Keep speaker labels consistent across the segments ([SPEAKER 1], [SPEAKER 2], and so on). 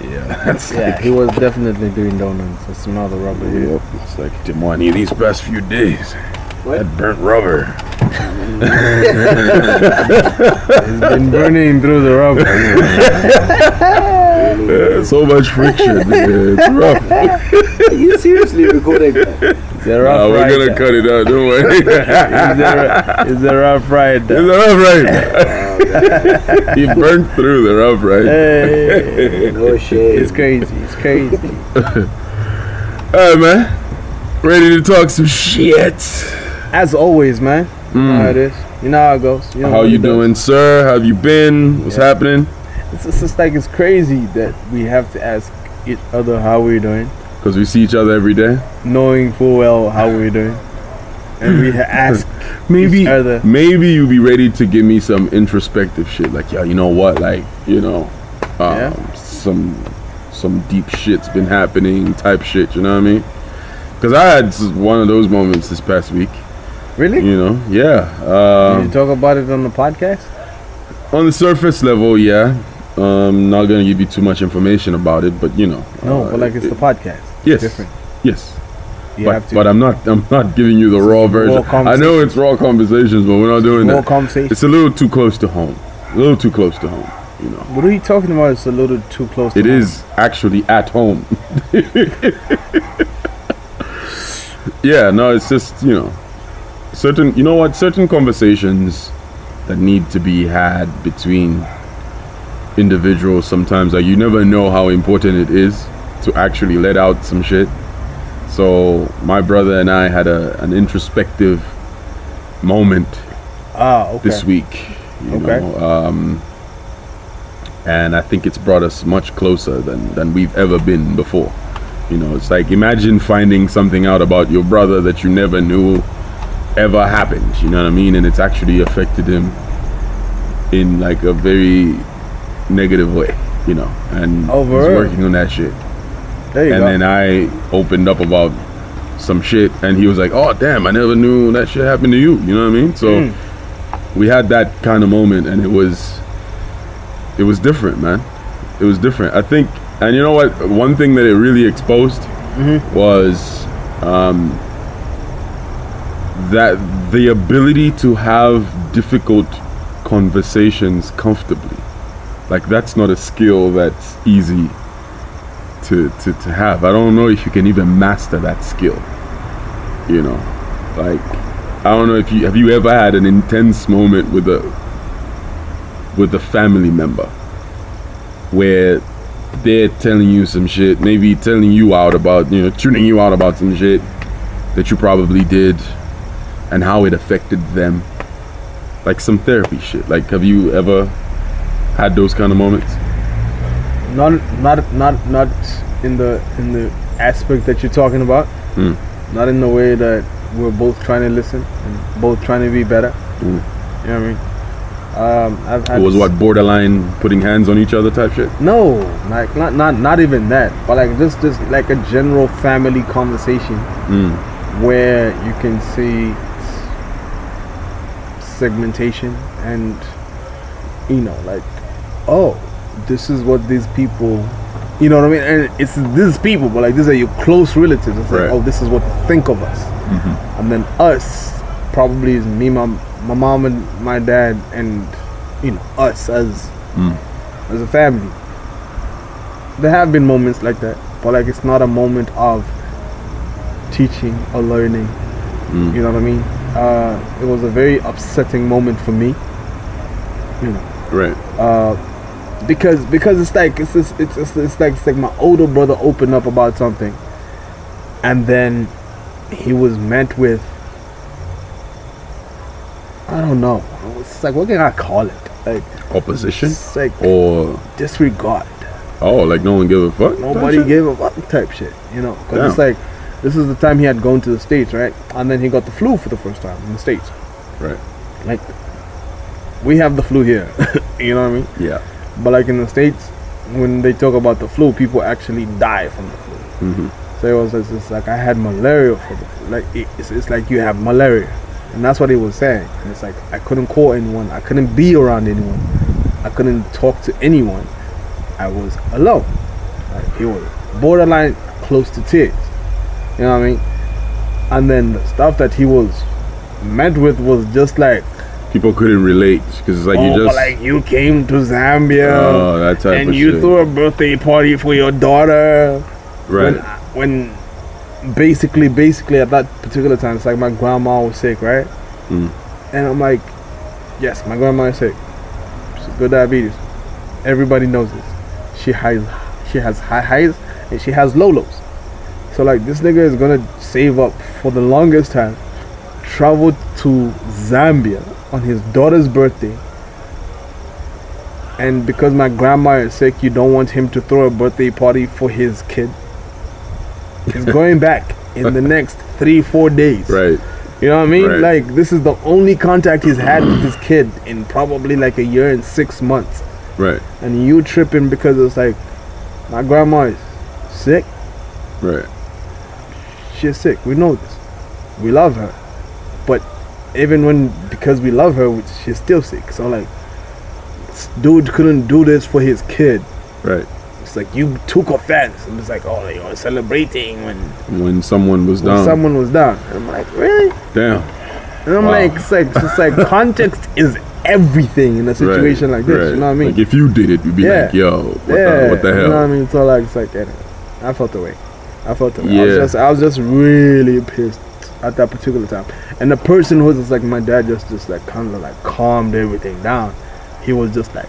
[SPEAKER 1] That's
[SPEAKER 2] Yeah, he was definitely doing donuts. I smell the rubber here.
[SPEAKER 1] Yep, it's like Dimwani these past few days.
[SPEAKER 3] What?
[SPEAKER 1] That burnt rubber.
[SPEAKER 2] He's been burning through the rubber.
[SPEAKER 1] Uh, so much friction. nigga. it's rough.
[SPEAKER 3] Are you seriously recording that?
[SPEAKER 2] It's a
[SPEAKER 1] Nah,
[SPEAKER 2] rough
[SPEAKER 1] we're
[SPEAKER 2] ride.
[SPEAKER 1] gonna cut it out. Don't worry.
[SPEAKER 2] It's a, it's a rough ride.
[SPEAKER 1] it's a rough ride. he burned through the rough ride.
[SPEAKER 2] Hey,
[SPEAKER 3] No shade.
[SPEAKER 2] it's crazy. It's crazy.
[SPEAKER 1] Hey man, ready to talk some shit.
[SPEAKER 2] As always, man. You know how it is. You know how it goes. know
[SPEAKER 1] Mm. How
[SPEAKER 2] what
[SPEAKER 1] you
[SPEAKER 2] it does.
[SPEAKER 1] doing, sir? How have you been? What's happening?
[SPEAKER 2] It's, it's just like it's crazy that we have to ask each other how we're doing,
[SPEAKER 1] Because we see each other every day.
[SPEAKER 2] knowing full well how we're doing, and we ha- ask
[SPEAKER 1] Maybe,
[SPEAKER 2] each other.
[SPEAKER 1] maybe you be ready to give me some introspective shit. Like, yeah, you know what? Like, you know, um,
[SPEAKER 2] Yeah.
[SPEAKER 1] some some deep shit's been happening, type shit. You know what I mean? Because I had s- one of those moments this past week.
[SPEAKER 2] Really?
[SPEAKER 1] You know, yeah.
[SPEAKER 2] Did you
[SPEAKER 1] Um,
[SPEAKER 2] talk about it on the podcast?
[SPEAKER 1] on the surface level, yeah. Um, not gonna give you too much information about it, but you know.
[SPEAKER 2] No,
[SPEAKER 1] uh,
[SPEAKER 2] but like it's
[SPEAKER 1] it-
[SPEAKER 2] the podcast. It's
[SPEAKER 1] yes,
[SPEAKER 2] Different.
[SPEAKER 1] yes.
[SPEAKER 2] You
[SPEAKER 1] but
[SPEAKER 2] have to.
[SPEAKER 1] but I'm not I'm not giving you the raw version. I know it's raw conversations, but we're not doing
[SPEAKER 2] more
[SPEAKER 1] that.
[SPEAKER 2] conversation.
[SPEAKER 1] It's a little too close to home. A little too close to home. You know,
[SPEAKER 2] What are you talking about? It's a little too close. to
[SPEAKER 1] it
[SPEAKER 2] home.
[SPEAKER 1] is actually at home. yeah, no, it's just you know, certain. You know what? Certain conversations that need to be had between individuals sometimes like you never know how important it is to actually let out some shit. So my brother and I had a an introspective moment
[SPEAKER 2] Ah, okay.
[SPEAKER 1] this week. You
[SPEAKER 2] Okay.
[SPEAKER 1] know, um, and I think it's brought us much closer than, than we've ever been before. You know, it's like imagine finding something out about your brother that you never knew ever happened. You know what I mean? And it's actually affected him in like a very negative way. You know, and
[SPEAKER 2] Oh,
[SPEAKER 1] he's
[SPEAKER 2] word.
[SPEAKER 1] working on that shit.
[SPEAKER 2] There you
[SPEAKER 1] And
[SPEAKER 2] go.
[SPEAKER 1] then I opened up about some shit, and he was like, "Oh, damn! I never knew that shit happened to you." You know what I mean? So
[SPEAKER 2] Mm.
[SPEAKER 1] we had that kind of moment, and it was, it was different, man. It was different. I think, and you know what? One thing that it really exposed
[SPEAKER 2] Mm-hmm.
[SPEAKER 1] was um, that the ability to have difficult conversations comfortably. Like that's not a skill that's easy to, to, to have. I don't know if you can even master that skill. You know, like I don't know if you have you ever had an intense moment with a with a family member where they're telling you some shit, maybe telling you out about you know tuning you out about some shit that you probably did and how it affected them. Like some therapy shit. Like have you ever had those kind of moments?
[SPEAKER 2] not not not not in the in the aspect that you're talking about
[SPEAKER 1] Hmm.
[SPEAKER 2] not in the way that we're both trying to listen and both trying to be better
[SPEAKER 1] Hmm.
[SPEAKER 2] you know what i mean um I've had
[SPEAKER 1] It was what borderline putting hands on each other type shit?
[SPEAKER 2] no like not not not even that but like just just like a general family conversation
[SPEAKER 1] Mm.
[SPEAKER 2] where you can see s- segmentation and you know like oh this is what these people you know what i mean and it's these people but like these are your close relatives it's
[SPEAKER 1] Right. Mm-hmm.
[SPEAKER 2] like oh this is what they think of us and then us probably is me my, my mom and my dad and you know us as
[SPEAKER 1] Mm.
[SPEAKER 2] as a family there have been moments like that but like it's not a moment of teaching or learning
[SPEAKER 1] Mm.
[SPEAKER 2] you know what i mean uh, it was a very upsetting moment for me you know
[SPEAKER 1] Right.
[SPEAKER 2] because because it's like it's it's, it's it's it's like it's like my older brother opened up about something, and then he was met with I don't know. It's like what can I call it? Like
[SPEAKER 1] Opposition?
[SPEAKER 2] it's like
[SPEAKER 1] Or
[SPEAKER 2] disregard.
[SPEAKER 1] oh, like no one give a fuck?
[SPEAKER 2] Nobody
[SPEAKER 1] Type shit?
[SPEAKER 2] gave a fuck type shit. You know, 'Cause it's
[SPEAKER 1] Damn.
[SPEAKER 2] like this is the time he had gone to the states, right? And then he got the flu for the first time in the states.
[SPEAKER 1] Right.
[SPEAKER 2] Like we have the flu here. you know what I mean?
[SPEAKER 1] Yeah.
[SPEAKER 2] But like in the states, when they talk about the flu, people actually die from the flu.
[SPEAKER 1] Mhm.
[SPEAKER 2] So it was just it's like I had malaria for the flu. like it- it's, it's like you have malaria, and that's what he was saying. And it's like I couldn't call anyone, I couldn't be around anyone, I couldn't talk to anyone. I was alone. Like he was borderline close to tears. You know what I mean? And then the stuff that he was met with was just like,
[SPEAKER 1] People couldn't relate because it's like
[SPEAKER 2] oh,
[SPEAKER 1] you
[SPEAKER 2] but
[SPEAKER 1] just
[SPEAKER 2] like you came to Zambia
[SPEAKER 1] oh that type
[SPEAKER 2] and
[SPEAKER 1] of
[SPEAKER 2] you
[SPEAKER 1] shit.
[SPEAKER 2] threw a birthday party for your daughter.
[SPEAKER 1] right.
[SPEAKER 2] When, when basically, basically at that particular time, it's like my grandma was sick, right?
[SPEAKER 1] Mm.
[SPEAKER 2] And I'm like, yes, my grandma is sick. She's got diabetes. Everybody knows this. She has, she has high highs and she has low lows. So like this nigga is gonna save up for the longest time, travel to Zambia on his daughter's birthday. And because my grandma is sick, you don't want him to throw a birthday party for his kid. He's going back in the next three, four days.
[SPEAKER 1] Right.
[SPEAKER 2] You know what I mean?
[SPEAKER 1] Right.
[SPEAKER 2] Like this is the only contact he's had with his kid in probably like a year and six months.
[SPEAKER 1] Right.
[SPEAKER 2] And you tripping because it's like my grandma is sick.
[SPEAKER 1] Right.
[SPEAKER 2] She's sick. We know this. We love her. But even when because we love her, we- she's still sick. So like this dude couldn't do this for his kid.
[SPEAKER 1] Right.
[SPEAKER 2] It's like you took offense. And it's like, oh you're celebrating when,
[SPEAKER 1] When someone was
[SPEAKER 2] when
[SPEAKER 1] down.
[SPEAKER 2] someone was down. And I'm like, really?
[SPEAKER 1] Damn.
[SPEAKER 2] And I'm
[SPEAKER 1] Wow.
[SPEAKER 2] like, it's like, it's like context is everything in a
[SPEAKER 1] Right,
[SPEAKER 2] situation like this.
[SPEAKER 1] right.
[SPEAKER 2] You know what I mean?
[SPEAKER 1] Like if you did it, you'd be
[SPEAKER 2] Yeah.
[SPEAKER 1] like, yo, what,
[SPEAKER 2] yeah.
[SPEAKER 1] the, what the
[SPEAKER 2] You
[SPEAKER 1] hell?
[SPEAKER 2] know what I mean? So like, it's like, anyway, I felt the way. I felt the way. I was
[SPEAKER 1] Yeah.
[SPEAKER 2] just, I was just really pissed at that particular time. And the person who was just like, my dad just, just like kind of like calmed everything down. He was just like,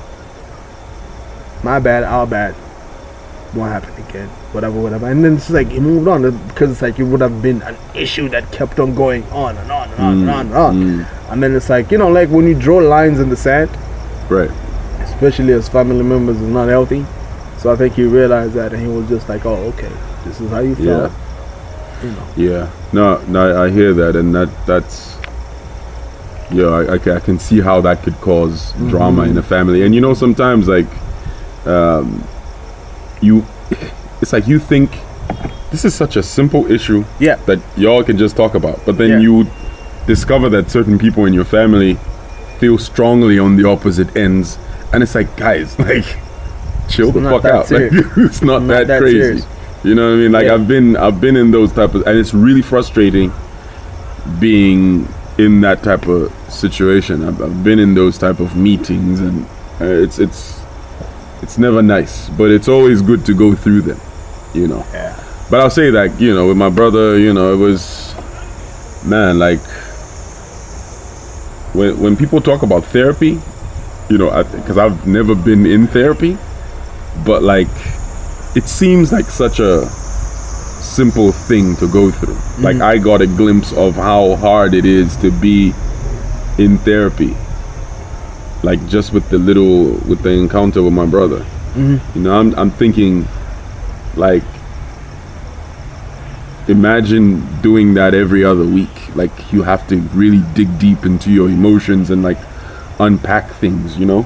[SPEAKER 2] my bad, our bad. Won't happen again. Whatever, whatever. And then it's like he moved on because it's like it would have been an issue that kept on going on and on and on and on and on.
[SPEAKER 1] Mm,
[SPEAKER 2] And then it's like, you know, like when you draw lines in the sand,
[SPEAKER 1] hmm, right.
[SPEAKER 2] especially as family members is not healthy. So I think he realized that and he was just like, oh, okay, this is how you feel. You know.
[SPEAKER 1] Yeah. No, no, I hear that, and that that's. Yeah, I, I, ca- I can see how that could because drama in a family, and you know sometimes like, um, you, it's like you think, this is such a simple issue
[SPEAKER 2] Yeah.
[SPEAKER 1] that y'all can just talk about, but then
[SPEAKER 2] Yeah.
[SPEAKER 1] you discover that certain people in your family feel strongly on the opposite ends, and it's like guys, like, chill
[SPEAKER 2] It's
[SPEAKER 1] the fuck
[SPEAKER 2] not that
[SPEAKER 1] out, like,
[SPEAKER 2] serious.
[SPEAKER 1] it's not
[SPEAKER 2] Not
[SPEAKER 1] that,
[SPEAKER 2] that
[SPEAKER 1] crazy.
[SPEAKER 2] serious.
[SPEAKER 1] You know what I mean? Like
[SPEAKER 2] Yeah.
[SPEAKER 1] I've been I've been in those type of and it's really frustrating being in that type of situation. I've, I've been in those type of meetings and uh, it's it's it's never nice, but it's always good to go through them, you know.
[SPEAKER 2] Yeah.
[SPEAKER 1] But I'll say that, you know, with my brother, you know, it was man, like when when people talk about therapy, you know, because I've never been in therapy, but like it seems like such a simple thing to go through. Like I got a glimpse of how hard it is to be in therapy. Like just with the little with the encounter with my brother. You know, I'm I'm thinking like imagine doing that every other week. Like you have to really dig deep into your emotions and like unpack things, you know?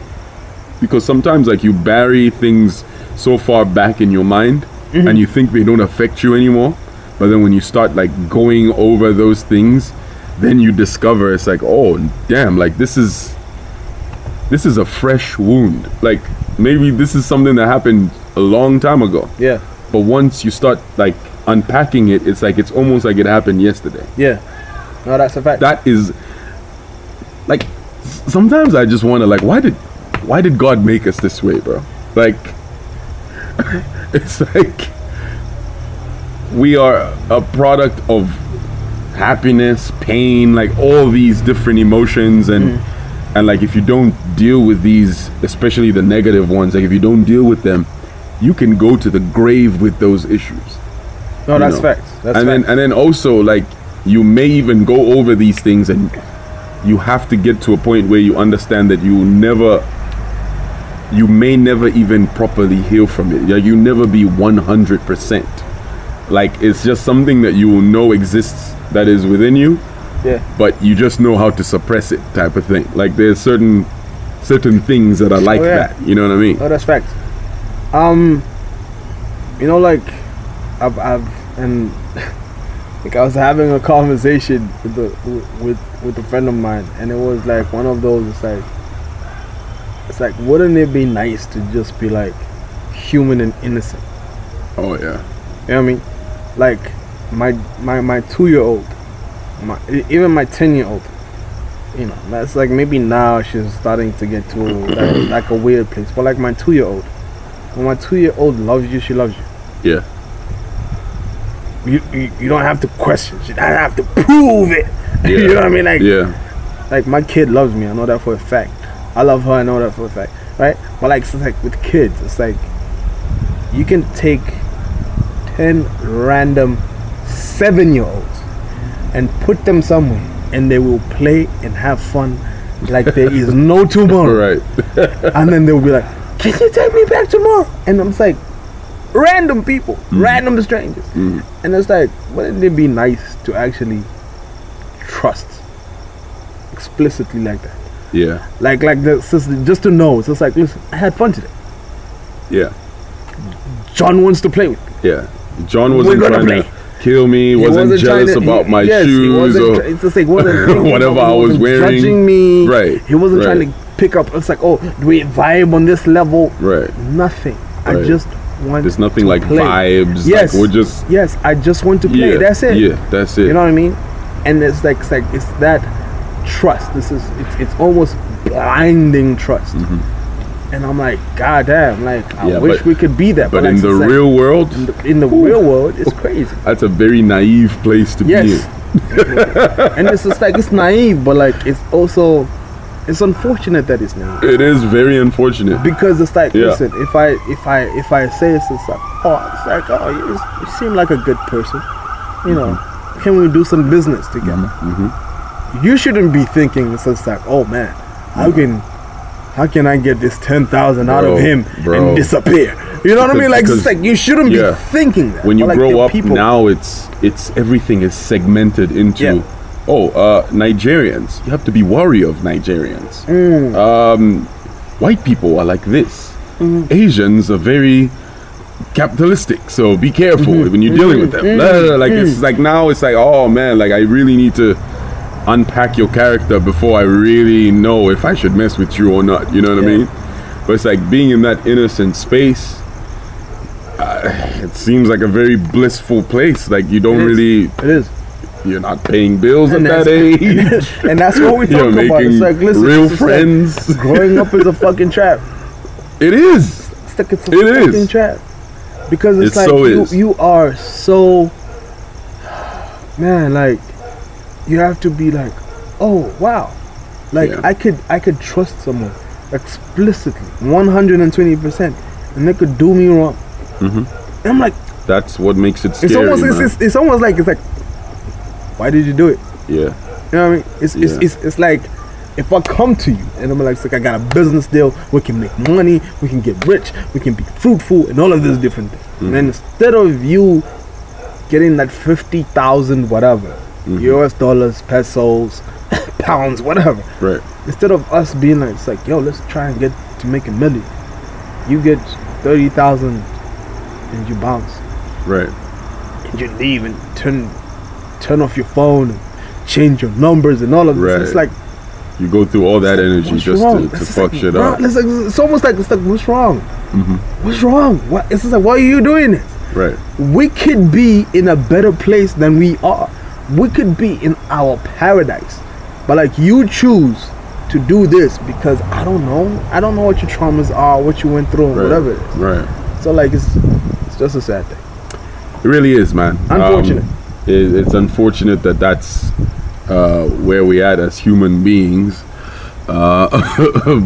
[SPEAKER 1] Because sometimes like you bury things so far back in your mind and you think they don't affect you anymore. But then when you start like going over those things, then you discover it's like, oh damn, like this is this is a fresh wound. Like maybe this is something that happened a long time ago
[SPEAKER 2] Yeah.
[SPEAKER 1] but once you start like unpacking it it's like it's almost like it happened yesterday
[SPEAKER 2] Yeah. No, that's a fact.
[SPEAKER 1] that is like s- sometimes i just wonder like why did why did god make us this way bro like it's like we are a product of happiness pain like all these different emotions and and like if you don't deal with these especially the negative ones like if you don't deal with them you can go to the grave with those issues
[SPEAKER 2] no,
[SPEAKER 1] you
[SPEAKER 2] that's
[SPEAKER 1] know.
[SPEAKER 2] facts. That's
[SPEAKER 1] and
[SPEAKER 2] facts.
[SPEAKER 1] then and then also like you may even go over these things and you have to get to a point where you understand that you will never you may never even properly heal from it. Like you never be 100%. Like it's just something that you will know exists that is within you,
[SPEAKER 2] yeah.
[SPEAKER 1] but you just know how to suppress it type of thing. Like there's certain certain things that are like
[SPEAKER 2] Oh, yeah.
[SPEAKER 1] that. You know what I mean?
[SPEAKER 2] No, that's facts. Um, you know, like I've, I've, and like I was having a conversation with the with with a friend of mine, and it was like one of those. It's like, it's like, wouldn't it be nice to just be like human and innocent?
[SPEAKER 1] Oh yeah.
[SPEAKER 2] You know what I mean? Like my my my two year old, my e- even my ten year old. You know, that's like maybe now she's starting to get to like, like a weird place. But like my two year old, when my two year old loves you, she loves you.
[SPEAKER 1] Yeah.
[SPEAKER 2] You, you, you don't have to question. She doesn't have to prove it. you know what I mean? Like
[SPEAKER 1] Yeah.
[SPEAKER 2] like my kid loves me. I know that for a fact. I love her. I know that for a fact, right? But like, it's like with kids, it's like you can take ten random seven-year-olds and put them somewhere, and they will play and have fun like there is no
[SPEAKER 1] All
[SPEAKER 2] tomorrow.
[SPEAKER 1] right.
[SPEAKER 2] And then they will be like, "Can you take me back tomorrow?" And I'm just like, random people,
[SPEAKER 1] Mm-hmm.
[SPEAKER 2] random strangers,
[SPEAKER 1] Mhm.
[SPEAKER 2] and it's like, wouldn't it be nice to actually trust explicitly like that?
[SPEAKER 1] Yeah.
[SPEAKER 2] Like like the sister, just to know. So it's like, listen, I had fun today.
[SPEAKER 1] Yeah.
[SPEAKER 2] John wants to play with me.
[SPEAKER 1] Yeah. John
[SPEAKER 2] We're
[SPEAKER 1] wasn't
[SPEAKER 2] gonna
[SPEAKER 1] trying
[SPEAKER 2] play.
[SPEAKER 1] to kill me.
[SPEAKER 2] He
[SPEAKER 1] wasn't,
[SPEAKER 2] trying
[SPEAKER 1] jealous
[SPEAKER 2] to-
[SPEAKER 1] about
[SPEAKER 2] he-
[SPEAKER 1] my
[SPEAKER 2] yes, he
[SPEAKER 1] shoes
[SPEAKER 2] wasn't
[SPEAKER 1] or
[SPEAKER 2] tr- it's just like wasn't thinking
[SPEAKER 1] whatever
[SPEAKER 2] about-
[SPEAKER 1] I
[SPEAKER 2] he
[SPEAKER 1] was
[SPEAKER 2] wasn't
[SPEAKER 1] wearing.
[SPEAKER 2] Judging me.
[SPEAKER 1] Right,
[SPEAKER 2] He
[SPEAKER 1] right.
[SPEAKER 2] wasn't trying to pick up. It's like, oh, do we vibe on this level?
[SPEAKER 1] right.
[SPEAKER 2] Nothing. I
[SPEAKER 1] Right.
[SPEAKER 2] just want.
[SPEAKER 1] There's nothing like
[SPEAKER 2] play.
[SPEAKER 1] vibes.
[SPEAKER 2] Yes.
[SPEAKER 1] Like we're just
[SPEAKER 2] yes, I just want to play.
[SPEAKER 1] yeah.
[SPEAKER 2] That's it.
[SPEAKER 1] Yeah. That's it.
[SPEAKER 2] You know what I mean? And it's like it's like it's that trust. This is it's, it's almost blinding trust. And I'm like, God damn! Like I
[SPEAKER 1] Mm-hmm. Yeah,
[SPEAKER 2] wish
[SPEAKER 1] but-
[SPEAKER 2] we could be that.
[SPEAKER 1] but
[SPEAKER 2] like,
[SPEAKER 1] in the
[SPEAKER 2] it's like-
[SPEAKER 1] real world,
[SPEAKER 2] in the, in the real world, it's crazy.
[SPEAKER 1] that's a very naive place to be
[SPEAKER 2] Yes.
[SPEAKER 1] in.
[SPEAKER 2] and it's just like it's naive, but like it's also it's unfortunate that it's naive
[SPEAKER 1] It is very unfortunate.
[SPEAKER 2] because it's like
[SPEAKER 1] Yeah.
[SPEAKER 2] listen, if I if I if I say this, it's like oh, it's like oh, you, you seem like a good person, you know.
[SPEAKER 1] Mm-hmm.
[SPEAKER 2] Can we do some business together? You shouldn't be thinking it's just like oh man, how can how can I get this ten thousand out
[SPEAKER 1] Bro,
[SPEAKER 2] of him
[SPEAKER 1] bro.
[SPEAKER 2] and disappear? You know what I mean? Like it's
[SPEAKER 1] Because-
[SPEAKER 2] like you shouldn't
[SPEAKER 1] yeah.
[SPEAKER 2] be thinking that.
[SPEAKER 1] when you
[SPEAKER 2] But, like,
[SPEAKER 1] grow
[SPEAKER 2] the
[SPEAKER 1] up now it's it's everything is segmented into
[SPEAKER 2] Yeah.
[SPEAKER 1] oh uh nigerians you have to be wary of nigerians
[SPEAKER 2] Mm.
[SPEAKER 1] um white people are like this
[SPEAKER 2] Mm-hmm.
[SPEAKER 1] asians are very capitalistic so be careful
[SPEAKER 2] Mm-hmm.
[SPEAKER 1] when you're dealing with them Blah, blah, blah. like it's like now it's like oh man like i really need to unpack your character before i really know if i should mess with you or not you know what
[SPEAKER 2] Yeah.
[SPEAKER 1] i mean but it's like being in that innocent space uh, it seems like a very blissful place. Like you don't
[SPEAKER 2] It is.
[SPEAKER 1] really,
[SPEAKER 2] it is.
[SPEAKER 1] you're not paying bills at
[SPEAKER 2] And
[SPEAKER 1] that age.
[SPEAKER 2] and that's what we
[SPEAKER 1] You're
[SPEAKER 2] talk about.
[SPEAKER 1] making
[SPEAKER 2] It's like, listen,
[SPEAKER 1] real
[SPEAKER 2] it's just like,
[SPEAKER 1] friends.
[SPEAKER 2] growing up is a fucking trap.
[SPEAKER 1] it is.
[SPEAKER 2] It's like it's a
[SPEAKER 1] It is.
[SPEAKER 2] fucking trap because it's
[SPEAKER 1] It
[SPEAKER 2] like
[SPEAKER 1] so
[SPEAKER 2] you,
[SPEAKER 1] is.
[SPEAKER 2] you are so man. Like you have to be like, oh wow, like
[SPEAKER 1] Yeah.
[SPEAKER 2] I could I could trust someone explicitly, one hundred and twenty percent, and they could do me wrong. And I'm like,
[SPEAKER 1] That's what makes it Mm-hmm. scary.
[SPEAKER 2] it's almost it's,
[SPEAKER 1] man.
[SPEAKER 2] it's, it's almost like it's like, why did you do it?
[SPEAKER 1] yeah,
[SPEAKER 2] You know what I mean? It's, it's,
[SPEAKER 1] Yeah.
[SPEAKER 2] it's, it's like if I come to you and I'm like, it's like I got a business deal, we can make money, we can get rich, we can be fruitful, and all of these different things.
[SPEAKER 1] Mm-hmm.
[SPEAKER 2] And then instead of you getting that 50,000 whatever,
[SPEAKER 1] Mm-hmm.
[SPEAKER 2] US dollars, pesos, pounds, whatever,
[SPEAKER 1] right.
[SPEAKER 2] instead of us being like, it's like, yo, let's try and get to make a million, you get 30,000 and you bounce
[SPEAKER 1] Right.
[SPEAKER 2] and you leave and turn turn off your phone and change your numbers and all of this.
[SPEAKER 1] Right.
[SPEAKER 2] It's like
[SPEAKER 1] You go through all that energy
[SPEAKER 2] what's
[SPEAKER 1] just
[SPEAKER 2] wrong?
[SPEAKER 1] to, to
[SPEAKER 2] It's
[SPEAKER 1] fuck
[SPEAKER 2] like,
[SPEAKER 1] shit
[SPEAKER 2] bro,
[SPEAKER 1] up. Mm-hmm.
[SPEAKER 2] It's, like, it's almost like it's like what's wrong? What's wrong? What? It's just like why are you doing this?
[SPEAKER 1] Right.
[SPEAKER 2] We could be in a better place than we are. We could be in our paradise, but like you choose to do this because I don't know. I don't know what your traumas are, what you went through, and
[SPEAKER 1] Right.
[SPEAKER 2] whatever. It
[SPEAKER 1] Right.
[SPEAKER 2] is. So like it's it's just a sad thing.
[SPEAKER 1] It really is, man. Um,
[SPEAKER 2] Unfortunate.
[SPEAKER 1] it, it's unfortunate that that's uh, where we at as human beings. Uh,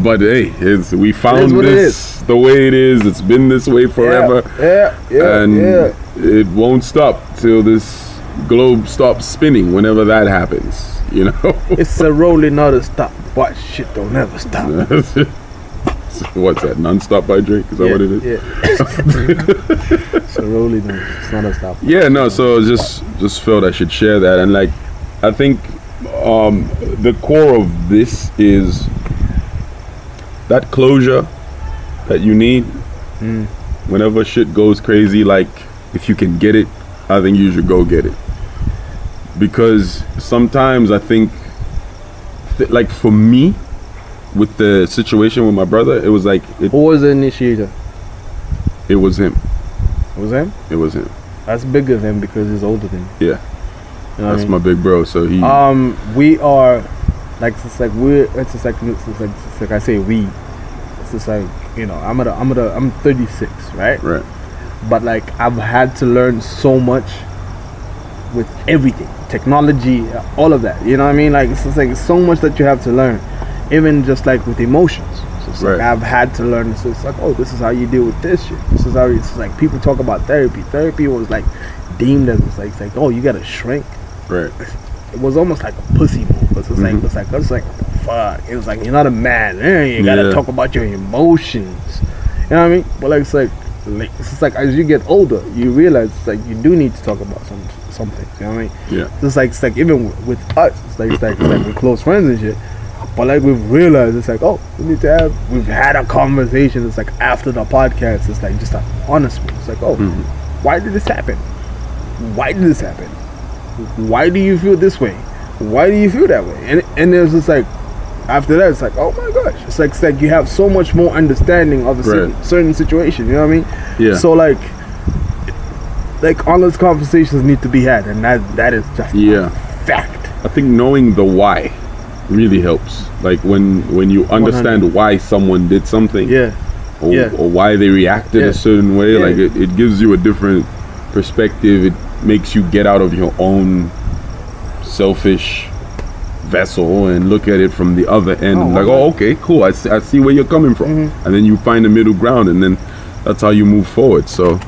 [SPEAKER 1] but hey, it's, we found
[SPEAKER 2] what it
[SPEAKER 1] this the way it is. It's been this way forever.
[SPEAKER 2] Yeah, yeah, yeah.
[SPEAKER 1] and
[SPEAKER 2] yeah.
[SPEAKER 1] it won't stop till this globe stops spinning whenever that happens you know
[SPEAKER 2] It's a rolling, not a stop. But shit don't ever stop.
[SPEAKER 1] what's that non-stop by drake is that what it is
[SPEAKER 2] Yeah. it's a rolling, not- it's not a stop.
[SPEAKER 1] yeah no so just just felt i should share that and like i think um the core of this is that closure that you need whenever shit goes crazy like if you can get it i think you should go get it because sometimes i think th- like for me with the situation with my brother it was like it,
[SPEAKER 2] Who was the initiator?
[SPEAKER 1] it was him
[SPEAKER 2] Was him?
[SPEAKER 1] It was him.
[SPEAKER 2] That's bigger than because he's older than.
[SPEAKER 1] Yeah.
[SPEAKER 2] you. You know what I
[SPEAKER 1] That's
[SPEAKER 2] mean?
[SPEAKER 1] my big bro. So he.
[SPEAKER 2] Um, we are like it's like we're it's just like it's just like, it's just like I say we. It's just like you know I'm at a, I'm at a, I'm 36 right,
[SPEAKER 1] right.
[SPEAKER 2] but like I've had to learn so much with everything, technology, uh, all of that. You know what I mean? Like it's just like so much that you have to learn, even just like with emotions. So it's like
[SPEAKER 1] Right.
[SPEAKER 2] I've had to learn. So it's like oh this is how you deal with this shit. This is how you- it's like people talk about therapy. Therapy was like deemed as it's like it's like oh you gotta shrink
[SPEAKER 1] Right.
[SPEAKER 2] it was almost like a pussy move. It's just like
[SPEAKER 1] Mhm.
[SPEAKER 2] it's like it's like what the fuck. It was like you're not a man. eh? You gotta
[SPEAKER 1] Yeah.
[SPEAKER 2] talk about your emotions. You know what I mean? But like it's like, like it's just like as you get older, you realize it's like you do need to talk about some something. You know what I mean?
[SPEAKER 1] Yeah.
[SPEAKER 2] It's just like it's like even with, with us, it's like it's like, it's like we're close friends and shit. But like we've realized, it's like oh, we need to have. We've had a conversation. It's like after the podcast, it's like just an honest one. It's like oh, why did this happen? Why did this happen? Why do you feel this way? Why do you feel that way? And and it's just like after that, it's like oh my gosh, it's like it's like you have so much more understanding of a certain,
[SPEAKER 1] Right.
[SPEAKER 2] certain situation. You know what I mean?
[SPEAKER 1] Yeah.
[SPEAKER 2] So like, like honest conversations need to be had, and that that is just
[SPEAKER 1] Yeah.
[SPEAKER 2] a fact.
[SPEAKER 1] I think knowing the why really helps. Like when when you understand why someone did something
[SPEAKER 2] Yeah,
[SPEAKER 1] or,
[SPEAKER 2] yeah.
[SPEAKER 1] or why they reacted
[SPEAKER 2] Yeah.
[SPEAKER 1] a certain way,
[SPEAKER 2] Yeah.
[SPEAKER 1] like it, it gives you a different perspective. It makes you get out of your own selfish vessel and look at it from the other end.
[SPEAKER 2] Oh, Mm-hmm.
[SPEAKER 1] like,
[SPEAKER 2] okay.
[SPEAKER 1] oh, okay, cool. I see, I see where you're coming from. And then you find a middle ground and then that's how you move forward. So,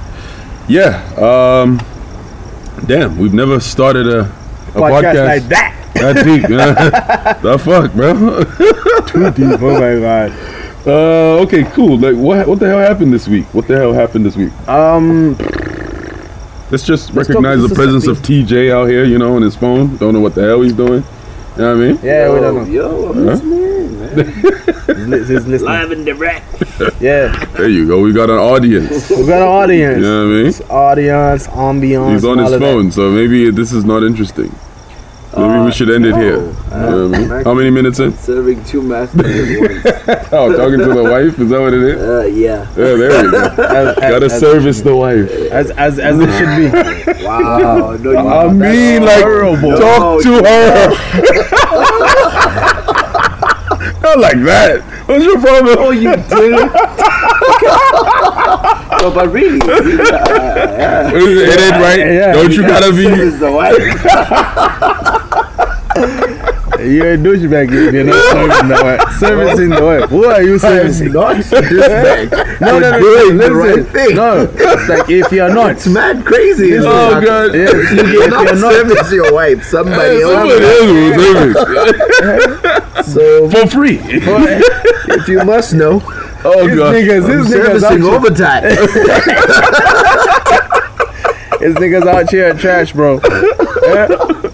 [SPEAKER 1] yeah. Um, damn, we've never started a, a
[SPEAKER 2] podcast,
[SPEAKER 1] podcast
[SPEAKER 2] like that.
[SPEAKER 1] that deep, man. uh, the fuck, bro.
[SPEAKER 2] Too deep. Oh my god.
[SPEAKER 1] Uh, okay, cool. Like, what what the hell happened this week? What the hell happened this week?
[SPEAKER 2] Um,
[SPEAKER 1] Let's just
[SPEAKER 2] Let's talk-
[SPEAKER 1] recognize
[SPEAKER 2] let's
[SPEAKER 1] the
[SPEAKER 2] just
[SPEAKER 1] presence of
[SPEAKER 2] let
[SPEAKER 1] TJ out here, you know, on his phone. Don't know what the hell he's doing. You know what I mean?
[SPEAKER 2] yeah, we
[SPEAKER 3] yo,
[SPEAKER 2] don't know.
[SPEAKER 3] yo, I'm listening, in, man.
[SPEAKER 2] He's li- he's listening.
[SPEAKER 3] Live and direct.
[SPEAKER 2] Yeah,
[SPEAKER 1] There you go. We got an audience.
[SPEAKER 2] we got an audience.
[SPEAKER 1] You know what I mean?
[SPEAKER 2] It's audience, ambiance.
[SPEAKER 1] He's on
[SPEAKER 2] and
[SPEAKER 1] his
[SPEAKER 2] all of that.
[SPEAKER 1] phone, so maybe this is not interesting. Maybe
[SPEAKER 2] Uh,
[SPEAKER 1] we should end it here.
[SPEAKER 3] no.
[SPEAKER 1] You know what I mean? How many minutes in?
[SPEAKER 3] Serving two masters at once.
[SPEAKER 1] Oh, talking to the wife? Is that what it is?
[SPEAKER 3] Uh, yeah.
[SPEAKER 1] Yeah, there we go.
[SPEAKER 2] As, as,
[SPEAKER 1] Gotta
[SPEAKER 2] as,
[SPEAKER 1] service the wife.
[SPEAKER 2] as, as, as it should be.
[SPEAKER 3] Wow. No, you
[SPEAKER 1] I mean, like,
[SPEAKER 2] horrible.
[SPEAKER 1] talk to
[SPEAKER 3] No,
[SPEAKER 1] her. Not like that. What's your problem?
[SPEAKER 3] Oh, you did it. no, but really, really, uh,
[SPEAKER 1] it ain't right.
[SPEAKER 2] Yeah,
[SPEAKER 1] Don't you gotta
[SPEAKER 3] yeah.
[SPEAKER 1] be?
[SPEAKER 3] Service the wife.
[SPEAKER 2] You're a douchebag if you're not serving the wife. Servicing the wife. Who are you servicing?
[SPEAKER 3] Not douchebag.
[SPEAKER 2] No, no, no.
[SPEAKER 1] doing the
[SPEAKER 2] listen.
[SPEAKER 3] right thing.
[SPEAKER 2] No, it's like if you're not.
[SPEAKER 3] It's mad crazy. isn't
[SPEAKER 1] Oh,
[SPEAKER 3] it?
[SPEAKER 1] God.
[SPEAKER 2] Yeah, if you- if
[SPEAKER 3] You're
[SPEAKER 2] you're
[SPEAKER 3] not
[SPEAKER 2] not.
[SPEAKER 3] service your wife. Somebody
[SPEAKER 1] Somebody
[SPEAKER 3] else.
[SPEAKER 1] else will do it
[SPEAKER 3] So
[SPEAKER 1] for free.
[SPEAKER 3] if you must know,
[SPEAKER 1] Oh
[SPEAKER 2] These
[SPEAKER 1] god.
[SPEAKER 2] niggas,
[SPEAKER 3] I'm
[SPEAKER 2] these niggas out
[SPEAKER 3] servicing
[SPEAKER 2] here.
[SPEAKER 3] overtime.
[SPEAKER 2] These niggas out here are trash, bro. Yeah.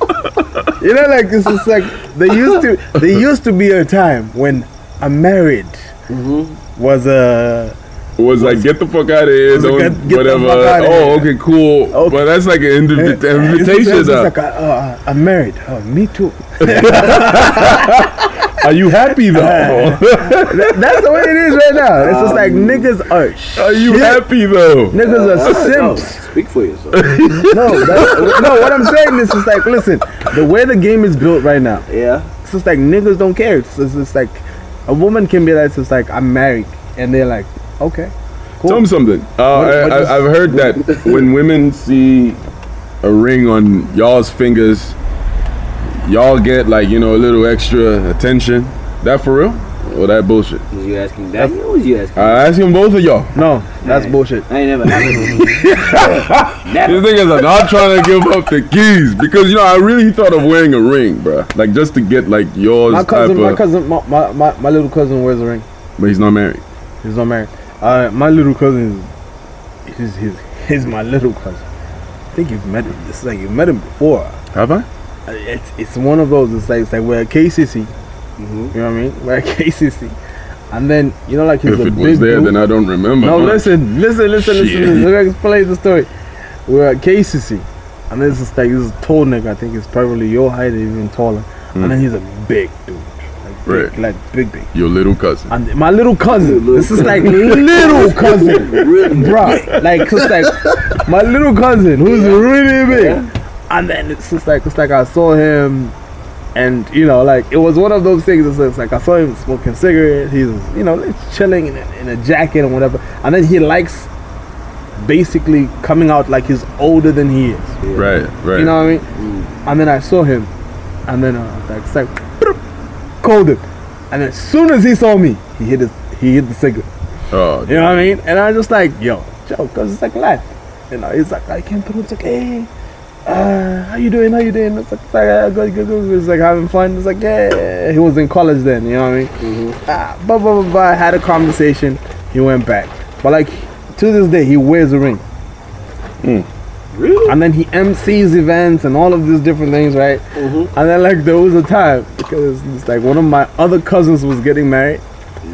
[SPEAKER 2] You know, like this is like there used to there used to be a time when a married
[SPEAKER 1] Mm-hmm.
[SPEAKER 2] was a
[SPEAKER 1] Was like get the fuck out of here.
[SPEAKER 2] Was
[SPEAKER 1] Don't
[SPEAKER 2] like, get- get the
[SPEAKER 1] whatever.
[SPEAKER 2] fuck outta
[SPEAKER 1] oh,
[SPEAKER 2] here.
[SPEAKER 1] okay, cool.
[SPEAKER 2] Okay.
[SPEAKER 1] But that's like an invi- invitation.
[SPEAKER 2] It's
[SPEAKER 1] though.
[SPEAKER 2] like a, uh, a married. Oh, me too.
[SPEAKER 1] Are you happy though?
[SPEAKER 2] That- That's the way it is right now. It's just like niggas are sh-
[SPEAKER 1] Um, Are you happy though?
[SPEAKER 2] niggas are
[SPEAKER 3] Oh, No,
[SPEAKER 2] simps.
[SPEAKER 3] speak for yourself.
[SPEAKER 2] No, that's, no. What I'm saying is, it's like, listen, the way the game is built right now,
[SPEAKER 3] Yeah.
[SPEAKER 2] it's just like niggas don't care. It's just, it's like a woman can be like, it's just like I'm married, and they're like, okay, cool.
[SPEAKER 1] Tell me something. Uh, I,
[SPEAKER 2] what is-
[SPEAKER 1] I, I've heard that when women see a ring on y'all's fingers, y'all get like you know a little extra attention. That for real? Or that bullshit?
[SPEAKER 3] Was you asking that? Who was you asking?
[SPEAKER 1] I ask him both of y'all.
[SPEAKER 2] no, that's bullshit.
[SPEAKER 3] I ain't never happened.
[SPEAKER 1] These niggas are not trying to give up the keys because you know I really thought of wearing a ring, bruh. Like just to get like yours
[SPEAKER 2] My cousin,
[SPEAKER 1] type
[SPEAKER 2] my
[SPEAKER 1] of.
[SPEAKER 2] cousin, my, my, my, my little cousin wears a ring.
[SPEAKER 1] But he's not married.
[SPEAKER 2] He's not married. Uh, my little cousin is, he's, he's, he's my little cousin. I think you've met him. It's like you've met him before.
[SPEAKER 1] Have I?
[SPEAKER 2] Uh, It's, it's one of those. It's like it's like we're at KCC.
[SPEAKER 3] Mhm.
[SPEAKER 2] You know what I mean? We're at KCC, and then you know like he's
[SPEAKER 1] if
[SPEAKER 2] a
[SPEAKER 1] it
[SPEAKER 2] big
[SPEAKER 1] was there,
[SPEAKER 2] dude.
[SPEAKER 1] then I don't remember.
[SPEAKER 2] No,
[SPEAKER 1] huh?
[SPEAKER 2] listen, listen, listen, listen,
[SPEAKER 1] Shit.
[SPEAKER 2] listen. Let me explain the story. We're at KCC, and this is like this is tall nigga. I think he's probably your height, or even taller. And then he's a big dude, like
[SPEAKER 1] Hmm. Right.
[SPEAKER 2] like big, big.
[SPEAKER 1] Your little cousin.
[SPEAKER 2] And my little cousin,
[SPEAKER 3] Little
[SPEAKER 2] this is like little cousin,
[SPEAKER 3] Really?
[SPEAKER 2] bruh. Like it's like my little cousin who's really big.
[SPEAKER 3] Yeah.
[SPEAKER 2] And then it's just like it's like I saw him, and you know, like it was one of those things. It's, it's like I saw him smoking cigarettes. He's you know like, chilling in a, in a jacket and whatever. And then he likes basically coming out like he's older than he is.
[SPEAKER 3] Yeah.
[SPEAKER 1] Right, right.
[SPEAKER 2] You know what I mean?
[SPEAKER 3] Mm.
[SPEAKER 2] And then I saw him, and then uh, like it's like bloop, called him, and as soon as he saw me, he hit his he hit the cigarette.
[SPEAKER 1] oh,
[SPEAKER 2] You know what I mean? And I was just like, yo, Joe, cause it's like life. You know, he's like, I came through. It's like, hey, uh, how you doing? How you doing? It's like, it's like uh, good, good, good. It's like having fun. It's like, yeah. He was in college then. You know what I mean?
[SPEAKER 3] Mm-hmm.
[SPEAKER 2] Ah, blah blah blah. blah. Had a conversation. He went back, but like to this day, he wears a ring.
[SPEAKER 3] Mm-hmm. Really?
[SPEAKER 2] And then he MCs events and all of these different things, right?
[SPEAKER 3] Mm-hmm.
[SPEAKER 2] And then like there was a time because it's like one of my other cousins was getting married.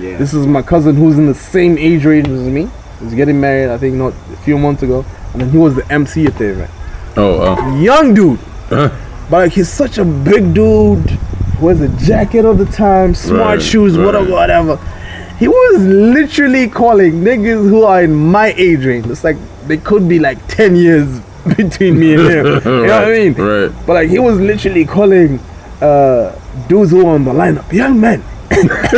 [SPEAKER 3] Yeah.
[SPEAKER 2] This is my cousin who's in the same age range as me. He's getting married, I think not a few months ago. And then he was the MC at the event.
[SPEAKER 1] oh, oh.
[SPEAKER 2] Young dude.
[SPEAKER 1] Huh.
[SPEAKER 2] But like he's such a big dude. Wears a jacket all the time, smart
[SPEAKER 1] Right,
[SPEAKER 2] shoes,
[SPEAKER 1] right.
[SPEAKER 2] whatever, whatever. He was literally calling niggas who are in my age range. It's like they could be like 10 years between me and him. You know what I
[SPEAKER 1] Right,
[SPEAKER 2] mean?
[SPEAKER 1] Right.
[SPEAKER 2] But like he was literally calling uh dudes who were on the lineup, young men,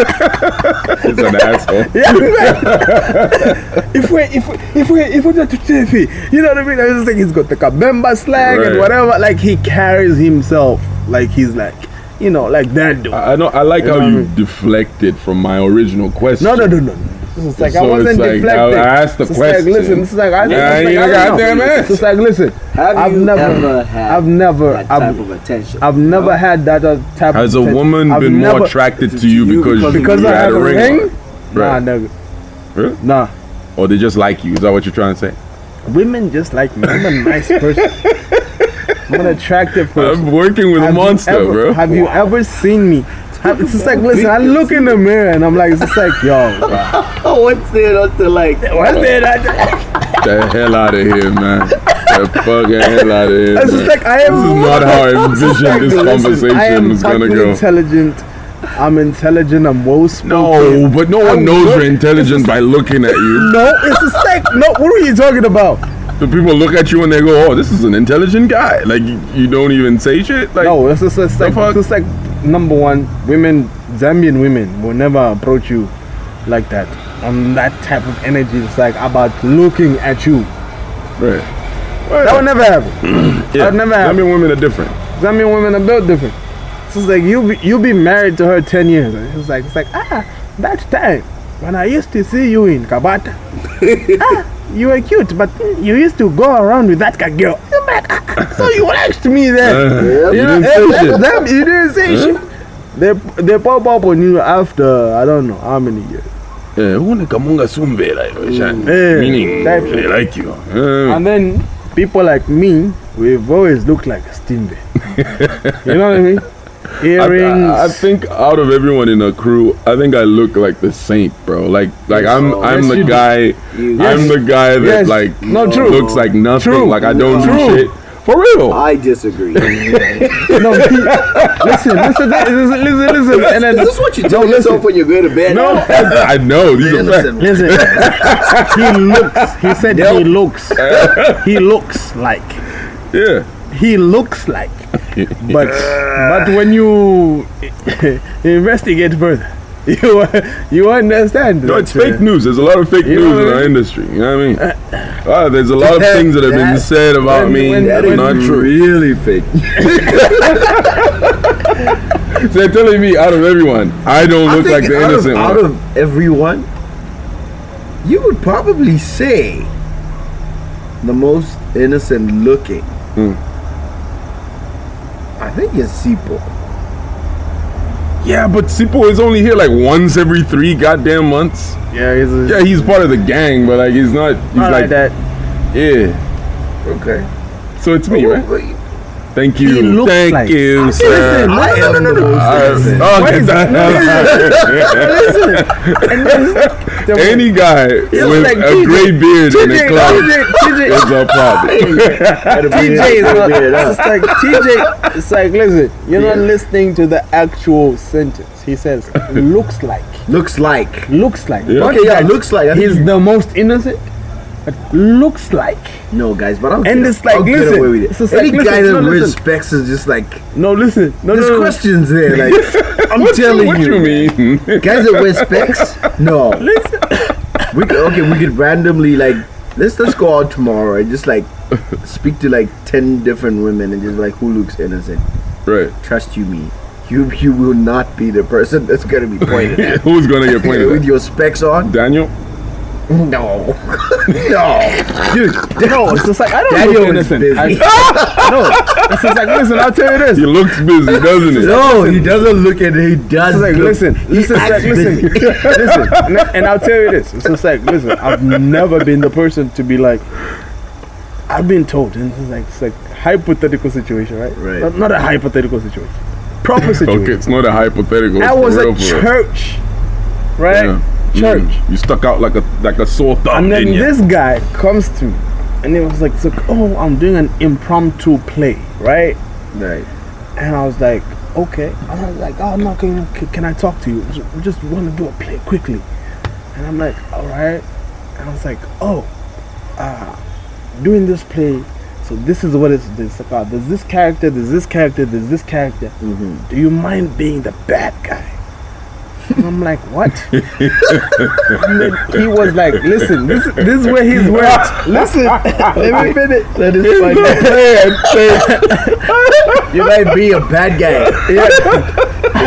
[SPEAKER 1] He's an asshole.
[SPEAKER 2] young men. if we if we if we if we to TV, you know what I mean? I was just like he's got the Kabemba slang and
[SPEAKER 1] Right.
[SPEAKER 2] whatever. Like he carries himself like he's like you know like that dude.
[SPEAKER 1] I I know. I like
[SPEAKER 2] You
[SPEAKER 1] how
[SPEAKER 2] know
[SPEAKER 1] you
[SPEAKER 2] what I mean?
[SPEAKER 1] deflected from my original question.
[SPEAKER 2] no, no, no, no. no. It's like I
[SPEAKER 1] So it's
[SPEAKER 2] wasn't
[SPEAKER 1] like, I- I
[SPEAKER 2] deflecting.
[SPEAKER 1] asked the
[SPEAKER 2] It's
[SPEAKER 1] question.
[SPEAKER 2] Like, listen, it's like I,
[SPEAKER 1] Yeah,
[SPEAKER 2] it's like,
[SPEAKER 1] you
[SPEAKER 2] I don't
[SPEAKER 1] goddamn
[SPEAKER 2] know.
[SPEAKER 1] ass.
[SPEAKER 2] It's like listen,
[SPEAKER 3] Have
[SPEAKER 2] I've
[SPEAKER 3] you
[SPEAKER 2] never-
[SPEAKER 3] ever had
[SPEAKER 2] I've never,
[SPEAKER 3] that type
[SPEAKER 2] I've,
[SPEAKER 3] of attention?
[SPEAKER 2] I've never had that uh, type.
[SPEAKER 1] Has a
[SPEAKER 2] of
[SPEAKER 1] woman
[SPEAKER 2] I've
[SPEAKER 1] been more
[SPEAKER 2] never-
[SPEAKER 1] attracted to you because you,
[SPEAKER 2] because
[SPEAKER 1] you
[SPEAKER 2] I
[SPEAKER 1] had
[SPEAKER 2] have a ring?
[SPEAKER 1] on?
[SPEAKER 2] Nah,
[SPEAKER 1] Right.
[SPEAKER 2] nigga.
[SPEAKER 1] Really?
[SPEAKER 2] Nah.
[SPEAKER 1] Or they just like you? Is that what you're trying to say?
[SPEAKER 2] Women just like me. I'm a nice person. I'm an attractive person.
[SPEAKER 1] I'm working with a
[SPEAKER 2] Have you
[SPEAKER 1] monster,
[SPEAKER 2] ever-
[SPEAKER 1] bro.
[SPEAKER 2] Have you ever seen me? Have- It's just like, listen, I look in the mirror and I'm like, it's just like, yo, bro.
[SPEAKER 3] Oh, what's there not to like?
[SPEAKER 2] What's that?
[SPEAKER 1] the hell out of here, man. The fucking hell out of here.
[SPEAKER 2] It's
[SPEAKER 1] man.
[SPEAKER 2] just like, I
[SPEAKER 1] this is
[SPEAKER 2] am.
[SPEAKER 1] not how I envisioned this
[SPEAKER 2] Listen, I
[SPEAKER 1] conversation
[SPEAKER 2] am
[SPEAKER 1] is gonna
[SPEAKER 2] fucking
[SPEAKER 1] go.
[SPEAKER 2] intelligent. I'm intelligent. I'm well spoken.
[SPEAKER 1] No, but no
[SPEAKER 2] I'm
[SPEAKER 1] one knows
[SPEAKER 2] good.
[SPEAKER 1] you're intelligent by looking at you.
[SPEAKER 2] No, it's just like, no, what are you talking about?
[SPEAKER 1] The people look at you and they go, "Oh, this is an intelligent guy." Like you, you don't even say shit. Like
[SPEAKER 2] No, it's just, it's like,
[SPEAKER 1] fuck?
[SPEAKER 2] it's just like, number one, women, Zambian women will never approach you like that. On that type of energy, it's like about looking at you.
[SPEAKER 1] right.
[SPEAKER 2] That would never happen.
[SPEAKER 1] Yeah.
[SPEAKER 2] I've never had-
[SPEAKER 1] Zambian women are different.
[SPEAKER 2] Zambian women are built different. So it's like you be, you be married to her ten years. And it's like it's like ah that time when I used to see you in Kabata. ah, you were cute, but you used to go around with that ka- girl. I'm like, "Ah, ah, so you liked me then.
[SPEAKER 1] Uh, you
[SPEAKER 2] You, know,
[SPEAKER 1] didn't
[SPEAKER 2] and
[SPEAKER 1] say
[SPEAKER 2] that's
[SPEAKER 1] shit.
[SPEAKER 2] them, you didn't say shit. They they pop up on you after I don't know how many years.
[SPEAKER 1] Eh, who ni kamunga sumbe, like, you understand?
[SPEAKER 2] Eh,
[SPEAKER 1] Meaning,
[SPEAKER 2] that-
[SPEAKER 1] they like you. Eh,
[SPEAKER 2] And then people like me, we've always looked like a steamboat. you know what I mean?
[SPEAKER 1] I,
[SPEAKER 2] Earrings.
[SPEAKER 1] I, I think out of everyone in a crew, I think I look like the saint, bro. Like, like I'm,
[SPEAKER 3] Oh,
[SPEAKER 1] I'm
[SPEAKER 2] yes, you
[SPEAKER 1] the
[SPEAKER 2] do.
[SPEAKER 1] guy.
[SPEAKER 3] You-
[SPEAKER 1] I'm the guy that
[SPEAKER 2] Yes.
[SPEAKER 1] like
[SPEAKER 2] No, true.
[SPEAKER 1] looks like nothing.
[SPEAKER 2] True.
[SPEAKER 1] Like I don't
[SPEAKER 2] True.
[SPEAKER 1] do shit for real.
[SPEAKER 3] I disagree.
[SPEAKER 2] No, he, listen, listen, listen, listen, listen, and then
[SPEAKER 3] Is this what you tell yourself when you go to bed?
[SPEAKER 1] No, I, I know these are facts.
[SPEAKER 3] Listen,
[SPEAKER 2] listen. He looks. He said he looks. He looks like.
[SPEAKER 1] Yeah,
[SPEAKER 2] He looks like. But but when you investigate further, you you understand.
[SPEAKER 1] no,
[SPEAKER 2] that,
[SPEAKER 1] it's
[SPEAKER 2] uh,
[SPEAKER 1] fake news. There's a lot of fake
[SPEAKER 2] You know
[SPEAKER 1] news in
[SPEAKER 2] what I
[SPEAKER 1] our
[SPEAKER 2] mean? Uh,
[SPEAKER 1] industry. You know what I mean? Ah, there's a lot of
[SPEAKER 2] That-
[SPEAKER 1] things that have been
[SPEAKER 2] that-
[SPEAKER 1] said about
[SPEAKER 2] when-
[SPEAKER 1] me
[SPEAKER 2] when-
[SPEAKER 1] that are
[SPEAKER 2] when-
[SPEAKER 1] not true.
[SPEAKER 3] really fake.
[SPEAKER 1] They're telling me out of everyone, I don't
[SPEAKER 4] I
[SPEAKER 1] look
[SPEAKER 4] think
[SPEAKER 1] like the
[SPEAKER 4] out
[SPEAKER 1] innocent
[SPEAKER 4] of, out
[SPEAKER 1] one.
[SPEAKER 4] of everyone, you would probably say the most innocent looking.
[SPEAKER 1] Hmm.
[SPEAKER 4] I think it's Sipo.
[SPEAKER 1] Yeah, but Sipo is only here like once every three goddamn months.
[SPEAKER 2] Yeah, he's a,
[SPEAKER 1] Yeah, he's part of the gang, but like he's not. He's
[SPEAKER 2] not like,
[SPEAKER 1] like,
[SPEAKER 2] that.
[SPEAKER 1] yeah.
[SPEAKER 4] Okay.
[SPEAKER 1] So it's me, right?
[SPEAKER 4] Wait,
[SPEAKER 1] Thank
[SPEAKER 2] He
[SPEAKER 1] you.
[SPEAKER 2] looks
[SPEAKER 1] Thank
[SPEAKER 2] like-
[SPEAKER 1] you,
[SPEAKER 2] I'm
[SPEAKER 1] sir.
[SPEAKER 2] innocent.
[SPEAKER 4] I am the
[SPEAKER 1] Uh,
[SPEAKER 4] most innocent.
[SPEAKER 1] okay,
[SPEAKER 2] is
[SPEAKER 1] that- any guy with
[SPEAKER 2] like
[SPEAKER 1] a
[SPEAKER 2] TJ.
[SPEAKER 1] gray beard in the club
[SPEAKER 2] TJ,
[SPEAKER 1] is a problem.
[SPEAKER 2] TJ is not.
[SPEAKER 4] beard up.
[SPEAKER 2] It's like TJ. It's like listen. You're not listening to the actual sentence. He says, "Looks like,
[SPEAKER 4] Looks like.
[SPEAKER 2] looks like."
[SPEAKER 1] Yeah.
[SPEAKER 2] Not
[SPEAKER 4] Okay, yeah,
[SPEAKER 2] that
[SPEAKER 4] looks like. I think
[SPEAKER 2] He's
[SPEAKER 4] you-
[SPEAKER 2] the most innocent. But looks like.
[SPEAKER 4] no, guys, but I'll
[SPEAKER 2] And
[SPEAKER 4] get,
[SPEAKER 2] it's like,
[SPEAKER 4] I'll get
[SPEAKER 2] listen,
[SPEAKER 4] away with it.
[SPEAKER 2] it's just
[SPEAKER 4] Any
[SPEAKER 2] like,
[SPEAKER 4] guy
[SPEAKER 2] listen,
[SPEAKER 4] that
[SPEAKER 2] no, listen.
[SPEAKER 4] respects is just like
[SPEAKER 2] No, listen. No,
[SPEAKER 4] there's
[SPEAKER 2] no, no.
[SPEAKER 4] questions there. Like I'm
[SPEAKER 1] What you-
[SPEAKER 4] telling
[SPEAKER 1] what
[SPEAKER 4] you,
[SPEAKER 1] you mean?
[SPEAKER 4] guys that wear specs, no. we could, okay, we could randomly like let's let's go out tomorrow and just like speak to like ten different women and just like who looks innocent.
[SPEAKER 1] right.
[SPEAKER 4] Trust you, me. You you will not be the person that's gonna be pointed at.
[SPEAKER 1] Who's gonna get
[SPEAKER 4] With
[SPEAKER 1] pointed?
[SPEAKER 4] your specs
[SPEAKER 1] at?
[SPEAKER 4] on?
[SPEAKER 1] Daniel.
[SPEAKER 4] No, no, dude.
[SPEAKER 2] No, it's just like I don't
[SPEAKER 4] Daniel
[SPEAKER 2] look
[SPEAKER 4] is
[SPEAKER 2] innocent.
[SPEAKER 4] busy.
[SPEAKER 2] I, no, it's just like listen. I'll tell you this.
[SPEAKER 1] He looks busy, doesn't he?
[SPEAKER 4] No, he doesn't look at it. He does.
[SPEAKER 2] It's like,
[SPEAKER 4] look-
[SPEAKER 2] listen, listen, it's like,
[SPEAKER 4] acts
[SPEAKER 2] listen, listen, and I- and I'll tell you this. It's just like, listen, I've never been the person to be like, I've been told, and it's like, it's like hypothetical situation, right?
[SPEAKER 4] Right.
[SPEAKER 2] Not, not a hypothetical situation, proper situation.
[SPEAKER 1] Okay, it's not a hypothetical.
[SPEAKER 2] I
[SPEAKER 1] for
[SPEAKER 2] was
[SPEAKER 1] real,
[SPEAKER 2] at
[SPEAKER 1] for real.
[SPEAKER 2] church, right?
[SPEAKER 1] Yeah.
[SPEAKER 2] Church.
[SPEAKER 1] Mm. You stuck out like a like a sore thumb,
[SPEAKER 2] And then
[SPEAKER 1] didn't you?
[SPEAKER 2] this guy comes to me, and it was like, it's like, oh, I'm doing an impromptu play, right?
[SPEAKER 4] Right.
[SPEAKER 2] And I was like, okay. I was like, oh no, can, can, can I talk to you? Just- We just want to do a play quickly. And I'm like, all right. And I was like, oh, uh, doing this play. So this is what it's this about. There's this character. There's this character. There's this character. Do you mind being the bad guy? And I'm like, what? And then he was like, listen, this this is where he's worked. Listen, let me finish.
[SPEAKER 4] That is funny. you might be a bad guy.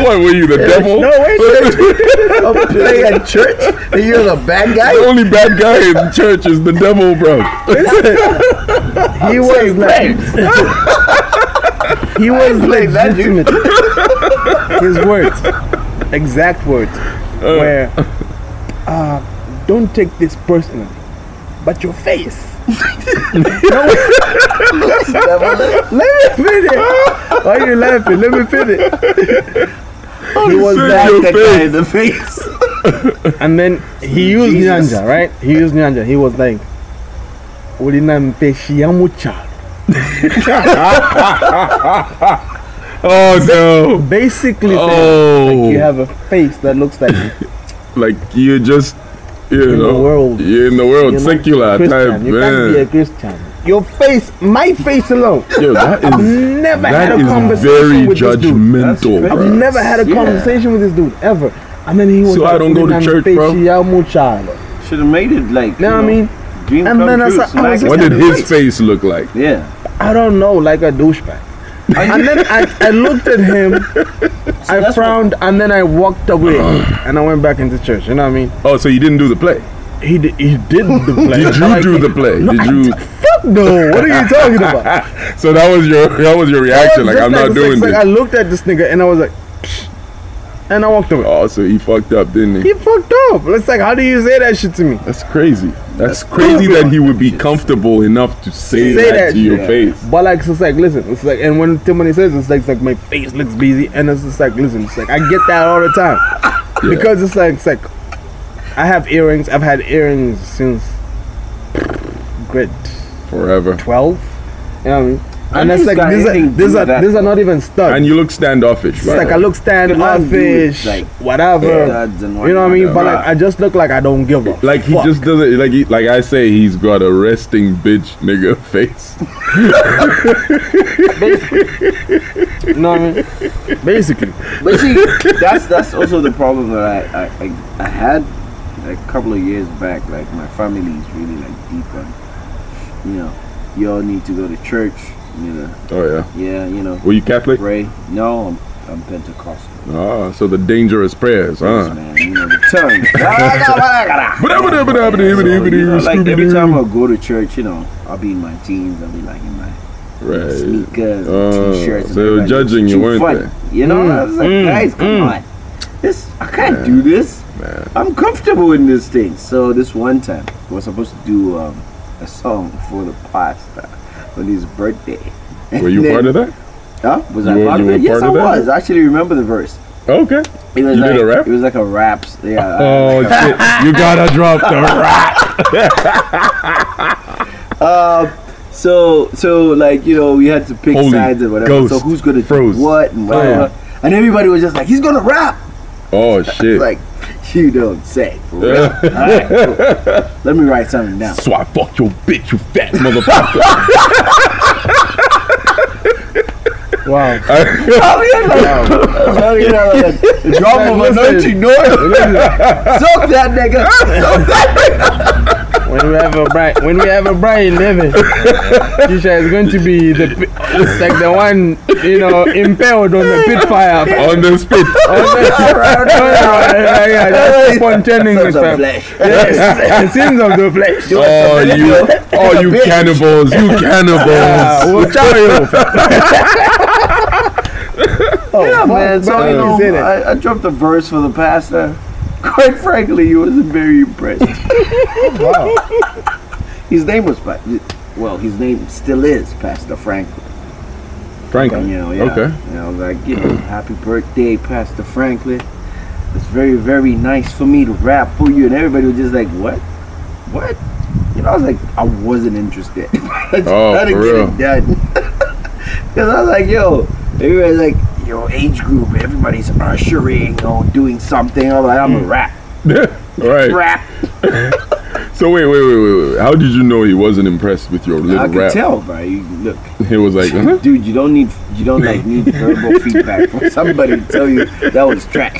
[SPEAKER 1] what were you, the devil?
[SPEAKER 2] No, wait, wait, wait.
[SPEAKER 4] A play at church, and you're the bad guy.
[SPEAKER 1] The only bad guy in church is the devil, bro.
[SPEAKER 2] He was like, he was legitimate. His words, exact words, where uh, don't take this personally, but your face. Let me finish. Why you laughing? Let me finish. He was
[SPEAKER 1] said
[SPEAKER 2] that,
[SPEAKER 1] your
[SPEAKER 3] that
[SPEAKER 1] face.
[SPEAKER 3] guy in the face.
[SPEAKER 2] and then he used
[SPEAKER 4] Jesus.
[SPEAKER 2] Nyanja, right? He used Nyanja. He was like, "Ulinamteshiamucha."
[SPEAKER 1] Oh no.
[SPEAKER 2] Basically, saying,
[SPEAKER 1] Oh,
[SPEAKER 2] you have a face that looks like me.
[SPEAKER 1] like you're just you
[SPEAKER 2] In the
[SPEAKER 1] know,
[SPEAKER 2] world.
[SPEAKER 1] You're in the world,
[SPEAKER 2] You're not
[SPEAKER 1] secular
[SPEAKER 2] Christian.
[SPEAKER 1] type,
[SPEAKER 2] you can't be a
[SPEAKER 1] man.
[SPEAKER 2] Christian. Your face, my face alone.
[SPEAKER 1] Yo, that is
[SPEAKER 2] Never had
[SPEAKER 1] that
[SPEAKER 2] a
[SPEAKER 1] is
[SPEAKER 2] conversation
[SPEAKER 1] very
[SPEAKER 2] with this dude.
[SPEAKER 1] judgmental,
[SPEAKER 4] That's
[SPEAKER 1] bro.
[SPEAKER 2] I've never had a
[SPEAKER 3] Yeah.
[SPEAKER 2] conversation with this dude ever. And then he was
[SPEAKER 1] So I
[SPEAKER 2] like,
[SPEAKER 1] don't go to
[SPEAKER 2] "Ulinam
[SPEAKER 1] church, bro?"
[SPEAKER 2] Pechiamu Chalo.
[SPEAKER 3] Should have made it like.
[SPEAKER 2] Know what I mean?
[SPEAKER 3] Dream
[SPEAKER 2] And
[SPEAKER 3] come
[SPEAKER 2] then I
[SPEAKER 3] true.
[SPEAKER 2] saw- I
[SPEAKER 3] smack
[SPEAKER 2] was
[SPEAKER 3] it.
[SPEAKER 1] What did his face look like?
[SPEAKER 3] Yeah.
[SPEAKER 2] I don't know, like a douchebag. and then I, I looked at him, I
[SPEAKER 3] what-
[SPEAKER 2] frowned, and then I walked away, and I went back into church. You know what I mean?
[SPEAKER 1] Oh, so you didn't do the play?
[SPEAKER 2] He did, he did the play.
[SPEAKER 1] Did you do the play? Did you?
[SPEAKER 2] Fuck no! What are you talking about?
[SPEAKER 1] So that was your that was your reaction, like
[SPEAKER 2] Just
[SPEAKER 1] I'm not
[SPEAKER 2] the
[SPEAKER 1] doing
[SPEAKER 2] sex, like, I
[SPEAKER 1] this.
[SPEAKER 2] looked at this nigga and I was like, and I walked away.
[SPEAKER 1] Oh, so he fucked up, didn't he?
[SPEAKER 2] He fucked up. It's like, how do you say that shit to me?
[SPEAKER 1] That's crazy. That's crazy that he would be comfortable enough to say
[SPEAKER 2] Say
[SPEAKER 1] that
[SPEAKER 2] that
[SPEAKER 1] to your
[SPEAKER 2] shit.
[SPEAKER 1] face.
[SPEAKER 2] But like, it's like, listen, it's like, and when Timothy says, it's like, it's like my face looks busy, and it's just like, listen, it's like I get that all the time
[SPEAKER 1] Yeah.
[SPEAKER 2] because it's like, it's like, I have earrings. I've had earrings since grade
[SPEAKER 1] Forever.
[SPEAKER 2] twelve. You know what I mean? And
[SPEAKER 3] And
[SPEAKER 2] it's
[SPEAKER 3] he's
[SPEAKER 2] like
[SPEAKER 3] got
[SPEAKER 2] these are
[SPEAKER 3] anything to
[SPEAKER 2] these
[SPEAKER 3] do
[SPEAKER 2] are
[SPEAKER 3] with that,
[SPEAKER 2] these are not even studs.
[SPEAKER 1] And you look standoffish,
[SPEAKER 2] It's
[SPEAKER 1] right?
[SPEAKER 2] like I look
[SPEAKER 3] Cannot do it,
[SPEAKER 2] standoffish, like
[SPEAKER 3] like,
[SPEAKER 2] whatever.
[SPEAKER 3] studs and
[SPEAKER 2] you know what I mean?
[SPEAKER 3] whatnot,
[SPEAKER 2] But
[SPEAKER 3] right.
[SPEAKER 2] like, I just look like I don't give up.
[SPEAKER 1] Like he just doesn't like he like I say he's got a resting bitch nigga face.
[SPEAKER 2] you know what I mean? Basically,
[SPEAKER 3] But see, that's that's also the problem that I, I, I, I had like, a couple of years back. Like my family is really like deep on, you know, you all need to go to church. You know,
[SPEAKER 1] Oh yeah.
[SPEAKER 3] yeah, you know,
[SPEAKER 1] Were you Catholic?
[SPEAKER 3] pray. No, I'm, I'm Pentecostal.
[SPEAKER 1] Ah, so the dangerous prayers, huh?
[SPEAKER 3] man. You know, the Ah, tongue. So, you know, like every time
[SPEAKER 1] Right.
[SPEAKER 3] I go to church, you know, I'll be in my jeans. I'll be like in my sneakers,
[SPEAKER 1] Oh,
[SPEAKER 3] and t-shirts.
[SPEAKER 1] so
[SPEAKER 3] and
[SPEAKER 1] they were
[SPEAKER 3] everything.
[SPEAKER 1] judging you,
[SPEAKER 3] Too
[SPEAKER 1] weren't
[SPEAKER 3] fun, You know, I was like, guys, come on. This I can't do this. I'm comfortable in this thing. So this one time, we were supposed to do um, a song for the pastor on his birthday.
[SPEAKER 1] Were you
[SPEAKER 3] Then-
[SPEAKER 1] part of that?
[SPEAKER 3] Huh? Was I
[SPEAKER 1] You were-
[SPEAKER 3] part
[SPEAKER 1] you
[SPEAKER 3] of
[SPEAKER 1] were
[SPEAKER 3] it? Yes,
[SPEAKER 1] part
[SPEAKER 3] I
[SPEAKER 1] of that?
[SPEAKER 3] was. I actually remember the verse.
[SPEAKER 1] Okay.
[SPEAKER 3] It was
[SPEAKER 1] You
[SPEAKER 3] like,
[SPEAKER 1] did a rap?
[SPEAKER 3] It was like a rap. Yeah.
[SPEAKER 1] Oh shit! You gotta drop the rap.
[SPEAKER 3] So so like you know we had to pick
[SPEAKER 1] Holy
[SPEAKER 3] sides and whatever. so
[SPEAKER 1] Ghost
[SPEAKER 3] who's gonna
[SPEAKER 1] froze.
[SPEAKER 3] do what and
[SPEAKER 2] Oh,
[SPEAKER 3] whatever. And everybody was just like, he's gonna rap.
[SPEAKER 1] Oh shit!
[SPEAKER 3] Like you don't say. For real. All right, cool. Let me write something down.
[SPEAKER 1] so I fucked your bitch, you fat motherfucker.
[SPEAKER 2] Wow.
[SPEAKER 3] Oh, yeah, like- Oh, yeah, like, the Drop of
[SPEAKER 2] Like, listen.
[SPEAKER 3] anointing oil. Soak that nigga. Soak that.
[SPEAKER 2] when we have a bright when we have a bright living Tisha is going to be the p- it's like the one you know impaled on the pit fire
[SPEAKER 1] On the spit.
[SPEAKER 2] Contending
[SPEAKER 3] Soak
[SPEAKER 2] with
[SPEAKER 3] some
[SPEAKER 2] them.
[SPEAKER 3] flesh.
[SPEAKER 2] Yes, the sins of the flesh.
[SPEAKER 1] Oh you! Oh you cannibals! You
[SPEAKER 2] Ah,
[SPEAKER 1] cannibals!
[SPEAKER 2] we'll tell you.
[SPEAKER 3] yeah, man. So
[SPEAKER 2] man,
[SPEAKER 3] you
[SPEAKER 2] Oh, you said
[SPEAKER 3] know,
[SPEAKER 2] it.
[SPEAKER 3] I, I dropped a verse for the pastor. Quite frankly, he wasn't very impressed. his name was, Pa- well, his name still is Pastor Franklin.
[SPEAKER 1] Franklin.
[SPEAKER 3] You know, yeah.
[SPEAKER 1] Okay.
[SPEAKER 3] And I was like, you know, happy birthday, Pastor Franklin. It's very, very nice for me to rap for you, and everybody was just like, what? What? You know, I was like, I wasn't interested. I just
[SPEAKER 1] Oh,
[SPEAKER 3] gotta
[SPEAKER 1] for real.
[SPEAKER 3] get it done. Because I was like, yo, everybody's like, yo, age group, everybody's ushering or doing something. I'm like,
[SPEAKER 1] Hmm.
[SPEAKER 3] I'm a rap.
[SPEAKER 1] All right.
[SPEAKER 3] Rap.
[SPEAKER 1] So wait, wait, wait, wait, wait. How did you know he wasn't impressed with your
[SPEAKER 3] I
[SPEAKER 1] little
[SPEAKER 3] could
[SPEAKER 1] rap?
[SPEAKER 3] tell, bro. You, look,
[SPEAKER 1] He was like, uh-huh. huh?
[SPEAKER 3] dude, you don't need, you don't like need verbal feedback from somebody to tell you that was trash.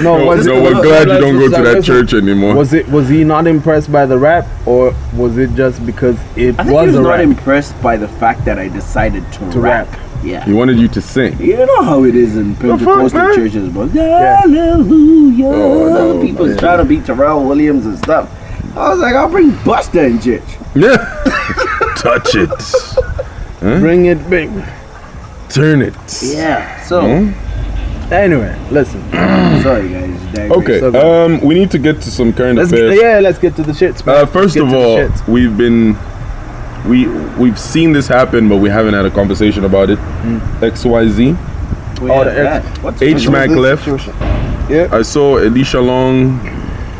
[SPEAKER 2] No,
[SPEAKER 1] No,
[SPEAKER 2] was
[SPEAKER 1] no, we're glad you don't go to that church anymore.
[SPEAKER 2] Was it was he not impressed by the rap or was it just because it
[SPEAKER 3] I think
[SPEAKER 2] was
[SPEAKER 3] he was
[SPEAKER 2] a
[SPEAKER 3] not
[SPEAKER 2] rap?
[SPEAKER 3] impressed by the fact that I decided to,
[SPEAKER 2] To
[SPEAKER 3] rap.
[SPEAKER 2] rap.
[SPEAKER 1] he
[SPEAKER 3] Yeah.
[SPEAKER 1] wanted you to sing.
[SPEAKER 3] You know how it is in Pentecostal
[SPEAKER 1] man?
[SPEAKER 3] churches, but hallelujah.
[SPEAKER 1] Oh, no,
[SPEAKER 3] People's
[SPEAKER 1] man.
[SPEAKER 3] trying to be Terrell Williams and stuff. I was like, I'll bring Buster in church.
[SPEAKER 1] Yeah. Touch it. Hmm?
[SPEAKER 2] Bring it big.
[SPEAKER 1] Turn it.
[SPEAKER 3] Yeah. So,
[SPEAKER 1] Hmm?
[SPEAKER 2] Anyway, listen.
[SPEAKER 3] sorry guys. digress.
[SPEAKER 1] Okay.
[SPEAKER 2] So good.
[SPEAKER 1] Um, we need to get to some current
[SPEAKER 2] Let's
[SPEAKER 1] affairs.
[SPEAKER 2] get, yeah, let's get to the shits. man.
[SPEAKER 1] Uh,
[SPEAKER 2] Let's
[SPEAKER 1] first
[SPEAKER 2] get
[SPEAKER 1] of
[SPEAKER 2] to the
[SPEAKER 1] all,
[SPEAKER 2] shits.
[SPEAKER 1] we've been we we've seen this happen, but we haven't had a conversation about it.
[SPEAKER 2] Mm.
[SPEAKER 1] X Y Z.
[SPEAKER 3] We
[SPEAKER 2] Oh,
[SPEAKER 3] had
[SPEAKER 2] the-
[SPEAKER 3] that. What's
[SPEAKER 1] H Mac
[SPEAKER 2] This
[SPEAKER 1] left.
[SPEAKER 2] situation.
[SPEAKER 1] I saw Elisha Long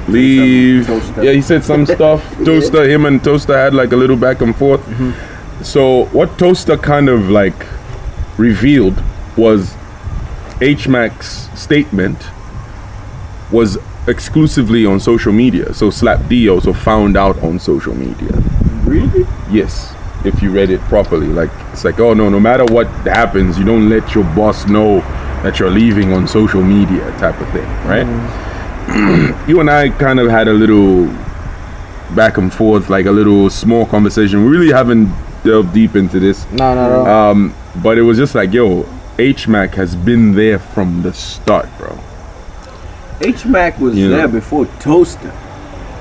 [SPEAKER 1] leave.
[SPEAKER 3] Say something, Toaster.
[SPEAKER 1] Yeah, he said some stuff. Toaster, him and Toaster had like a little back and forth.
[SPEAKER 2] Mm-hmm.
[SPEAKER 1] So what Toaster kind of like revealed was H Mac's statement was exclusively on social media. So Slap D also found out on social media.
[SPEAKER 3] Really?
[SPEAKER 1] Yes, if you read it properly. Like it's like, oh no, no matter what happens, you don't let your boss know that you're leaving on social media type of thing, right? you and I kind of had a little back and forth, like a little small conversation. We really haven't delved deep into this.
[SPEAKER 2] No, no, no.
[SPEAKER 1] Um, but it was just like, yo, H Mac has been there from the start, bro.
[SPEAKER 3] H Mac was
[SPEAKER 1] You know.
[SPEAKER 3] there before Toaster.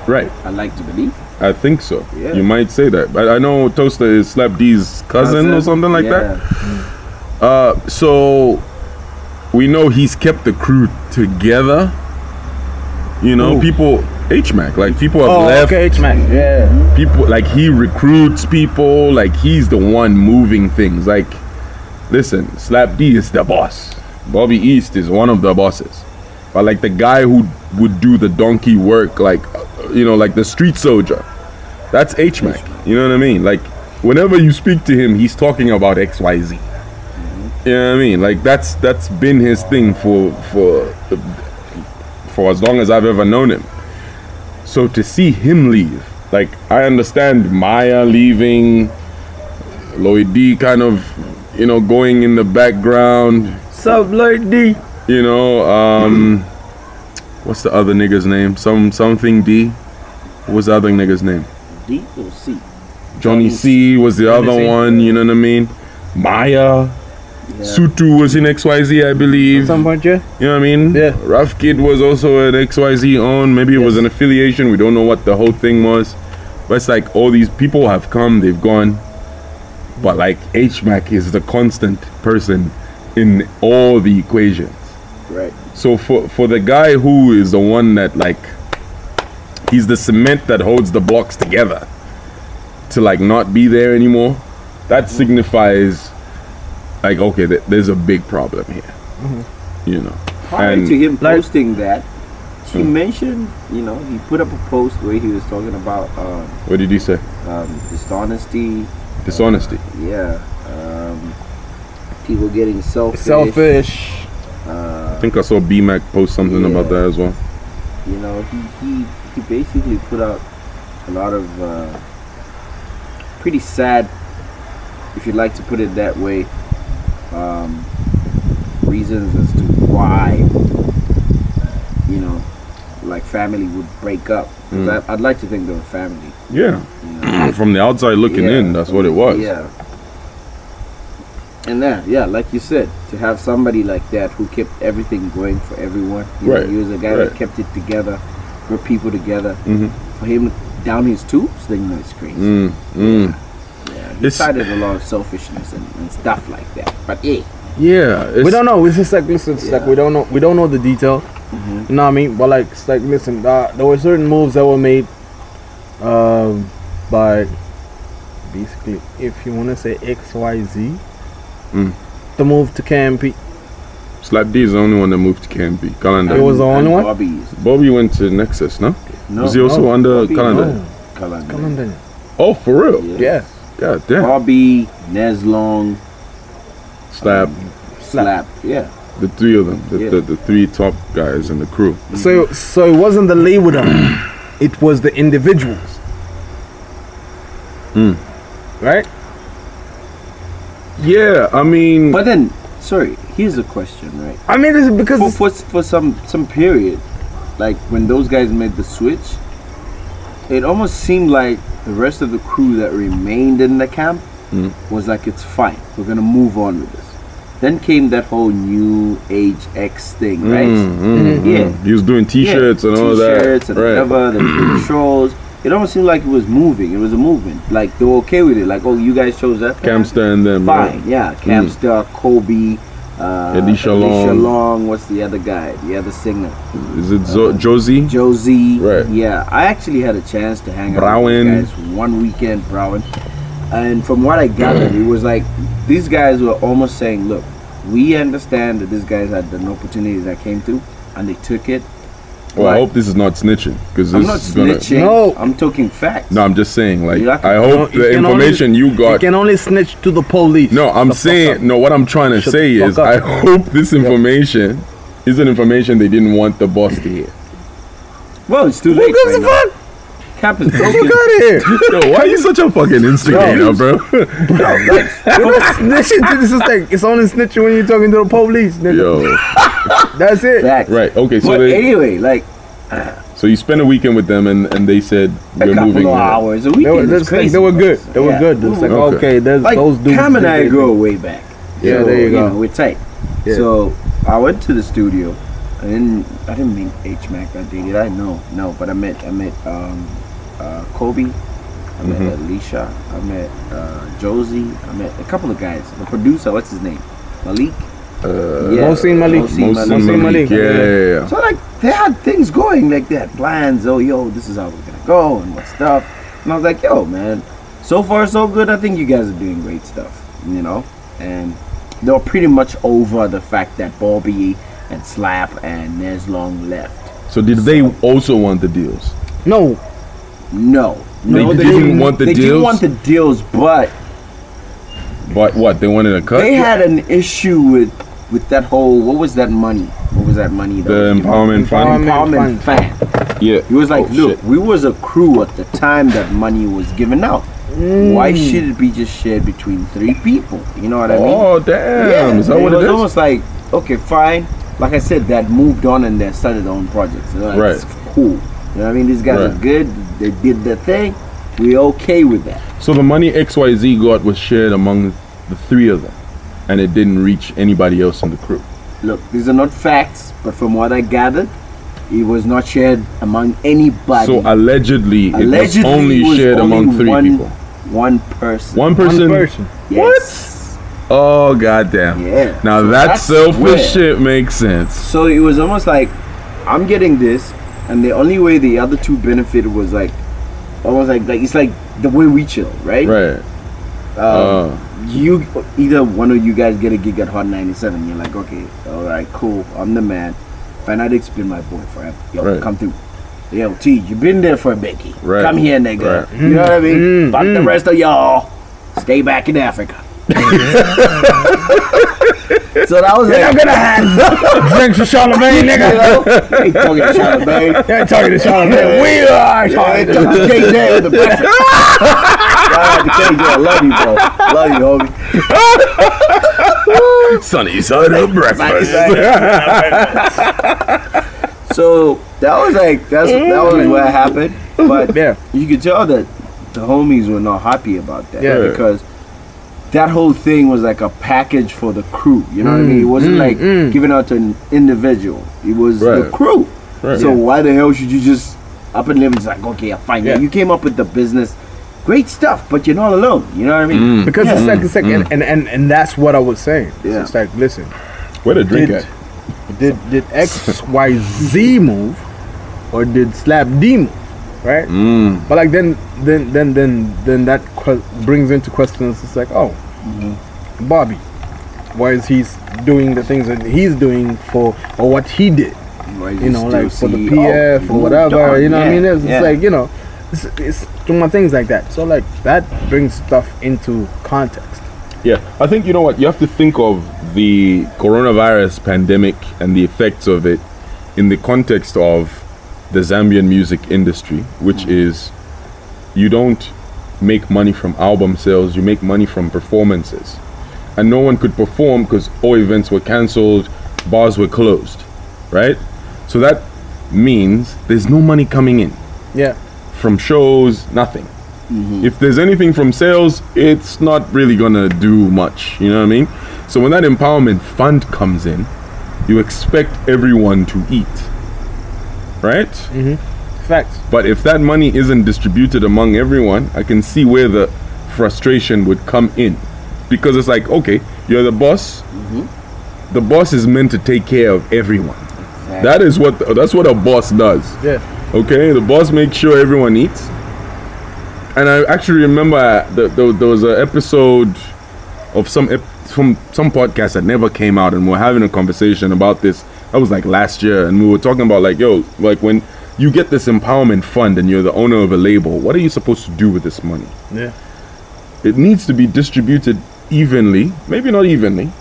[SPEAKER 1] Right.
[SPEAKER 3] I like to believe.
[SPEAKER 1] I think so.
[SPEAKER 3] Yeah.
[SPEAKER 1] You might say that. But I know Toaster is Slap D's cousin, or something like that. Uh, so we know he's kept the crew together. You know,
[SPEAKER 2] Who?
[SPEAKER 1] people H Mac, like people have
[SPEAKER 2] Oh,
[SPEAKER 1] left.
[SPEAKER 2] okay, H-Mac. Yeah.
[SPEAKER 1] People like he recruits people. Like he's the one moving things. Like, listen, Slap D is the boss. Bobby East is one of the bosses. But like the guy who would do the donkey work, like uh, you know, like the street soldier. That's H Mac. You know what I mean? Like whenever you speak to him, he's talking about X Y Z. You know what I mean? Like that's that's been his thing for for for as long as I've ever known him. So to see him leave, like I understand Maya leaving, Lloyd D kind of, you know, going in the background.
[SPEAKER 2] Sub Lloyd D.
[SPEAKER 1] You know, um, what's the other nigga's name? Some something D. What was the other nigga's name?
[SPEAKER 3] D or C.
[SPEAKER 1] Johnny C was the
[SPEAKER 2] Johnny
[SPEAKER 1] other
[SPEAKER 2] C.
[SPEAKER 1] one. You know what I mean? Maya. Sutu was in XYZ, I believe.
[SPEAKER 2] Some point, yeah.
[SPEAKER 1] You know what I mean?
[SPEAKER 2] Yeah.
[SPEAKER 1] Rough Kid was also an XYZ own. Maybe it was an affiliation. We don't know what the whole thing was. But it's like all these people have come, they've gone. But like H Mac is the constant person in all the equations.
[SPEAKER 3] Right.
[SPEAKER 1] So for for the guy who is the one that like he's the cement that holds the blocks together to like not be there anymore that signifies like okay, th- there's a big problem here. You know,
[SPEAKER 3] Prior
[SPEAKER 1] And-
[SPEAKER 3] to him
[SPEAKER 2] Like-
[SPEAKER 3] posting that, he
[SPEAKER 1] Mm.
[SPEAKER 3] mentioned, you know, he put up a post where he was talking about um,
[SPEAKER 1] what did he say?
[SPEAKER 3] um, dishonesty.
[SPEAKER 1] Dishonesty.
[SPEAKER 3] Yeah. Um, people getting selfish.
[SPEAKER 2] Selfish.
[SPEAKER 1] I think I saw BMAC post something about
[SPEAKER 3] Yeah.
[SPEAKER 1] that as well.
[SPEAKER 3] You know, he, he, he basically put out a lot of uh, pretty sad, if you'd like to put it that way, um, reasons as to why, you know, like family would break up. 'Cause
[SPEAKER 1] Mm.
[SPEAKER 3] I, I'd like to think they were family.
[SPEAKER 1] Yeah,
[SPEAKER 3] You know?
[SPEAKER 1] from the outside looking
[SPEAKER 3] Yeah,
[SPEAKER 1] in, that's what it was.
[SPEAKER 3] Yeah. And that, yeah, like you said, to have somebody like that who kept everything going for everyone. You
[SPEAKER 1] Right,
[SPEAKER 3] Know, he was a guy
[SPEAKER 1] right.
[SPEAKER 3] that kept it together, brought people together.
[SPEAKER 1] Mhm.
[SPEAKER 3] For him down his tubes, then you know it's crazy.
[SPEAKER 1] Mm, mm.
[SPEAKER 3] Yeah, he
[SPEAKER 1] It's-
[SPEAKER 3] cited a lot of selfishness and, and stuff like that. But hey,
[SPEAKER 1] Yeah, it's,
[SPEAKER 2] we don't know. It's just like listen, it's like we don't know. We don't know the detail. You know what I mean? But like, it's like listen, uh, there were certain moves that were made, um, by basically, if you want to say X Y Z,
[SPEAKER 1] Mm.
[SPEAKER 2] the move to KMP.
[SPEAKER 1] Slap D is the only one that moved to KMB. Calendar.
[SPEAKER 2] It was the
[SPEAKER 3] and
[SPEAKER 2] only one?
[SPEAKER 3] Bobby's.
[SPEAKER 1] Bobby went to Nexus, no?
[SPEAKER 3] No,
[SPEAKER 1] was he also
[SPEAKER 2] no.
[SPEAKER 1] under
[SPEAKER 3] Bobby,
[SPEAKER 1] Calendar?
[SPEAKER 2] no.
[SPEAKER 3] Calendar.
[SPEAKER 2] Oh, Come on, Daniel.
[SPEAKER 1] Oh, for real?
[SPEAKER 2] Yeah.
[SPEAKER 1] God
[SPEAKER 3] Oh.
[SPEAKER 1] damn.
[SPEAKER 3] Bobby, Neslong,
[SPEAKER 1] Slap
[SPEAKER 3] Slap. Yeah.
[SPEAKER 1] the three of them, the,
[SPEAKER 3] Yeah.
[SPEAKER 1] the, the three top guys in the crew.
[SPEAKER 2] So, so it wasn't the label, it was the individuals.
[SPEAKER 1] Mm.
[SPEAKER 2] Right?
[SPEAKER 1] Yeah, I mean,
[SPEAKER 3] But then, sorry, here's a question, right?
[SPEAKER 2] I mean, this is because
[SPEAKER 3] for,
[SPEAKER 2] it's-
[SPEAKER 3] for, for some some period, like when those guys made the switch, it almost seemed like the rest of the crew that remained in the camp
[SPEAKER 1] Mm.
[SPEAKER 3] was like, "It's fine, we're gonna move on with this." Then came that whole new age X thing,
[SPEAKER 1] mm,
[SPEAKER 3] right? Mm-hmm.
[SPEAKER 1] mm,
[SPEAKER 3] Yeah.
[SPEAKER 1] mm. he was doing T-shirts
[SPEAKER 3] Yeah,
[SPEAKER 1] and all that.
[SPEAKER 3] T-shirts and
[SPEAKER 1] right.
[SPEAKER 3] whatever, the controls. It almost seemed like it was moving. It was a movement. Like they were okay with it. Like, oh, you guys chose that.
[SPEAKER 1] Camster and them.
[SPEAKER 3] Fine, yeah.
[SPEAKER 1] Mm.
[SPEAKER 3] Camster, Kobe, uh,
[SPEAKER 1] Elisha Long.
[SPEAKER 3] Long. What's the other guy? The other singer.
[SPEAKER 1] right? Is it Zo- Josie?
[SPEAKER 3] Josie.
[SPEAKER 1] Right.
[SPEAKER 3] Yeah, I actually had a chance to hang out with
[SPEAKER 1] Browen.
[SPEAKER 3] these guys one weekend, Brown. And from what I gathered, it was like these guys were almost saying, "Look, we understand that these guys had an opportunity that came through, and they took it."
[SPEAKER 1] well, I
[SPEAKER 3] Like,
[SPEAKER 1] hope this is not snitching because this
[SPEAKER 3] I'm not
[SPEAKER 1] is gonna.
[SPEAKER 3] snitching.
[SPEAKER 2] No.
[SPEAKER 3] I'm talking facts.
[SPEAKER 1] No, I'm just saying. Like,
[SPEAKER 3] You have to-
[SPEAKER 1] I hope
[SPEAKER 2] No, you
[SPEAKER 1] the
[SPEAKER 2] can only-
[SPEAKER 1] information you
[SPEAKER 2] you
[SPEAKER 1] got
[SPEAKER 2] can only snitch to the police.
[SPEAKER 1] No, I'm
[SPEAKER 2] The fuck
[SPEAKER 1] saying
[SPEAKER 2] up.
[SPEAKER 1] no. What I'm trying to
[SPEAKER 2] Shut
[SPEAKER 1] say
[SPEAKER 2] the
[SPEAKER 1] is,
[SPEAKER 2] fuck
[SPEAKER 1] I
[SPEAKER 2] up.
[SPEAKER 1] hope this information isn't information they didn't want the boss to hear.
[SPEAKER 3] Well, it's too
[SPEAKER 2] Who
[SPEAKER 3] late.
[SPEAKER 2] gives
[SPEAKER 3] right
[SPEAKER 2] a
[SPEAKER 3] now.
[SPEAKER 2] fuck?
[SPEAKER 3] Cap is
[SPEAKER 2] Fuck
[SPEAKER 3] broken.
[SPEAKER 2] out of here.
[SPEAKER 1] Yo, why are you such a fucking instigator, bro?
[SPEAKER 2] You don't snitch into this is like it's only snitching when you're talking to the police. Nigga.
[SPEAKER 1] Yo,
[SPEAKER 2] That's it.
[SPEAKER 3] Facts.
[SPEAKER 1] right? Okay, so
[SPEAKER 3] But
[SPEAKER 1] they,
[SPEAKER 3] anyway, like
[SPEAKER 1] so you spent a weekend with them, and, and they said
[SPEAKER 3] a
[SPEAKER 1] we're
[SPEAKER 3] couple
[SPEAKER 1] moving.
[SPEAKER 3] of
[SPEAKER 1] on."
[SPEAKER 3] hours, a
[SPEAKER 2] They were,
[SPEAKER 3] weekend.
[SPEAKER 2] that's
[SPEAKER 3] is crazy.
[SPEAKER 2] like, they were good. They were
[SPEAKER 3] Yeah. Mm-hmm.
[SPEAKER 2] good. It's like
[SPEAKER 1] Okay.
[SPEAKER 2] okay, there's
[SPEAKER 3] Like
[SPEAKER 2] those dudes.
[SPEAKER 3] Cam and
[SPEAKER 2] did
[SPEAKER 3] I
[SPEAKER 2] their
[SPEAKER 3] go way back.
[SPEAKER 2] Yeah,
[SPEAKER 3] So,
[SPEAKER 2] there you go.
[SPEAKER 3] know, we're tight.
[SPEAKER 2] Yeah.
[SPEAKER 3] So I went to the studio. I didn't. I didn't meet H Mac that day. Did I? No, no. But I met. I met um, uh, Kobe. I met
[SPEAKER 2] Mm-hmm.
[SPEAKER 3] Alicia. I met uh, Josie. I met a couple of guys. The producer. What's his name? Malik.
[SPEAKER 1] Uh,
[SPEAKER 3] Yeah.
[SPEAKER 2] Mohsin Malik.
[SPEAKER 3] Mohsin
[SPEAKER 1] Mohsin
[SPEAKER 2] Malik. Mohsin
[SPEAKER 1] Malik,
[SPEAKER 2] Malik.
[SPEAKER 1] Yeah, yeah, yeah.
[SPEAKER 3] So like they had things going like that, plans. Oh yo, this is how we're gonna go and what stuff. And I was like, yo man, so far so good. I think you guys are doing great stuff, you know. And they were pretty much over the fact that Bobby and Slap and Neslong left.
[SPEAKER 1] So did they also want the deals?
[SPEAKER 2] No,
[SPEAKER 3] No, no,
[SPEAKER 1] didn't want the
[SPEAKER 3] they
[SPEAKER 1] deals?
[SPEAKER 3] didn't want the deals, but
[SPEAKER 1] But what they wanted a cut?
[SPEAKER 3] they had an issue with with that whole. What was that money? What was that money? that
[SPEAKER 1] the
[SPEAKER 3] was given?
[SPEAKER 1] empowerment fund.
[SPEAKER 3] Empowerment
[SPEAKER 2] Fund.
[SPEAKER 3] fan.
[SPEAKER 1] Yeah,
[SPEAKER 3] He was like,
[SPEAKER 1] Oh,
[SPEAKER 3] look,
[SPEAKER 1] shit.
[SPEAKER 3] we was a crew at the time that money was given out. Why should it be just shared between three people? You know what I mean?
[SPEAKER 1] Oh damn! Is that what
[SPEAKER 3] it
[SPEAKER 1] it
[SPEAKER 3] was
[SPEAKER 1] is?
[SPEAKER 3] almost like, okay, fine. Like I said, that moved on and they started their own projects. They're like,
[SPEAKER 1] Right.
[SPEAKER 3] "It's Cool. You know what I mean? These guys are
[SPEAKER 1] Right.
[SPEAKER 3] good. They did their thing. We okay with that.
[SPEAKER 1] So the money XYZ got was shared among the three of them, and it didn't reach anybody else in the crew.
[SPEAKER 3] Look, these are not facts, but from what I gathered, it was not shared among anybody.
[SPEAKER 1] So allegedly, it
[SPEAKER 3] Allegedly,
[SPEAKER 1] was only
[SPEAKER 3] it was
[SPEAKER 1] shared
[SPEAKER 3] only
[SPEAKER 1] among three
[SPEAKER 3] one
[SPEAKER 1] people.
[SPEAKER 3] one person.
[SPEAKER 1] One person.
[SPEAKER 2] one person.
[SPEAKER 3] Yes.
[SPEAKER 1] Oh goddamn!
[SPEAKER 3] Yeah.
[SPEAKER 1] Now
[SPEAKER 3] So
[SPEAKER 1] that
[SPEAKER 3] that's
[SPEAKER 1] selfish
[SPEAKER 3] where-
[SPEAKER 1] shit makes sense.
[SPEAKER 3] So it was almost like I'm getting this, and the only way the other two benefited was like almost like like it's like the way we chill, right?
[SPEAKER 1] Right. Uh-huh.
[SPEAKER 3] Um, you either one of you guys get a gig at Hot 97. You're like, okay, all right, cool. I'm the man. Fanatic's been my boy forever. Yo,
[SPEAKER 1] Right.
[SPEAKER 3] come through. Yo, T, you been there for a Becky.
[SPEAKER 1] Right.
[SPEAKER 3] Come here, nigga.
[SPEAKER 1] Right.
[SPEAKER 3] You know what I mean?
[SPEAKER 2] Mm,
[SPEAKER 3] Fuck the rest of y'all. Stay back in Africa. so that was like,
[SPEAKER 2] I'm gonna have drinks with Charlemagne,
[SPEAKER 3] you
[SPEAKER 2] nigga.
[SPEAKER 3] know, ain't talking to Charlotte, babe.
[SPEAKER 2] They're talking to Charlemagne. We are
[SPEAKER 3] Yeah,
[SPEAKER 2] Charlemagne.
[SPEAKER 3] talking to KJ with the breakfast. Shout out to KJ. I love you, bro. Love you, homie.
[SPEAKER 1] Sunny side of breakfast.
[SPEAKER 3] So that was like that's that was what happened. But
[SPEAKER 2] Yeah.
[SPEAKER 3] you could tell that the homies were not happy about that
[SPEAKER 2] Yeah.
[SPEAKER 3] because that whole thing was like a package for the crew. You know what I
[SPEAKER 2] Mm,
[SPEAKER 3] mean? It wasn't like giving out to an individual. It was the
[SPEAKER 1] Right.
[SPEAKER 3] crew.
[SPEAKER 1] Right.
[SPEAKER 3] So why the hell should you just up and live? It's like okay, I find
[SPEAKER 2] Yeah.
[SPEAKER 3] you. You came up with the business, great stuff, but you're not alone. You know what I
[SPEAKER 1] Mm.
[SPEAKER 3] mean?
[SPEAKER 2] Because it's like, it's like
[SPEAKER 1] Mm-hmm.
[SPEAKER 2] and, and, and, and that's what I was saying.
[SPEAKER 3] Yeah.
[SPEAKER 2] It's like, listen,
[SPEAKER 1] Where the drink
[SPEAKER 2] Did-
[SPEAKER 1] at?
[SPEAKER 2] did did X Y Z move, or did Slap D move, right?
[SPEAKER 1] Mm.
[SPEAKER 2] But like then then then then then that que- brings into questions. It's like, oh,
[SPEAKER 1] Mm-hmm.
[SPEAKER 2] Bobby, why is he s- doing the things that he's doing for or what he did?
[SPEAKER 3] Mm. Why
[SPEAKER 2] You know,
[SPEAKER 3] still
[SPEAKER 2] like for
[SPEAKER 1] E
[SPEAKER 2] the
[SPEAKER 3] see,
[SPEAKER 2] PF
[SPEAKER 3] oh, you
[SPEAKER 2] or
[SPEAKER 3] moved
[SPEAKER 2] whatever.
[SPEAKER 3] on.
[SPEAKER 2] you know what I
[SPEAKER 3] Yeah,
[SPEAKER 2] mean? It's,
[SPEAKER 3] yeah.
[SPEAKER 2] it's like you know, it's, it's some more things like that. So like that brings stuff into context.
[SPEAKER 1] Yeah, I think you know what you have to think of the coronavirus pandemic and the effects of it in the context of the Zambian music industry, which is you don't make money from album sales, you make money from performances. And no one could perform because all events were cancelled, bars were closed, right? So that means there's no money coming in
[SPEAKER 2] Yeah.
[SPEAKER 1] from shows, nothing. If there's anything from sales, it's not really gonna do much. You know what I mean? So when that empowerment fund comes in, you expect everyone to eat, right?
[SPEAKER 2] Facts.
[SPEAKER 1] But if that money isn't distributed among everyone, I can see where the frustration would come in, because it's like, okay, you're the boss. The boss is meant to take care of everyone. That is what that's what a boss does.
[SPEAKER 2] Yeah.
[SPEAKER 1] Okay, the boss makes sure everyone eats. And I actually remember that there, there was an episode of some ep- from some podcast that never came out, and we are having a conversation about this. That was like last year, and we were talking about like, yo, like when you get this empowerment fund and you're the owner of a label, what are you supposed to do with this money?
[SPEAKER 2] Yeah.
[SPEAKER 1] it needs to be distributed evenly, maybe not evenly.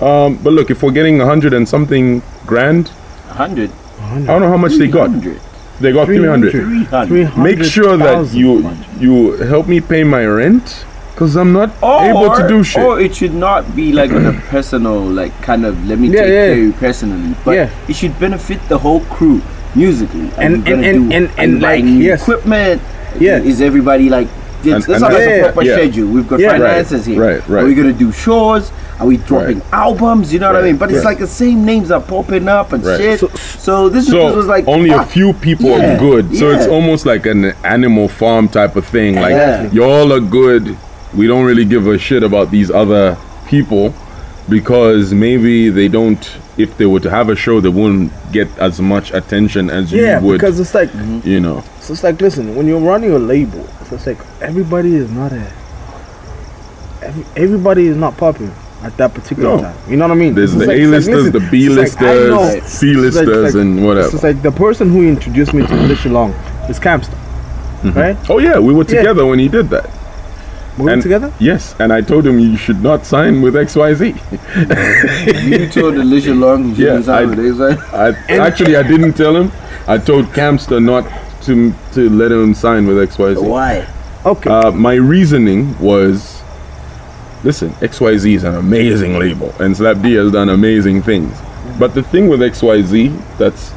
[SPEAKER 1] Um, but look, if we're getting a hundred and something grand,
[SPEAKER 3] 100.
[SPEAKER 1] I don't know how much they got.
[SPEAKER 3] 300.
[SPEAKER 1] They got three hundred.
[SPEAKER 3] 300.
[SPEAKER 1] Make sure that
[SPEAKER 2] 300,000.
[SPEAKER 1] you you help me pay my rent, cause I'm not
[SPEAKER 3] Oh, Or,
[SPEAKER 1] able to do shit.
[SPEAKER 3] Or it should not be like on a personal, like kind of let me
[SPEAKER 2] Yeah,
[SPEAKER 3] take
[SPEAKER 2] yeah.
[SPEAKER 3] care of you personally, but
[SPEAKER 2] Yeah.
[SPEAKER 3] it should benefit the whole crew musically. Are
[SPEAKER 2] And-
[SPEAKER 3] you gonna
[SPEAKER 2] and- and-
[SPEAKER 3] do-
[SPEAKER 2] and-
[SPEAKER 3] are you
[SPEAKER 2] and, like,
[SPEAKER 3] buying new
[SPEAKER 2] yes.
[SPEAKER 3] equipment.
[SPEAKER 2] Yeah.
[SPEAKER 3] is everybody like? Let's
[SPEAKER 1] and
[SPEAKER 3] have like
[SPEAKER 1] that's-
[SPEAKER 3] a proper
[SPEAKER 1] yeah.
[SPEAKER 3] schedule. We've got
[SPEAKER 2] Yeah. Right,
[SPEAKER 3] finances here.
[SPEAKER 1] right, right.
[SPEAKER 3] Are we gonna do shows? Are we dropping albums? You know what I
[SPEAKER 1] Right,
[SPEAKER 3] mean? But it's
[SPEAKER 1] right.
[SPEAKER 3] like the same names are popping up and
[SPEAKER 1] Right.
[SPEAKER 3] shit. So,
[SPEAKER 2] So-
[SPEAKER 3] this, this
[SPEAKER 1] So
[SPEAKER 3] was like ah,
[SPEAKER 1] only a
[SPEAKER 3] fuck.
[SPEAKER 1] few people
[SPEAKER 3] Yeah,
[SPEAKER 1] are good. So it's
[SPEAKER 3] yeah.
[SPEAKER 1] almost like an animal farm type of thing. Like
[SPEAKER 3] Exactly.
[SPEAKER 1] y'all are good. We don't really give a shit about these other people because maybe they don't. If they were to have a show, they wouldn't get as much attention as
[SPEAKER 2] Yeah,
[SPEAKER 1] you would. Mm-hmm.
[SPEAKER 2] because it's like
[SPEAKER 1] you know,
[SPEAKER 2] so it's like listen, when you're running a label, so it's like everybody is not a every, everybody is not popular at that particular
[SPEAKER 1] No.
[SPEAKER 2] time. You know what I mean?
[SPEAKER 1] there's
[SPEAKER 2] It's
[SPEAKER 1] the
[SPEAKER 2] like- it's like,
[SPEAKER 1] A-listers,
[SPEAKER 2] listen,
[SPEAKER 1] the
[SPEAKER 2] it's like, I
[SPEAKER 1] B-listers,
[SPEAKER 2] know-
[SPEAKER 1] C-listers,
[SPEAKER 2] it's like-
[SPEAKER 1] and whatever. Mm-hmm.
[SPEAKER 2] It's like the person who introduced me to Alicia Long is Campster. Right?
[SPEAKER 1] oh yeah, we were
[SPEAKER 2] Yeah.
[SPEAKER 1] together when he did that.
[SPEAKER 2] We were
[SPEAKER 1] And-
[SPEAKER 2] together?
[SPEAKER 1] Yes, and I told him you should not sign with XYZ.
[SPEAKER 3] You told Alicia Long.
[SPEAKER 1] Yeah,
[SPEAKER 3] Yeah,
[SPEAKER 1] I-
[SPEAKER 3] I,
[SPEAKER 1] I actually I didn't tell him. I told Camster not to to let him sign with XYZ.
[SPEAKER 3] why?
[SPEAKER 2] Okay.
[SPEAKER 1] Uh, my reasoning was, listen, XYZ is an amazing label, and Slap D has done amazing things. But the thing with XYZ that's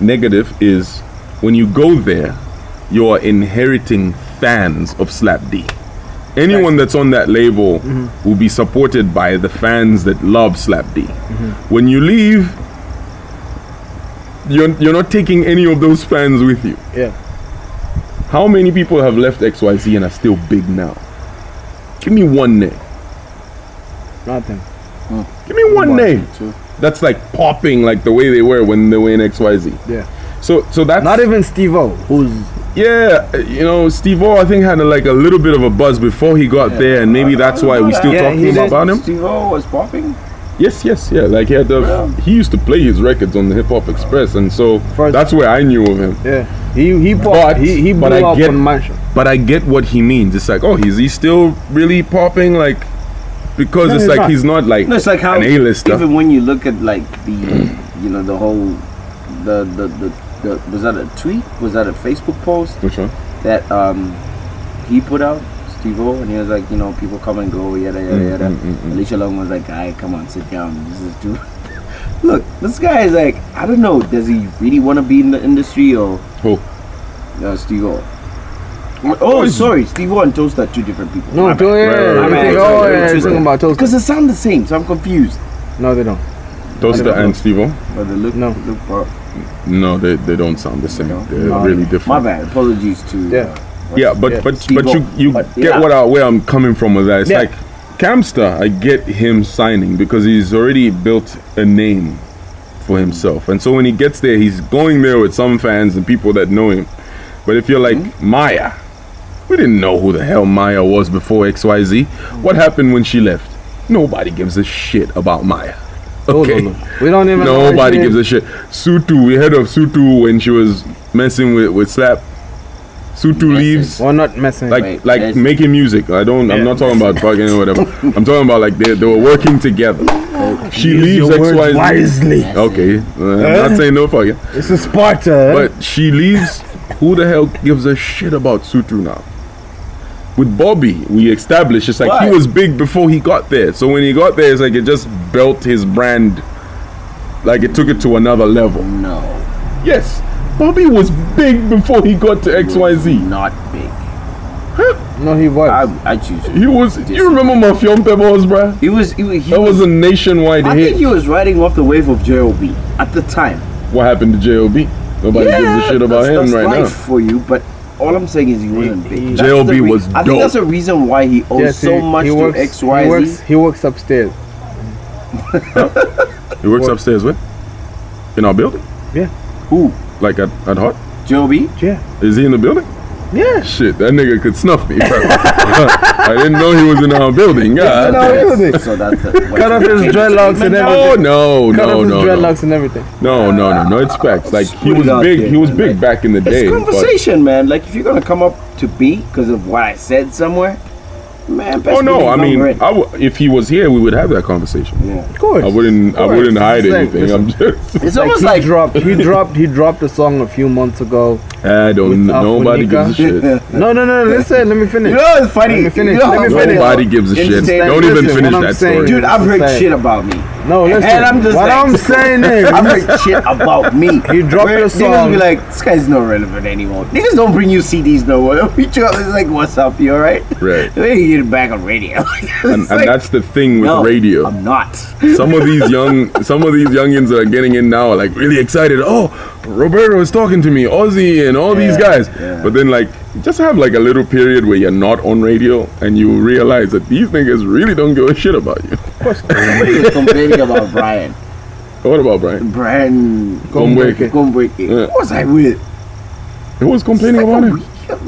[SPEAKER 1] negative is when you go there, you are inheriting fans of Slap D. Anyone that's on that label will be supported by the fans that love Slap D. When you leave, you're, you're not taking any of those fans with you.
[SPEAKER 2] yeah.
[SPEAKER 1] How many people have left XYZ and are still big now? Give me one name.
[SPEAKER 2] Nothing.
[SPEAKER 1] Give me one name
[SPEAKER 3] Two.
[SPEAKER 1] that's like popping like the way they were when they were in XYZ.
[SPEAKER 2] Yeah.
[SPEAKER 1] So so that's
[SPEAKER 2] Not even Steve O, who's
[SPEAKER 1] yeah, you know, Steve O, I think had like a little bit of a buzz before he got there, and maybe that's why we still
[SPEAKER 3] yeah,
[SPEAKER 1] talking
[SPEAKER 3] he
[SPEAKER 1] about,
[SPEAKER 3] did-
[SPEAKER 1] about him.
[SPEAKER 3] Steve-O was popping.
[SPEAKER 1] Yes, yes, yeah. Like he had the,
[SPEAKER 3] Yeah.
[SPEAKER 1] he used to play his records on the Hip Hop Express, and so
[SPEAKER 2] First-
[SPEAKER 1] that's where I knew of him.
[SPEAKER 2] Yeah, he he bought,
[SPEAKER 1] But-
[SPEAKER 2] he he blew
[SPEAKER 1] but I
[SPEAKER 2] up
[SPEAKER 1] get-
[SPEAKER 2] on Mansion.
[SPEAKER 1] But I get what he means. It's like, oh, is he still really popping? Like, because
[SPEAKER 2] No,
[SPEAKER 1] it's
[SPEAKER 2] he's
[SPEAKER 1] like
[SPEAKER 2] not.
[SPEAKER 1] he's not like,
[SPEAKER 3] No, it's like how
[SPEAKER 1] an A-lister.
[SPEAKER 3] Even when you look at like the, you know, the whole, the the the, the was that a tweet? Was that a Facebook post
[SPEAKER 1] Which one?
[SPEAKER 3] that um he put out? Steve O, and he was like, you know, people come and go, yada yada
[SPEAKER 1] Mm,
[SPEAKER 3] yada.
[SPEAKER 1] mm, mm, mm.
[SPEAKER 3] Alicia Long was like, "Guy, come on, sit down. This is too." Look, this guy is like, I don't know. Does he really want to be in the industry or?
[SPEAKER 1] Who?
[SPEAKER 3] Uh, Steve O. Oh, sorry, Steve O and Toast are two different people.
[SPEAKER 2] No,
[SPEAKER 3] My bad.
[SPEAKER 2] to, yeah,
[SPEAKER 1] Right, right,
[SPEAKER 2] I
[SPEAKER 1] right,
[SPEAKER 2] mean, oh
[SPEAKER 3] right, right,
[SPEAKER 2] yeah,
[SPEAKER 3] right,
[SPEAKER 2] you're talking
[SPEAKER 3] right.
[SPEAKER 2] about toast.
[SPEAKER 3] Because they sound the same, so I'm confused.
[SPEAKER 2] No, they don't.
[SPEAKER 1] Toaster and Steve O?
[SPEAKER 3] But they look,
[SPEAKER 2] No.
[SPEAKER 3] look for-
[SPEAKER 1] No, they, they don't sound the same.
[SPEAKER 3] No.
[SPEAKER 1] They're
[SPEAKER 2] No.
[SPEAKER 1] really
[SPEAKER 3] My
[SPEAKER 1] different.
[SPEAKER 3] bad. Apologies to.
[SPEAKER 2] Yeah.
[SPEAKER 1] Yeah, but
[SPEAKER 2] Yeah,
[SPEAKER 1] but
[SPEAKER 3] Steve
[SPEAKER 1] but you
[SPEAKER 3] O.
[SPEAKER 1] you
[SPEAKER 3] But-
[SPEAKER 1] get
[SPEAKER 3] yeah.
[SPEAKER 1] what I, where I'm coming from with that. It's
[SPEAKER 2] Yeah.
[SPEAKER 1] like Camster. I get him signing because he's already built a name for himself, and so when he gets there, he's going there with some fans and people that know him. But if you're like Maya, we didn't know who the hell Maya was before X Y Z. What happened when she left? Nobody gives a shit about Maya.
[SPEAKER 2] Hold
[SPEAKER 1] Okay.
[SPEAKER 2] on, look. We don't even. know what
[SPEAKER 1] Nobody
[SPEAKER 2] she
[SPEAKER 1] gives
[SPEAKER 2] is.
[SPEAKER 1] a shit. Sutu, we heard of Sutu when she was messing with, with Slap. Sutu
[SPEAKER 3] Messing.
[SPEAKER 1] leaves
[SPEAKER 2] We're not messing.
[SPEAKER 1] like
[SPEAKER 3] Right,
[SPEAKER 1] like
[SPEAKER 3] that's-
[SPEAKER 1] making music. I don't. I'm not talking about fucking or whatever. I'm talking about like they, they were working together. She leaves X Y Z.
[SPEAKER 2] wisely.
[SPEAKER 1] Okay, I'm not saying no fucking.
[SPEAKER 2] This is Sparta. eh?
[SPEAKER 1] But she leaves. Who the hell gives a shit about Sutu now? With Bobby, we established it's like
[SPEAKER 3] Why?
[SPEAKER 1] he was big before he got there. So when he got there, it's like it just built his brand. Like it took it to another level.
[SPEAKER 3] No.
[SPEAKER 1] Yes, Bobby was big before he got to X Y Z.
[SPEAKER 3] Not big.
[SPEAKER 2] no, he was.
[SPEAKER 3] I, I choose. to-
[SPEAKER 1] He was. You remember Mafion Pebbles, bruh?
[SPEAKER 3] He was. He, was- he
[SPEAKER 1] That was a nationwide
[SPEAKER 3] I
[SPEAKER 1] hit.
[SPEAKER 3] think he was riding off the wave of JLB at the time.
[SPEAKER 1] what happened to JOB? Nobody gives a shit about
[SPEAKER 3] that's,
[SPEAKER 1] him
[SPEAKER 3] that's
[SPEAKER 1] right
[SPEAKER 3] life for you, but all I'm saying is he wasn't big. That's
[SPEAKER 1] JLB
[SPEAKER 3] the
[SPEAKER 1] was
[SPEAKER 3] I
[SPEAKER 1] dope.
[SPEAKER 3] think that's the reason why he owes
[SPEAKER 2] Yes,
[SPEAKER 3] so much to X
[SPEAKER 2] He
[SPEAKER 3] Y
[SPEAKER 2] works,
[SPEAKER 3] Z.
[SPEAKER 2] he works upstairs.
[SPEAKER 1] now. He works upstairs with? In our building?
[SPEAKER 3] Who?
[SPEAKER 1] Like at, at Hot?
[SPEAKER 3] JLB?
[SPEAKER 2] Yeah.
[SPEAKER 1] Is he in the building?
[SPEAKER 2] Yeah.
[SPEAKER 1] Shit, that nigga could snuff me. bro. I didn't know he was in our building. God.
[SPEAKER 2] in our
[SPEAKER 1] damn.
[SPEAKER 2] building.
[SPEAKER 3] So that's the,
[SPEAKER 2] Cut off his dreadlocks and
[SPEAKER 1] No,
[SPEAKER 2] everything.
[SPEAKER 1] no,
[SPEAKER 2] Cut
[SPEAKER 1] no,
[SPEAKER 2] off his
[SPEAKER 1] no, no,
[SPEAKER 2] dreadlocks and everything.
[SPEAKER 1] no, no, no, no. It's facts. Like he
[SPEAKER 3] Put
[SPEAKER 1] was
[SPEAKER 3] it out
[SPEAKER 1] big.
[SPEAKER 3] there,
[SPEAKER 1] He was
[SPEAKER 3] man,
[SPEAKER 1] big
[SPEAKER 3] like,
[SPEAKER 1] back in the
[SPEAKER 3] It's
[SPEAKER 1] day. but-
[SPEAKER 3] conversation, man. Like if you're gonna come up to B because of what I said somewhere, man. best
[SPEAKER 1] Oh no,
[SPEAKER 3] believe
[SPEAKER 1] I
[SPEAKER 3] I'm
[SPEAKER 1] mean,
[SPEAKER 3] ready.
[SPEAKER 1] I w- if he was here, we would have that conversation.
[SPEAKER 3] yeah.
[SPEAKER 2] Of course.
[SPEAKER 1] I wouldn't. I
[SPEAKER 2] Of course.
[SPEAKER 1] wouldn't hide
[SPEAKER 2] It's like-
[SPEAKER 1] anything. I'm just.
[SPEAKER 3] It's almost
[SPEAKER 2] he
[SPEAKER 3] like
[SPEAKER 2] dropped. He dropped. He dropped a song a few months ago.
[SPEAKER 1] I don't.
[SPEAKER 2] With Afro
[SPEAKER 1] Nobody gives a
[SPEAKER 3] you
[SPEAKER 1] shit.
[SPEAKER 3] know,
[SPEAKER 2] No, no, no. Listen. Let me finish.
[SPEAKER 3] it's funny.
[SPEAKER 2] Let me finish,
[SPEAKER 3] You know
[SPEAKER 2] let me
[SPEAKER 3] how-
[SPEAKER 2] finish.
[SPEAKER 1] Nobody gives a shit.
[SPEAKER 3] Entertain-
[SPEAKER 1] Don't even
[SPEAKER 2] Listen,
[SPEAKER 1] finish
[SPEAKER 2] what I'm
[SPEAKER 1] that
[SPEAKER 2] saying-
[SPEAKER 1] story.
[SPEAKER 3] Dude, I've heard
[SPEAKER 2] Say it.
[SPEAKER 3] shit about me.
[SPEAKER 2] No, listen.
[SPEAKER 3] And I'm just
[SPEAKER 2] what
[SPEAKER 3] like-
[SPEAKER 2] I'm saying is,
[SPEAKER 3] I've heard shit about me.
[SPEAKER 2] He dropped
[SPEAKER 3] Where
[SPEAKER 2] a
[SPEAKER 3] Niggas
[SPEAKER 2] song.
[SPEAKER 3] be like, this guy's not relevant anymore. Niggas don't bring you CDs no more. We just it's like, what's up? You all right?
[SPEAKER 1] Right.
[SPEAKER 3] Then you get it back on radio. It's
[SPEAKER 1] and,
[SPEAKER 3] like,
[SPEAKER 1] and that's the thing with
[SPEAKER 3] no,
[SPEAKER 1] radio.
[SPEAKER 3] I'm not.
[SPEAKER 1] Some of these young, some of these youngins that are getting in now are like really excited. Oh, Roberto is talking to me, Ozzy, and all these
[SPEAKER 3] Yeah,
[SPEAKER 1] guys.
[SPEAKER 3] yeah.
[SPEAKER 1] But then like, just have like a little period where you're not on radio, and you realize that these niggas really don't give a shit about you.
[SPEAKER 3] Nobody is complaining about Brian.
[SPEAKER 1] What about Brian?
[SPEAKER 3] Brian
[SPEAKER 1] Gombreke.
[SPEAKER 3] Gombreke.
[SPEAKER 1] Yeah.
[SPEAKER 3] What was I with?
[SPEAKER 1] Who was complaining
[SPEAKER 3] Like
[SPEAKER 1] about
[SPEAKER 3] a
[SPEAKER 1] him?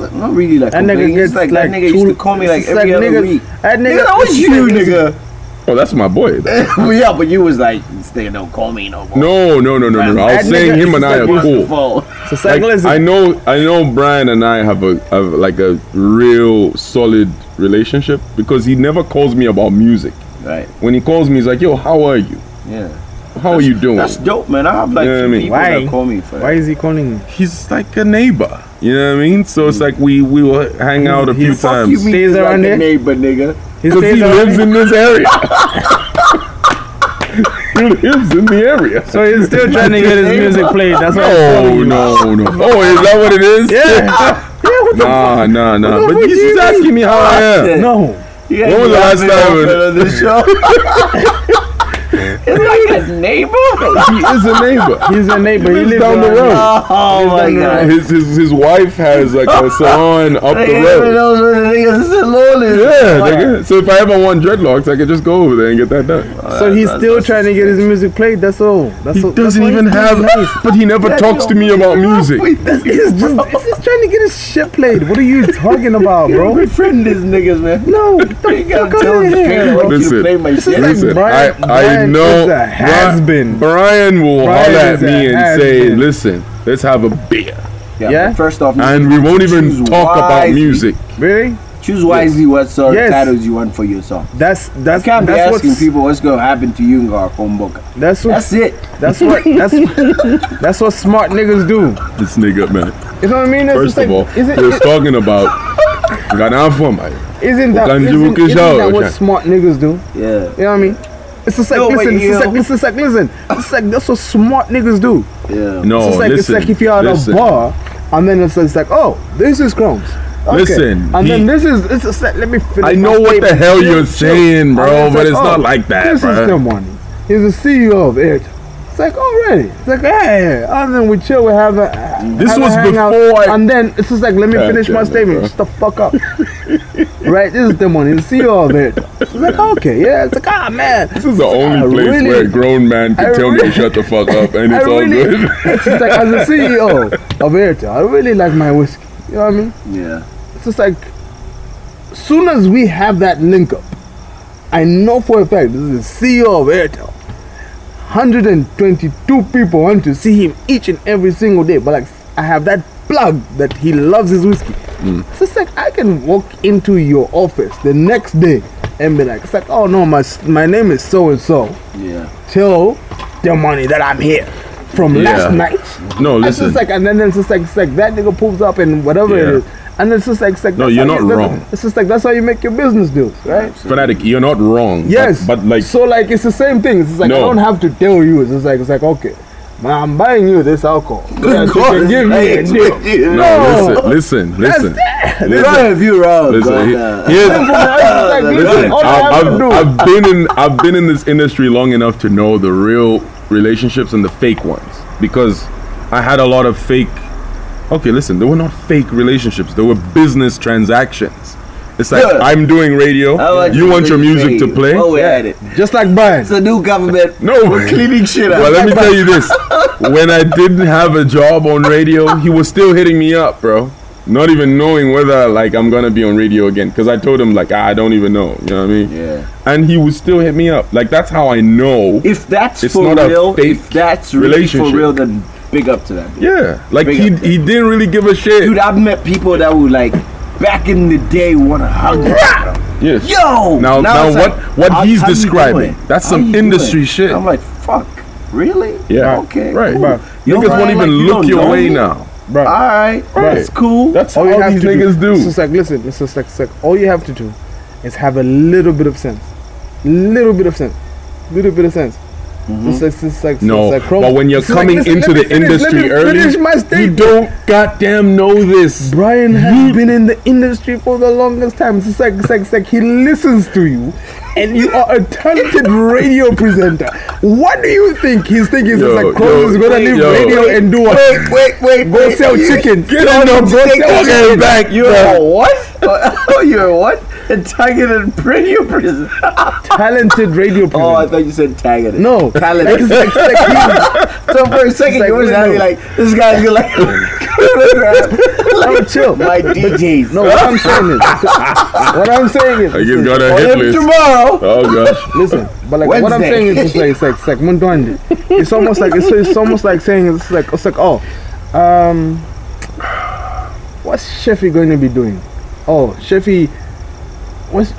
[SPEAKER 3] week. Not really like
[SPEAKER 2] that nigga
[SPEAKER 3] complaining.
[SPEAKER 2] gets
[SPEAKER 3] It's
[SPEAKER 2] like,
[SPEAKER 3] like, that nigga used
[SPEAKER 2] two-
[SPEAKER 3] to call me like
[SPEAKER 2] it's
[SPEAKER 3] every other
[SPEAKER 2] nigga,
[SPEAKER 3] week.
[SPEAKER 2] That nigga,
[SPEAKER 3] Nigga, that was you, nigga.
[SPEAKER 1] Oh, that's my boy.
[SPEAKER 3] well, yeah, but you was like, this nigga don't call me no more.
[SPEAKER 1] No, no, no, no, no. no. I
[SPEAKER 2] That
[SPEAKER 1] was saying
[SPEAKER 2] nigga
[SPEAKER 1] him and I
[SPEAKER 2] is
[SPEAKER 1] are
[SPEAKER 2] the
[SPEAKER 1] cool.
[SPEAKER 3] Phone.
[SPEAKER 2] So it's
[SPEAKER 1] Like,
[SPEAKER 2] like, listen,
[SPEAKER 1] I know, I know. Brian and I have a have like a real solid relationship because he never calls me about music.
[SPEAKER 3] Right.
[SPEAKER 1] When he calls me, he's like, "Yo, how are you?
[SPEAKER 3] Yeah.
[SPEAKER 1] How are you doing?"
[SPEAKER 3] That's dope, man. I have like
[SPEAKER 1] You know what I
[SPEAKER 3] two
[SPEAKER 1] mean?
[SPEAKER 3] people
[SPEAKER 2] Why?
[SPEAKER 3] that call me for
[SPEAKER 2] why is he calling me?
[SPEAKER 1] He's like a neighbor. You know what I mean? So it's like we we will hang out a few
[SPEAKER 2] Fuck
[SPEAKER 1] times
[SPEAKER 3] You mean
[SPEAKER 2] Stays
[SPEAKER 3] like
[SPEAKER 2] around
[SPEAKER 3] a
[SPEAKER 2] here?
[SPEAKER 3] neighbor, nigga.
[SPEAKER 2] He
[SPEAKER 1] because
[SPEAKER 2] stays
[SPEAKER 1] he "Oh."
[SPEAKER 2] out-
[SPEAKER 1] lives in this area. he lives in the area.
[SPEAKER 2] So he's still trying to get his music played. That's why. I'm
[SPEAKER 1] No,
[SPEAKER 2] calling you.
[SPEAKER 1] no, no. Oh, is that what it is?
[SPEAKER 2] Yeah.
[SPEAKER 1] Nah, nah, nah.
[SPEAKER 2] the
[SPEAKER 1] But
[SPEAKER 2] fuck
[SPEAKER 1] he's
[SPEAKER 2] do you
[SPEAKER 1] just asking me how I am.
[SPEAKER 3] Shit.
[SPEAKER 2] No.
[SPEAKER 3] Yeah,
[SPEAKER 1] When was the last time-
[SPEAKER 3] on the show? It's like a neighbor.
[SPEAKER 1] He is a neighbor.
[SPEAKER 2] He's a neighbor. He
[SPEAKER 1] lives
[SPEAKER 2] lives
[SPEAKER 1] down the
[SPEAKER 2] around-
[SPEAKER 1] road.
[SPEAKER 3] Oh my god.
[SPEAKER 1] His, his his wife has like a salon up the
[SPEAKER 3] Nigga,
[SPEAKER 1] road.
[SPEAKER 3] those are the niggas that's lonely.
[SPEAKER 1] Yeah, nigga. So if I ever want dreadlocks, I could just go over there and get that done.
[SPEAKER 2] So he's still trying to get his music played. That's all. That's
[SPEAKER 1] He
[SPEAKER 2] all.
[SPEAKER 1] doesn't
[SPEAKER 2] that's all
[SPEAKER 1] even
[SPEAKER 2] he's
[SPEAKER 1] have,
[SPEAKER 2] doing.
[SPEAKER 1] but he never talks to me about music.
[SPEAKER 2] He's just, he's just trying to get his shit played. What are you talking about, bro?
[SPEAKER 3] Bro, befriend these niggas, man.
[SPEAKER 2] No,
[SPEAKER 3] You gotta
[SPEAKER 2] fuck
[SPEAKER 3] tell
[SPEAKER 2] outta
[SPEAKER 3] them straight. I
[SPEAKER 2] here.
[SPEAKER 3] want you
[SPEAKER 1] Listen,
[SPEAKER 3] to play my shit.
[SPEAKER 2] like
[SPEAKER 1] Listen,
[SPEAKER 2] Brian-
[SPEAKER 1] I, I
[SPEAKER 2] Brian
[SPEAKER 1] know
[SPEAKER 2] is a has-been.
[SPEAKER 1] Brian will
[SPEAKER 2] Brian
[SPEAKER 1] holler at
[SPEAKER 2] is a
[SPEAKER 1] me and say,
[SPEAKER 2] has-been.
[SPEAKER 1] "Listen, let's have a beer,"
[SPEAKER 3] Yeah.
[SPEAKER 2] Yeah?
[SPEAKER 3] First off,
[SPEAKER 1] and we won't even
[SPEAKER 3] choose
[SPEAKER 1] talk about
[SPEAKER 3] wisely.
[SPEAKER 1] music.
[SPEAKER 2] Really?
[SPEAKER 3] Choose wisely what sort
[SPEAKER 2] Yes.
[SPEAKER 3] of titles you want for your song.
[SPEAKER 2] That's
[SPEAKER 3] I
[SPEAKER 2] that's
[SPEAKER 3] can't be
[SPEAKER 2] that's
[SPEAKER 3] asking
[SPEAKER 2] what
[SPEAKER 3] people what's gonna happen to you in our Komboka.
[SPEAKER 2] that's what
[SPEAKER 3] That's it.
[SPEAKER 2] that's what that's that's what smart niggas do.
[SPEAKER 1] This nigga, man.
[SPEAKER 2] You know what I mean? It's
[SPEAKER 1] First
[SPEAKER 2] just
[SPEAKER 1] of all,
[SPEAKER 2] like, is it,
[SPEAKER 1] he was talking about Ghana for my
[SPEAKER 2] isn't that,
[SPEAKER 1] Ugandan
[SPEAKER 2] isn't,
[SPEAKER 1] Jukis
[SPEAKER 2] isn't
[SPEAKER 1] out,
[SPEAKER 2] that
[SPEAKER 1] okay.
[SPEAKER 2] what smart niggas do?
[SPEAKER 3] Yeah.
[SPEAKER 2] You know what I mean? It's just like
[SPEAKER 3] No, but
[SPEAKER 2] listen, it's just
[SPEAKER 3] you-
[SPEAKER 2] like listen, it's like listen, it's like that's what smart niggas do.
[SPEAKER 3] Yeah.
[SPEAKER 1] No,
[SPEAKER 2] it's just like
[SPEAKER 1] listen.
[SPEAKER 2] it's like if you're at
[SPEAKER 1] listen.
[SPEAKER 2] a bar and then it's, it's like oh this is crumbs. Okay.
[SPEAKER 1] Listen,
[SPEAKER 2] and then
[SPEAKER 1] he-
[SPEAKER 2] this is it's just like let me finish.
[SPEAKER 1] I
[SPEAKER 2] my
[SPEAKER 1] know what the
[SPEAKER 2] statement.
[SPEAKER 1] hell
[SPEAKER 2] Chill,
[SPEAKER 1] you're
[SPEAKER 2] chill.
[SPEAKER 1] saying,
[SPEAKER 2] And
[SPEAKER 1] bro,
[SPEAKER 2] it's
[SPEAKER 1] but it's
[SPEAKER 2] oh,
[SPEAKER 1] not like that,
[SPEAKER 2] This is the
[SPEAKER 1] bro.
[SPEAKER 2] money. He's the CEO of Airtel. It's like already. It's like hey, and then we chill. We have a.
[SPEAKER 1] This
[SPEAKER 2] have a
[SPEAKER 1] was
[SPEAKER 2] hangout,
[SPEAKER 1] before I-
[SPEAKER 2] And then it's just like let me
[SPEAKER 1] God
[SPEAKER 2] finish
[SPEAKER 1] damn
[SPEAKER 2] my
[SPEAKER 1] it,
[SPEAKER 2] statement.
[SPEAKER 1] bro.
[SPEAKER 2] Shut the fuck up. right? This is the money. The CEO of Airtel. It's like okay, yeah. It's like ah man.
[SPEAKER 1] This is the only
[SPEAKER 2] I
[SPEAKER 1] place
[SPEAKER 2] really-
[SPEAKER 1] where a grown man can
[SPEAKER 2] I
[SPEAKER 1] tell me
[SPEAKER 2] really-
[SPEAKER 1] to shut the fuck up and
[SPEAKER 2] I
[SPEAKER 1] it's all
[SPEAKER 2] really,
[SPEAKER 1] good.
[SPEAKER 2] it's just like as a CEO of Airtel, I really like my whiskey. You know what I mean?
[SPEAKER 3] Yeah.
[SPEAKER 2] It's just like, soon as we have that link up, I know for a fact this is the CEO of Airtel. 122 people want to see him each and every single day, but like I have that plug that he loves his whiskey.
[SPEAKER 1] Mm.
[SPEAKER 2] It's just like I can walk into your office the next day and be like, it's like, oh no, my s- my name is so and so.
[SPEAKER 3] Yeah.
[SPEAKER 2] Tell the money that I'm here from last
[SPEAKER 1] Yeah.
[SPEAKER 2] night.
[SPEAKER 1] No,
[SPEAKER 2] It's
[SPEAKER 1] listen.
[SPEAKER 2] just like, and then it's just like, it's like that nigga pulls up and whatever it
[SPEAKER 1] Yeah.
[SPEAKER 2] is, and it's just like, it's like
[SPEAKER 1] No,
[SPEAKER 2] that's
[SPEAKER 1] you're
[SPEAKER 2] how
[SPEAKER 1] not
[SPEAKER 2] you- that's-
[SPEAKER 1] wrong.
[SPEAKER 2] It's just like that's how you make your business deals, right?
[SPEAKER 1] Fanatic, you're not wrong. but-
[SPEAKER 2] Yes,
[SPEAKER 1] But, like,
[SPEAKER 2] so like it's the same thing. It's just like I
[SPEAKER 1] No.
[SPEAKER 2] don't have to tell you. It's just like it's like okay, man, I'm buying you this alcohol. But you can give me a deal.
[SPEAKER 1] no, listen, listen, listen. listen.
[SPEAKER 3] Right, if you're wrong,
[SPEAKER 1] Listen,
[SPEAKER 3] God,
[SPEAKER 1] he-
[SPEAKER 3] uh,
[SPEAKER 1] here's-
[SPEAKER 2] It's like,
[SPEAKER 1] listen.
[SPEAKER 2] listen, all I have
[SPEAKER 1] I've,
[SPEAKER 2] to do-
[SPEAKER 1] I've, I've been in I've been in this industry long enough to know the real relationships and the fake ones because I had a lot of fake. Okay, listen, they were not fake relationships; they were business transactions. It's like
[SPEAKER 3] Yeah.
[SPEAKER 1] I'm doing radio.
[SPEAKER 3] I like
[SPEAKER 1] you
[SPEAKER 3] the
[SPEAKER 1] want
[SPEAKER 3] way
[SPEAKER 1] your music
[SPEAKER 3] say
[SPEAKER 1] to
[SPEAKER 3] it.
[SPEAKER 1] play?
[SPEAKER 3] Well, we're at it.
[SPEAKER 2] just like Brian.
[SPEAKER 3] It's a new government.
[SPEAKER 1] No,
[SPEAKER 3] Oh, We're cleaning shit up.
[SPEAKER 1] Well, let me tell you this: when I didn't have a job on radio, he was still hitting me up, bro. Not even knowing whether like I'm gonna be on radio again, because I told him like "Ah, I don't even know. You know what I mean?
[SPEAKER 3] Yeah.
[SPEAKER 1] And he would still hit me up. Like that's how I know.
[SPEAKER 3] If that's
[SPEAKER 1] It's
[SPEAKER 3] for
[SPEAKER 1] not a
[SPEAKER 3] real,
[SPEAKER 1] fake
[SPEAKER 3] if that's really for
[SPEAKER 1] relationship.
[SPEAKER 3] real, then big up to that. Dude.
[SPEAKER 1] Yeah. Like
[SPEAKER 3] Big
[SPEAKER 1] he
[SPEAKER 3] up.
[SPEAKER 1] he didn't really give a shit.
[SPEAKER 3] Dude, I've met people that would like back in the day want to hug. me, bro.
[SPEAKER 1] yeah.
[SPEAKER 3] Yo.
[SPEAKER 1] Now- now
[SPEAKER 3] it's
[SPEAKER 1] what- what
[SPEAKER 3] how-
[SPEAKER 1] he's
[SPEAKER 3] how you
[SPEAKER 1] describing,
[SPEAKER 3] doing?
[SPEAKER 1] that's
[SPEAKER 3] How
[SPEAKER 1] some
[SPEAKER 3] you doing?
[SPEAKER 1] industry shit.
[SPEAKER 3] I'm like, fuck. Really?
[SPEAKER 1] Yeah.
[SPEAKER 3] Okay.
[SPEAKER 1] Right.
[SPEAKER 3] cool.
[SPEAKER 1] Bruh.
[SPEAKER 3] You
[SPEAKER 1] Niggas
[SPEAKER 3] know,
[SPEAKER 1] won't
[SPEAKER 3] like,
[SPEAKER 1] even
[SPEAKER 3] you
[SPEAKER 1] look
[SPEAKER 3] don't
[SPEAKER 1] your
[SPEAKER 3] know
[SPEAKER 1] way
[SPEAKER 3] me?
[SPEAKER 1] now.
[SPEAKER 2] Bro.
[SPEAKER 3] All right.
[SPEAKER 1] Right.
[SPEAKER 3] That's cool.
[SPEAKER 1] That's
[SPEAKER 2] all
[SPEAKER 1] all,
[SPEAKER 2] you have
[SPEAKER 1] these
[SPEAKER 2] to
[SPEAKER 1] niggas do.
[SPEAKER 2] It's just like listen, it's just like, it's like all you have to do is have a little bit of sense, little bit of sense, little bit of sense. It's like, it's like,
[SPEAKER 1] Mm-hmm. No,
[SPEAKER 2] it's like Chrome-
[SPEAKER 1] but when you're
[SPEAKER 2] it's like,
[SPEAKER 1] coming
[SPEAKER 2] listen,
[SPEAKER 1] into the
[SPEAKER 2] let me finish,
[SPEAKER 1] industry
[SPEAKER 2] let me finish my
[SPEAKER 1] early, you
[SPEAKER 2] statement.
[SPEAKER 1] don't goddamn know this.
[SPEAKER 2] Brian has been in the industry for the longest time. It's just like, it's like, it's like he listens to you, and you are a talented radio presenter. What do you think he's thinking? It's
[SPEAKER 1] Yo,
[SPEAKER 2] like Chrome
[SPEAKER 1] yo,
[SPEAKER 2] is gonna leave
[SPEAKER 1] yo.
[SPEAKER 2] radio and do what?
[SPEAKER 3] Wait, wait, wait.
[SPEAKER 2] Go
[SPEAKER 3] wait.
[SPEAKER 2] sell
[SPEAKER 3] You-
[SPEAKER 2] chicken.
[SPEAKER 1] Get on the
[SPEAKER 2] No, go
[SPEAKER 1] bus
[SPEAKER 2] sell
[SPEAKER 1] and back. You're
[SPEAKER 3] You're a what? Oh, you're a what? A targeted radio prison.
[SPEAKER 2] talented radio presenter.
[SPEAKER 3] Oh, I thought you said targeted.
[SPEAKER 2] no,
[SPEAKER 3] Talented.
[SPEAKER 2] It's like- it's like he-
[SPEAKER 3] so for a second,
[SPEAKER 2] like,
[SPEAKER 3] you was
[SPEAKER 2] no,
[SPEAKER 3] having
[SPEAKER 2] no.
[SPEAKER 3] like, this guy's gonna like,
[SPEAKER 2] No, chill.
[SPEAKER 3] my DJs.
[SPEAKER 2] No, what I'm saying is, what I'm saying is,
[SPEAKER 1] I just got a
[SPEAKER 3] On
[SPEAKER 1] hit
[SPEAKER 3] every
[SPEAKER 1] list.
[SPEAKER 3] tomorrow.
[SPEAKER 1] Oh gosh.
[SPEAKER 2] listen, but like what I'm
[SPEAKER 3] Wednesday.
[SPEAKER 2] saying is, it's like, it's like, it's like, Mundondi. It's almost like, it's, it's almost like saying, it's like, it's like, oh, um, what's Sheffy going to be doing? Oh, Sheffy, what's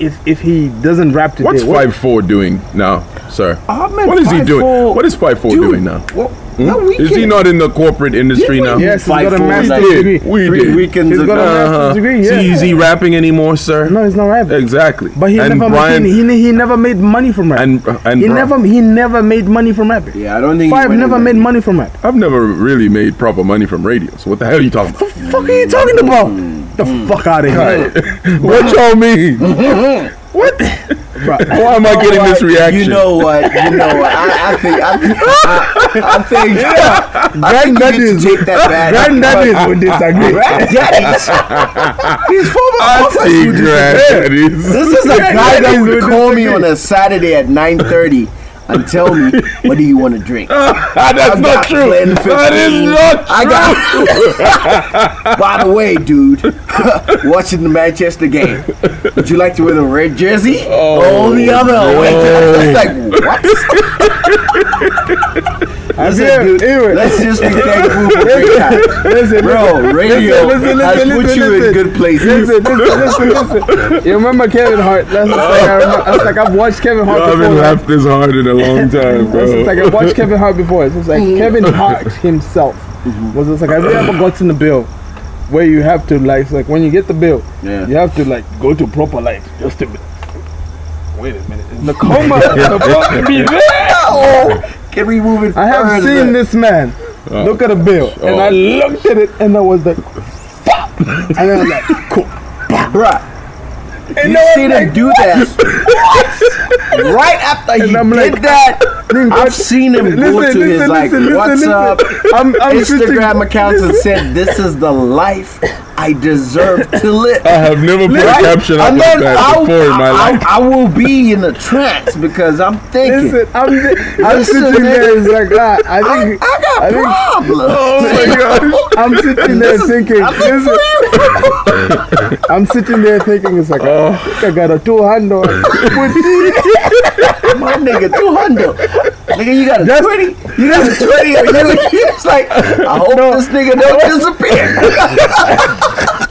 [SPEAKER 2] if if he doesn't rap today?
[SPEAKER 1] What's
[SPEAKER 2] what-
[SPEAKER 1] five four doing now, sir?
[SPEAKER 3] Oh, man,
[SPEAKER 1] What is he
[SPEAKER 3] five,
[SPEAKER 1] doing?
[SPEAKER 3] four-
[SPEAKER 1] What is five four
[SPEAKER 3] Dude,
[SPEAKER 1] doing now?
[SPEAKER 3] Well,
[SPEAKER 1] Hmm?
[SPEAKER 3] no, we
[SPEAKER 1] Is he
[SPEAKER 3] can-
[SPEAKER 1] not in the corporate industry
[SPEAKER 3] Did we-
[SPEAKER 1] now?
[SPEAKER 2] Yes, he's got a
[SPEAKER 3] Five, four,
[SPEAKER 2] master's
[SPEAKER 1] we did.
[SPEAKER 2] degree.
[SPEAKER 1] We
[SPEAKER 2] Three
[SPEAKER 1] did.
[SPEAKER 3] Weekends
[SPEAKER 2] He's got a
[SPEAKER 3] ago.
[SPEAKER 2] master's
[SPEAKER 1] Uh-huh.
[SPEAKER 2] degree.
[SPEAKER 1] So
[SPEAKER 2] Yeah.
[SPEAKER 1] is he rapping anymore, sir?
[SPEAKER 2] No, he's not rapping.
[SPEAKER 1] Exactly.
[SPEAKER 2] But he
[SPEAKER 1] and
[SPEAKER 2] never
[SPEAKER 1] Brian
[SPEAKER 2] made, he, he never made money from rap.
[SPEAKER 1] and and
[SPEAKER 2] he
[SPEAKER 1] Bri-
[SPEAKER 2] never he never made money from rap.
[SPEAKER 3] Yeah, I don't think. he
[SPEAKER 2] Five
[SPEAKER 3] went
[SPEAKER 2] never
[SPEAKER 3] in
[SPEAKER 2] made
[SPEAKER 3] there.
[SPEAKER 2] money from rap.
[SPEAKER 1] I've never really made proper money from radio. So what the hell are you talking about?
[SPEAKER 2] Mm. fuck are you talking about? The fuck out of here.
[SPEAKER 1] what y'all mean?
[SPEAKER 2] Bro,
[SPEAKER 1] Why am I getting this reaction?
[SPEAKER 3] You know what? You know what? I, I think I, think- I, I think I think you need
[SPEAKER 2] Granddaddies,
[SPEAKER 3] to take that back.
[SPEAKER 2] granddaddies would disagree.
[SPEAKER 3] Granddaddies. He's former
[SPEAKER 1] I
[SPEAKER 3] officer.
[SPEAKER 1] see granddaddies.
[SPEAKER 3] This is a guy that would
[SPEAKER 2] Granddaddies
[SPEAKER 3] call
[SPEAKER 2] would
[SPEAKER 3] me on a Saturday at 9:30 and tell me, "What do you want to drink?"
[SPEAKER 1] Ah, That's
[SPEAKER 3] I've
[SPEAKER 1] not
[SPEAKER 3] got
[SPEAKER 1] true.
[SPEAKER 3] Glen
[SPEAKER 1] That is
[SPEAKER 3] 15.
[SPEAKER 1] not true.
[SPEAKER 3] I got. By the way, dude, watching the Manchester game. Would you like to wear the red jersey
[SPEAKER 1] Oh,
[SPEAKER 3] or the other away jersey? It's like what? I said, dude,
[SPEAKER 2] anyway.
[SPEAKER 3] let's just be thankful for big time.
[SPEAKER 2] Listen,
[SPEAKER 3] Bro, radio
[SPEAKER 2] listen, listen,
[SPEAKER 3] has put
[SPEAKER 2] listen,
[SPEAKER 3] you
[SPEAKER 2] listen.
[SPEAKER 3] in good places.
[SPEAKER 2] listen, listen, listen, listen. You remember Kevin Hart? That's just like I remember. That's like I've watched Kevin
[SPEAKER 1] I
[SPEAKER 2] Hart before.
[SPEAKER 1] haven't
[SPEAKER 2] right?
[SPEAKER 1] laughed this hard in a long time,
[SPEAKER 2] It's
[SPEAKER 1] bro.
[SPEAKER 2] just like I watched Kevin Hart before. It's just like Kevin Hart himself was just like I've never gotten the bill where you have to like it's like when you get the bill,
[SPEAKER 3] Yeah.
[SPEAKER 2] you have to like go to proper life just to wait a minute. Is the coma supposed to be there?
[SPEAKER 3] Can we move it
[SPEAKER 2] I have
[SPEAKER 3] further?
[SPEAKER 2] seen this man
[SPEAKER 1] Oh,
[SPEAKER 2] look at a bill and I
[SPEAKER 1] oh.
[SPEAKER 2] looked at it and I was like fuck and I was like cool.
[SPEAKER 3] Bruh,
[SPEAKER 2] And
[SPEAKER 3] you
[SPEAKER 2] I was
[SPEAKER 3] see them
[SPEAKER 2] like,
[SPEAKER 3] do that. right after he
[SPEAKER 2] And I'm
[SPEAKER 3] did
[SPEAKER 2] like,
[SPEAKER 3] that,
[SPEAKER 2] dude,
[SPEAKER 3] I've seen him go to
[SPEAKER 2] Listen,
[SPEAKER 3] his
[SPEAKER 2] listen,
[SPEAKER 3] like
[SPEAKER 2] listen,
[SPEAKER 3] what's
[SPEAKER 2] listen,
[SPEAKER 3] up
[SPEAKER 2] listen. I'm, I'm
[SPEAKER 3] Instagram
[SPEAKER 2] switching-
[SPEAKER 3] accounts and said this is the life I deserve to live.
[SPEAKER 1] I have never put a
[SPEAKER 3] Right?
[SPEAKER 1] caption up
[SPEAKER 3] And
[SPEAKER 1] like
[SPEAKER 3] then
[SPEAKER 1] that
[SPEAKER 3] I'll-
[SPEAKER 1] before in my
[SPEAKER 3] I'll-
[SPEAKER 1] life.
[SPEAKER 3] I will be in a trance because I'm thinking
[SPEAKER 2] Listen, I'm, I'm
[SPEAKER 3] Listen,
[SPEAKER 2] sitting there. It's like that. I
[SPEAKER 3] I, I
[SPEAKER 2] think
[SPEAKER 3] got
[SPEAKER 2] I think-
[SPEAKER 3] problems.
[SPEAKER 1] Oh my gosh.
[SPEAKER 2] I'm sitting there thinking.
[SPEAKER 3] I think
[SPEAKER 2] listen, I'm sitting there thinking. It's like I
[SPEAKER 1] Oh,
[SPEAKER 2] think I got a two handle.
[SPEAKER 3] My nigga, 200. Nigga, you got a 20. You got a 20. and you- It's like, I hope this nigga don't disappear.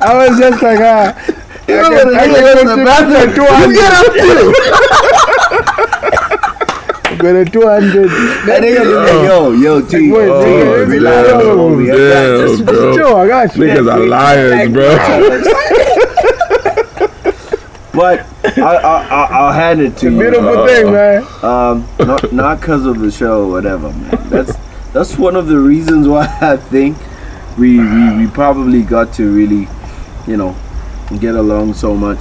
[SPEAKER 2] I was just like ah.
[SPEAKER 3] You
[SPEAKER 2] I
[SPEAKER 3] know
[SPEAKER 2] can-
[SPEAKER 3] the
[SPEAKER 2] I
[SPEAKER 3] nigga in
[SPEAKER 2] can
[SPEAKER 3] the
[SPEAKER 2] contribute
[SPEAKER 3] bathroom. You get up too.
[SPEAKER 2] Got a two hundred.
[SPEAKER 3] That nigga,
[SPEAKER 1] Yeah.
[SPEAKER 3] yo, yo, T.
[SPEAKER 2] Wait,
[SPEAKER 3] T,
[SPEAKER 2] nigga,
[SPEAKER 3] relax.
[SPEAKER 2] it's-
[SPEAKER 3] homie.
[SPEAKER 1] yeah,
[SPEAKER 3] Just-
[SPEAKER 1] Oh, bro.
[SPEAKER 2] Sure, I got you.
[SPEAKER 1] niggas are liars, bro.
[SPEAKER 3] But I, I, I, I'll hand it to you.
[SPEAKER 2] Beautiful thing, man.
[SPEAKER 3] Um, not not because of the show, or whatever, man. That's that's one of the reasons why I think we, we we probably got to really, you know, get along so much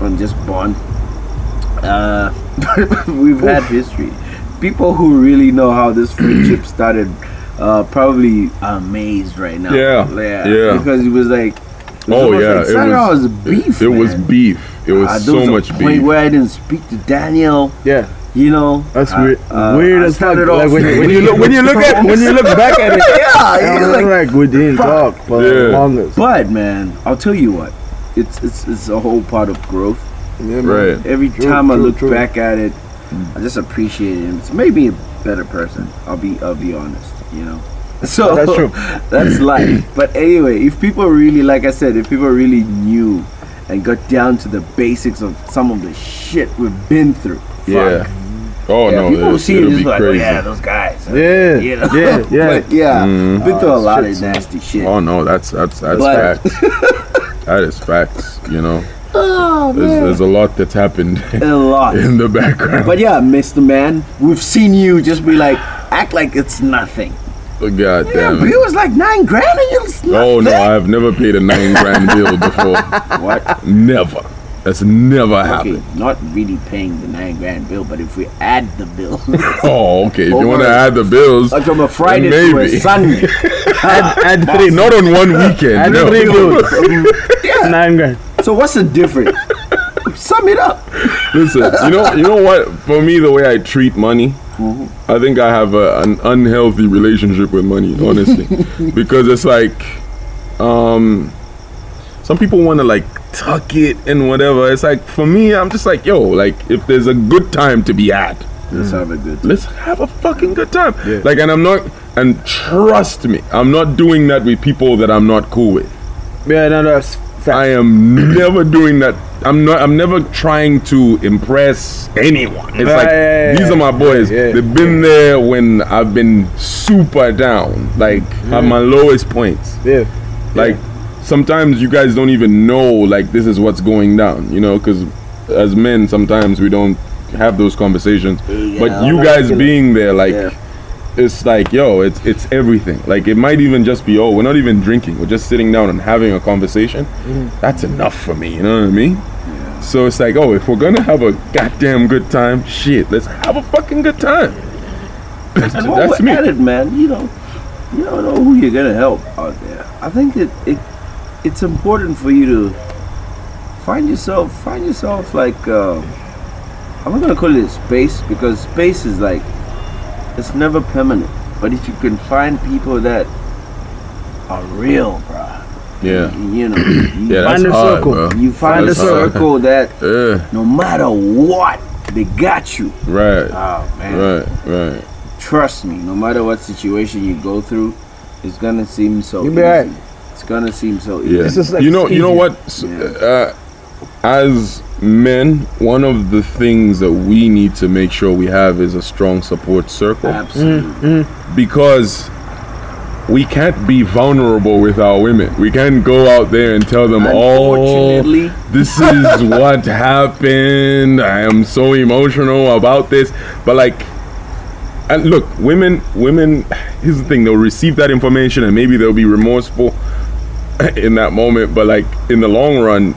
[SPEAKER 3] and just bond. Uh, we've had history. People who really know how this friendship started, uh, probably amazed right now.
[SPEAKER 1] Yeah, yeah.
[SPEAKER 3] Because it was like, it was
[SPEAKER 1] Oh,
[SPEAKER 3] almost
[SPEAKER 1] yeah,
[SPEAKER 3] like,
[SPEAKER 1] it
[SPEAKER 3] started
[SPEAKER 1] was-
[SPEAKER 3] out as beef.
[SPEAKER 1] It was
[SPEAKER 3] man.
[SPEAKER 1] beef. It
[SPEAKER 3] Uh,
[SPEAKER 1] was
[SPEAKER 3] there
[SPEAKER 1] so
[SPEAKER 3] a
[SPEAKER 1] much
[SPEAKER 3] point
[SPEAKER 1] beef.
[SPEAKER 3] where I didn't speak to Daniel.
[SPEAKER 2] Yeah,
[SPEAKER 3] You know,
[SPEAKER 2] that's
[SPEAKER 3] I-
[SPEAKER 2] weird.
[SPEAKER 3] uh,
[SPEAKER 2] weird
[SPEAKER 3] I
[SPEAKER 2] as fuck.
[SPEAKER 3] started
[SPEAKER 2] Like
[SPEAKER 3] off
[SPEAKER 2] when, you- when you look, when you look at, when you look back at it,
[SPEAKER 3] yeah,
[SPEAKER 2] I'm
[SPEAKER 3] yeah, like,
[SPEAKER 2] like we didn't talk for the
[SPEAKER 1] Yeah.
[SPEAKER 2] longest.
[SPEAKER 3] but man, I'll tell you what, it's it's it's a whole part of growth.
[SPEAKER 2] Yeah, man.
[SPEAKER 1] Right.
[SPEAKER 3] Every
[SPEAKER 2] True,
[SPEAKER 3] time I
[SPEAKER 2] true,
[SPEAKER 3] look
[SPEAKER 2] true.
[SPEAKER 3] back at it, I just appreciate him. It's made me a better person. I'll be I'll be honest. You know. So
[SPEAKER 2] That's true.
[SPEAKER 3] that's life. But anyway, if people really, like I said, if people really knew and got down to the basics of some of the shit we've been through, fuck.
[SPEAKER 1] Yeah. Oh
[SPEAKER 3] Yeah,
[SPEAKER 1] no,
[SPEAKER 3] people
[SPEAKER 1] it'll,
[SPEAKER 3] will see it
[SPEAKER 1] it'll
[SPEAKER 3] just
[SPEAKER 1] be
[SPEAKER 3] like, oh,
[SPEAKER 1] crazy.
[SPEAKER 3] yeah, those guys.
[SPEAKER 2] Yeah,
[SPEAKER 3] You know?
[SPEAKER 2] yeah, yeah.
[SPEAKER 3] But yeah,
[SPEAKER 1] Mhm.
[SPEAKER 3] been through a lot
[SPEAKER 2] shit's-
[SPEAKER 3] of nasty shit.
[SPEAKER 1] Oh no, that's that's that's
[SPEAKER 3] But-
[SPEAKER 1] facts. that is facts. You know,
[SPEAKER 3] Oh,
[SPEAKER 1] there's, there's a lot that's happened
[SPEAKER 3] a lot.
[SPEAKER 1] in the background.
[SPEAKER 3] But yeah, Mr. Man, we've seen you just be like, act like it's nothing.
[SPEAKER 1] God
[SPEAKER 3] Yeah,
[SPEAKER 1] damn. it.
[SPEAKER 3] bill was like nine grand and you just
[SPEAKER 1] Oh no, I've never paid a nine grand bill before.
[SPEAKER 3] What?
[SPEAKER 1] Never. That's never
[SPEAKER 3] Okay,
[SPEAKER 1] happened.
[SPEAKER 3] not really paying the nine grand bill, but if we add the bill,
[SPEAKER 1] Oh, okay. If you
[SPEAKER 3] Over-
[SPEAKER 1] want to add the bills,
[SPEAKER 3] like from a Friday to a
[SPEAKER 1] Maybe.
[SPEAKER 3] Sunday.
[SPEAKER 2] Add three,
[SPEAKER 1] not on one weekend.
[SPEAKER 2] add
[SPEAKER 1] no.
[SPEAKER 2] three dudes. Nine grand.
[SPEAKER 3] So what's the difference? Sum it up.
[SPEAKER 1] Listen, you know, you know what? For me, the way I treat money,
[SPEAKER 3] Mm-hmm.
[SPEAKER 1] I think I have a, an unhealthy relationship with money, honestly, because it's like, um, some people want to like tuck it and whatever. It's like for me, I'm just like, yo, like if there's a good time to be had,
[SPEAKER 3] Let's have a good
[SPEAKER 1] let's have a fucking good time. Like, and I'm not, and trust me, I'm not doing that with people that I'm not cool with.
[SPEAKER 2] Yeah, no, that's
[SPEAKER 1] I am never doing that. I'm not. I'm never trying to impress anyone. It's
[SPEAKER 2] Yeah,
[SPEAKER 1] like
[SPEAKER 2] yeah, yeah,
[SPEAKER 1] these are my boys.
[SPEAKER 2] yeah,
[SPEAKER 1] They've been there when I've been super down, like at
[SPEAKER 2] Mm.
[SPEAKER 1] my lowest points.
[SPEAKER 2] Yeah.
[SPEAKER 1] Like sometimes you guys don't even know like this is what's going down, you know? Because as men, sometimes we don't have those conversations.
[SPEAKER 3] Yeah,
[SPEAKER 1] but you
[SPEAKER 3] I'm
[SPEAKER 1] guys
[SPEAKER 3] gonna-
[SPEAKER 1] being there, like.
[SPEAKER 3] Yeah.
[SPEAKER 1] It's like, yo, it's it's everything. Like it might even just be, oh, we're not even drinking. We're just sitting down and having a conversation. That's enough for me. You know what I mean? So it's like, oh, if we're gonna have a goddamn good time, shit, let's have a fucking good time. That's,
[SPEAKER 3] And while
[SPEAKER 1] that's
[SPEAKER 3] we're
[SPEAKER 1] me.
[SPEAKER 3] at it, man, you know, you don't know who you're gonna help out there. I think that it it's important for you to find yourself find yourself like um, I'm not gonna call it a space because space is like it's never permanent. But if you can find people that are real, bruh,
[SPEAKER 1] Yeah,
[SPEAKER 3] you know, you
[SPEAKER 1] yeah, that's
[SPEAKER 2] Find a
[SPEAKER 1] hard,
[SPEAKER 2] circle.
[SPEAKER 1] bro.
[SPEAKER 3] you find a
[SPEAKER 1] That's hard.
[SPEAKER 3] circle that
[SPEAKER 1] Yeah,
[SPEAKER 3] no matter what they got you.
[SPEAKER 1] right,
[SPEAKER 3] Oh man,
[SPEAKER 1] right, right.
[SPEAKER 3] trust me, no matter what situation you go through, it's gonna seem so
[SPEAKER 2] You'll
[SPEAKER 3] easy.
[SPEAKER 2] be alright.
[SPEAKER 3] It's gonna seem so easy.
[SPEAKER 1] Yeah.
[SPEAKER 2] It's just like
[SPEAKER 1] you know, you know
[SPEAKER 2] easier.
[SPEAKER 1] what? S- Uh, as men, one of the things that we need to make sure we have is a strong support circle
[SPEAKER 3] Absolutely.
[SPEAKER 1] because we can't be vulnerable with our women. We can't go out there and tell them, "Oh,
[SPEAKER 3] Unfortunately,
[SPEAKER 1] this is what happened. I am so emotional about this." But like, and look, women, women. Here's the thing: they'll receive that information and maybe they'll be remorseful in that moment. But like in the long run,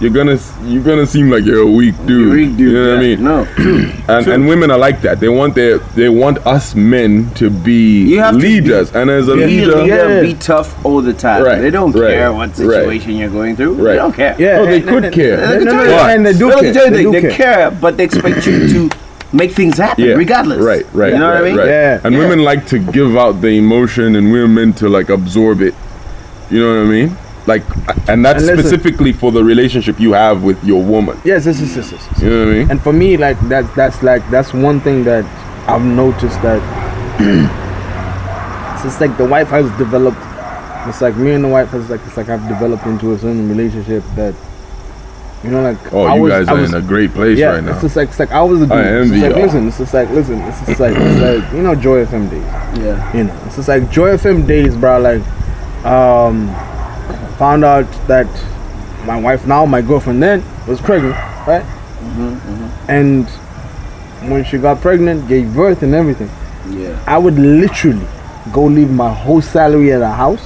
[SPEAKER 1] you're gonna you're gonna seem like you're a weak dude.
[SPEAKER 3] you redo
[SPEAKER 1] you know what I mean?
[SPEAKER 3] that. No,
[SPEAKER 1] and, and women are like that. They want their they want us men to be
[SPEAKER 3] You have to be-
[SPEAKER 1] leaders, and as a
[SPEAKER 3] be a
[SPEAKER 1] leader,
[SPEAKER 3] leader,
[SPEAKER 2] Yeah.
[SPEAKER 3] be tough all the time.
[SPEAKER 1] Right,
[SPEAKER 3] They don't
[SPEAKER 1] right,
[SPEAKER 3] care what situation you're going through.
[SPEAKER 1] Right.
[SPEAKER 3] They don't care.
[SPEAKER 2] Yeah.
[SPEAKER 1] no, oh, they
[SPEAKER 2] and-
[SPEAKER 1] could
[SPEAKER 2] and-
[SPEAKER 1] care.
[SPEAKER 3] and- and-
[SPEAKER 1] But-
[SPEAKER 3] and-
[SPEAKER 2] and they do
[SPEAKER 3] Well, let
[SPEAKER 2] care.
[SPEAKER 3] me tell you,
[SPEAKER 2] They
[SPEAKER 3] they,
[SPEAKER 2] do
[SPEAKER 3] they
[SPEAKER 2] care.
[SPEAKER 3] care, but they expect you to make things happen
[SPEAKER 1] yeah,
[SPEAKER 3] regardless.
[SPEAKER 1] right, right,
[SPEAKER 3] You know
[SPEAKER 1] right,
[SPEAKER 3] what I mean?
[SPEAKER 1] right.
[SPEAKER 2] Yeah.
[SPEAKER 1] And women like to give out the emotion, and we're meant to like absorb it. You know what I mean? Like, and that's
[SPEAKER 2] And listen-
[SPEAKER 1] specifically for the relationship you have with your woman.
[SPEAKER 2] Yes, yes, yes, yes, yes. yes.
[SPEAKER 1] You know what I mean?
[SPEAKER 2] And for me, like that's that's like that's one thing that I've noticed that since like the wife has developed, it's like me and the wife has like it's like I've developed into a certain relationship that you know like
[SPEAKER 1] Oh,
[SPEAKER 2] I
[SPEAKER 1] you
[SPEAKER 2] was-
[SPEAKER 1] guys
[SPEAKER 2] I
[SPEAKER 1] are
[SPEAKER 2] was-
[SPEAKER 1] in a great place
[SPEAKER 2] yeah,
[SPEAKER 1] right now.
[SPEAKER 2] it's just like it's like I was a dude.
[SPEAKER 1] I
[SPEAKER 2] It's
[SPEAKER 1] envy
[SPEAKER 2] just like,
[SPEAKER 1] y'all.
[SPEAKER 2] listen, it's just like listen, it's just like it's like you know Joy FM days,
[SPEAKER 3] Yeah.
[SPEAKER 2] you know, it's just like Joy FM days, bro. Like, um, found out that my wife now, my girlfriend then, was pregnant, right? And when she got pregnant, gave birth and everything,
[SPEAKER 3] Yeah.
[SPEAKER 2] I would literally go leave my whole salary at her house,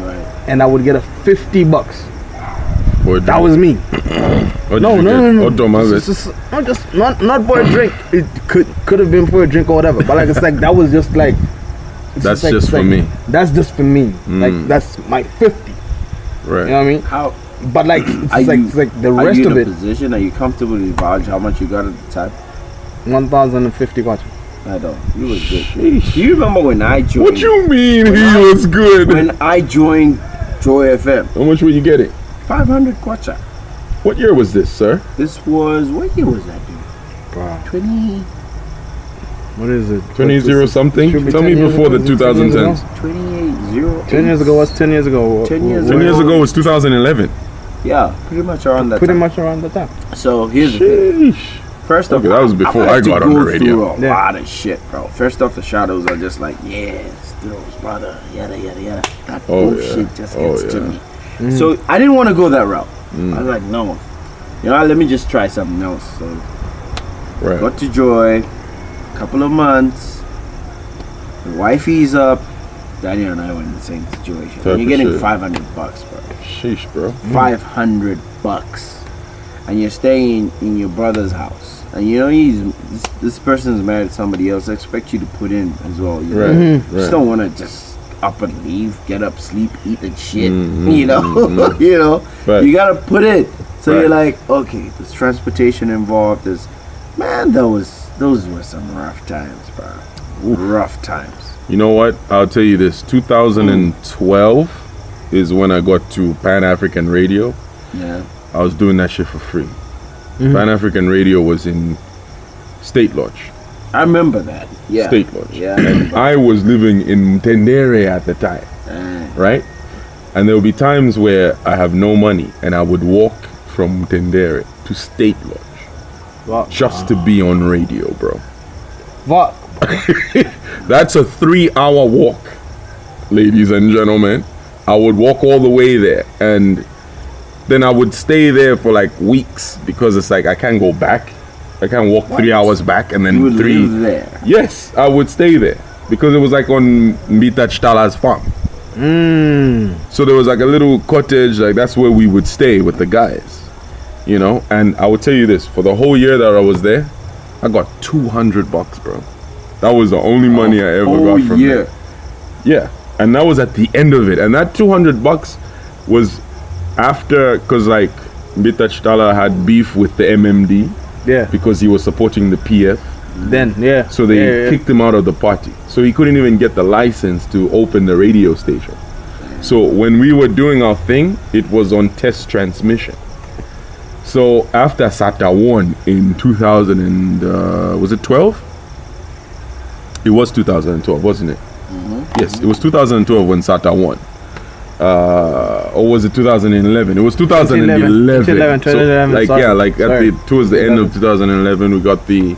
[SPEAKER 3] Right.
[SPEAKER 2] and I would get a fifty bucks.
[SPEAKER 1] Or did
[SPEAKER 2] That
[SPEAKER 1] you-
[SPEAKER 2] was me.
[SPEAKER 1] or Oh, did
[SPEAKER 2] No,
[SPEAKER 1] you get-
[SPEAKER 2] no, no, no,
[SPEAKER 1] or don't have
[SPEAKER 2] It's
[SPEAKER 1] it.
[SPEAKER 2] just- not just not not for a drink. It could could have been for a drink or whatever. But like it's like that was just like. it's
[SPEAKER 1] That's
[SPEAKER 2] like-
[SPEAKER 1] just
[SPEAKER 2] it's
[SPEAKER 1] for
[SPEAKER 2] like-
[SPEAKER 1] me.
[SPEAKER 2] That's just for me.
[SPEAKER 3] Hmm.
[SPEAKER 2] Like
[SPEAKER 1] Mm.
[SPEAKER 2] that's my fifty. You know
[SPEAKER 1] Right.
[SPEAKER 2] what I mean?
[SPEAKER 3] How
[SPEAKER 2] But like it's
[SPEAKER 3] are
[SPEAKER 2] like
[SPEAKER 3] you?
[SPEAKER 2] it's like the
[SPEAKER 3] are
[SPEAKER 2] rest
[SPEAKER 3] you in
[SPEAKER 2] of
[SPEAKER 3] a
[SPEAKER 2] it,
[SPEAKER 3] Position? Are you comfortable to divulge how much you got at the time?
[SPEAKER 2] one thousand and fifty watts.
[SPEAKER 3] I don't. You was good. Do you remember when I joined?
[SPEAKER 1] What you mean he
[SPEAKER 3] I-
[SPEAKER 1] was good?
[SPEAKER 3] when I joined Joy FM,
[SPEAKER 1] How much were you getting?
[SPEAKER 3] 500 kwacha.
[SPEAKER 1] What year was this, sir?
[SPEAKER 3] This was, what year was that, dude?
[SPEAKER 2] Bro,
[SPEAKER 3] 20,
[SPEAKER 2] what is it?
[SPEAKER 1] Twenty zero something?
[SPEAKER 2] should be
[SPEAKER 1] Tell
[SPEAKER 2] 10
[SPEAKER 1] me
[SPEAKER 2] years
[SPEAKER 1] before
[SPEAKER 2] ago,
[SPEAKER 1] the
[SPEAKER 2] is it 10 years
[SPEAKER 1] 2010s.
[SPEAKER 2] ago?
[SPEAKER 3] 28,
[SPEAKER 2] Ten years ago. What's ten years ago?
[SPEAKER 3] 10 years
[SPEAKER 2] Wha-
[SPEAKER 1] Ten
[SPEAKER 2] wha-
[SPEAKER 1] years ago was 2011.
[SPEAKER 3] Yeah, pretty much around that
[SPEAKER 2] Pretty
[SPEAKER 3] time.
[SPEAKER 2] much around the time.
[SPEAKER 3] So here's the thing.
[SPEAKER 1] Sheesh.
[SPEAKER 3] First off,
[SPEAKER 1] Okay, that was
[SPEAKER 3] I've
[SPEAKER 1] before
[SPEAKER 3] had
[SPEAKER 1] I
[SPEAKER 3] to
[SPEAKER 1] got
[SPEAKER 3] go
[SPEAKER 1] on the radio.
[SPEAKER 3] through a
[SPEAKER 2] Yeah.
[SPEAKER 3] lot of shit, bro. First off, the shadows are just like, yeah, stills, brother, yada, yada, yada. That
[SPEAKER 1] Oh,
[SPEAKER 3] bullshit
[SPEAKER 1] yeah.
[SPEAKER 3] just
[SPEAKER 1] Oh,
[SPEAKER 3] gets to
[SPEAKER 1] yeah. Mm.
[SPEAKER 3] me.
[SPEAKER 2] Mm-hmm.
[SPEAKER 3] So I didn't want to go that route. I was like, no, you know, let me just try something else. So
[SPEAKER 1] Right.
[SPEAKER 3] Got to Joy, couple of money's wifey's up. Daniel and I were in the same situation.
[SPEAKER 1] Type
[SPEAKER 3] you're
[SPEAKER 1] of
[SPEAKER 3] getting
[SPEAKER 1] shit.
[SPEAKER 3] 500 bucks, bro.
[SPEAKER 1] Mm. Sheesh, bro.
[SPEAKER 3] 500 bucks. And you're staying in your brother's house. And you know, he's this, this person's married to somebody else. I expect you to put in as well. You know?
[SPEAKER 1] Right, Mhm.
[SPEAKER 3] You just
[SPEAKER 1] right.
[SPEAKER 3] don't want to just up and leave, get up, sleep, eat and shit.
[SPEAKER 1] Mm-hmm,
[SPEAKER 3] You know? you know?
[SPEAKER 1] Right.
[SPEAKER 3] You got to put it. So you're
[SPEAKER 1] Right.
[SPEAKER 3] like, okay, there's transportation involved. There's, man, that was, those were some rough times, bro. Rough times.
[SPEAKER 1] You know what? I'll tell you this. 2012 is when I got to Pan African Radio.
[SPEAKER 3] Yeah.
[SPEAKER 1] I was doing that shit for free.
[SPEAKER 3] Mm-hmm.
[SPEAKER 1] Pan African Radio was in State Lodge.
[SPEAKER 3] I remember that. Yeah.
[SPEAKER 1] State Lodge.
[SPEAKER 3] Yeah.
[SPEAKER 1] And I was living in Tendere at the time,
[SPEAKER 3] Uh,
[SPEAKER 1] right? And there would be times where I have no money and I would walk from Tendere to State Lodge
[SPEAKER 2] Wow.
[SPEAKER 1] just to be on radio, bro.
[SPEAKER 2] Fuck.
[SPEAKER 1] That's a three hour walk, ladies and gentlemen. I would walk all the way there and then I would stay there for like weeks because it's like I can't go back. I can't walk three hours back and
[SPEAKER 3] you
[SPEAKER 1] then
[SPEAKER 3] would
[SPEAKER 1] three.
[SPEAKER 3] live there.
[SPEAKER 1] Yes, I would stay there because it was like on Mbita Chitala's farm.
[SPEAKER 2] Mm. Hmm.
[SPEAKER 1] So there was like a little cottage, like that's where we would stay with the guys. you know. And I will tell you this: for the whole year that I was there, I got two hundred bucks, bro. That was the only money I ever
[SPEAKER 3] Whole
[SPEAKER 1] got from
[SPEAKER 3] year.
[SPEAKER 1] there. Yeah, and that was at the end of it, and that two hundred bucks was after because like Bita Chitala had beef with the MMD
[SPEAKER 2] Yeah.
[SPEAKER 1] because he was supporting the PF.
[SPEAKER 2] Then yeah.
[SPEAKER 1] So they
[SPEAKER 2] yeah, yeah.
[SPEAKER 1] kicked him out of the party. So he couldn't even get the license to open the radio station. So when we were doing our thing, it was on test transmission. So after SATA 1 in 2000 and uh, was it 12? It was 2012, wasn't it?
[SPEAKER 2] Mm-hmm.
[SPEAKER 1] Yes, it was 2012 when SATA 1. Uh, or was it 2011? It was 2011.
[SPEAKER 2] 2011,
[SPEAKER 1] So,
[SPEAKER 2] 2011,
[SPEAKER 1] like
[SPEAKER 2] sorry.
[SPEAKER 1] yeah, like at
[SPEAKER 2] Sorry.
[SPEAKER 1] the towards the end of 2011, we got the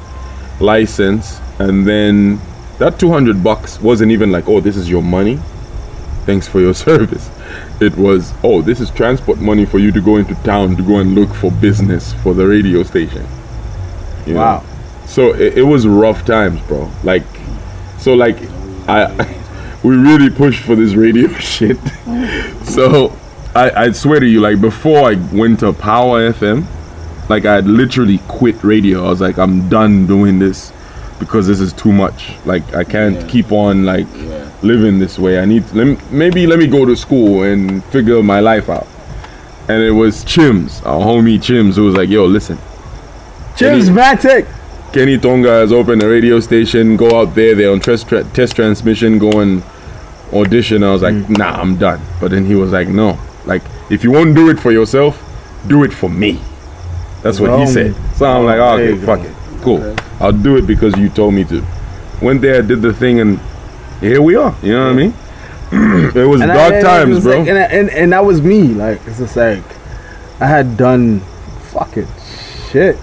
[SPEAKER 1] license, and then that 200 bucks wasn't even like, oh, this is your money. Thanks for your service. It was, oh, this is transport money for you to go into town to go and look for business for the radio station. You know?
[SPEAKER 2] Wow.
[SPEAKER 1] So it, it was rough times, bro. Like, so like, I we really pushed for this radio shit. so I, I swear to you, like before I went to Power FM, like I had literally quit radio. I was like, I'm done doing this because this is too much. Like I can't
[SPEAKER 3] Yeah.
[SPEAKER 1] keep on like
[SPEAKER 3] Yeah.
[SPEAKER 1] living this way. I need let me, maybe let me go to school and figure my life out. And it was Chims, our homie Chims, who was like, "Yo, listen,
[SPEAKER 2] James Matic.
[SPEAKER 1] Kenny Tonga has opened a radio station. Go out there. They're on test, tra- test transmission. Go and audition. I was like,
[SPEAKER 2] Mm.
[SPEAKER 1] nah, I'm done. But then he was like, no. Like, if you won't do it for yourself, do it for me. That's what he
[SPEAKER 2] Wrong.
[SPEAKER 1] said. So I'm like,
[SPEAKER 2] There
[SPEAKER 1] okay,
[SPEAKER 2] you
[SPEAKER 1] fuck it. Cool. I'll do it because you told me to. Went there, did the thing, and here we are. You know what I mean? it was
[SPEAKER 2] I-
[SPEAKER 1] dark
[SPEAKER 2] and I-
[SPEAKER 1] times,
[SPEAKER 2] it's
[SPEAKER 1] bro.
[SPEAKER 2] like- and, I- and and that was me. Like it's just like I had done fucking shit.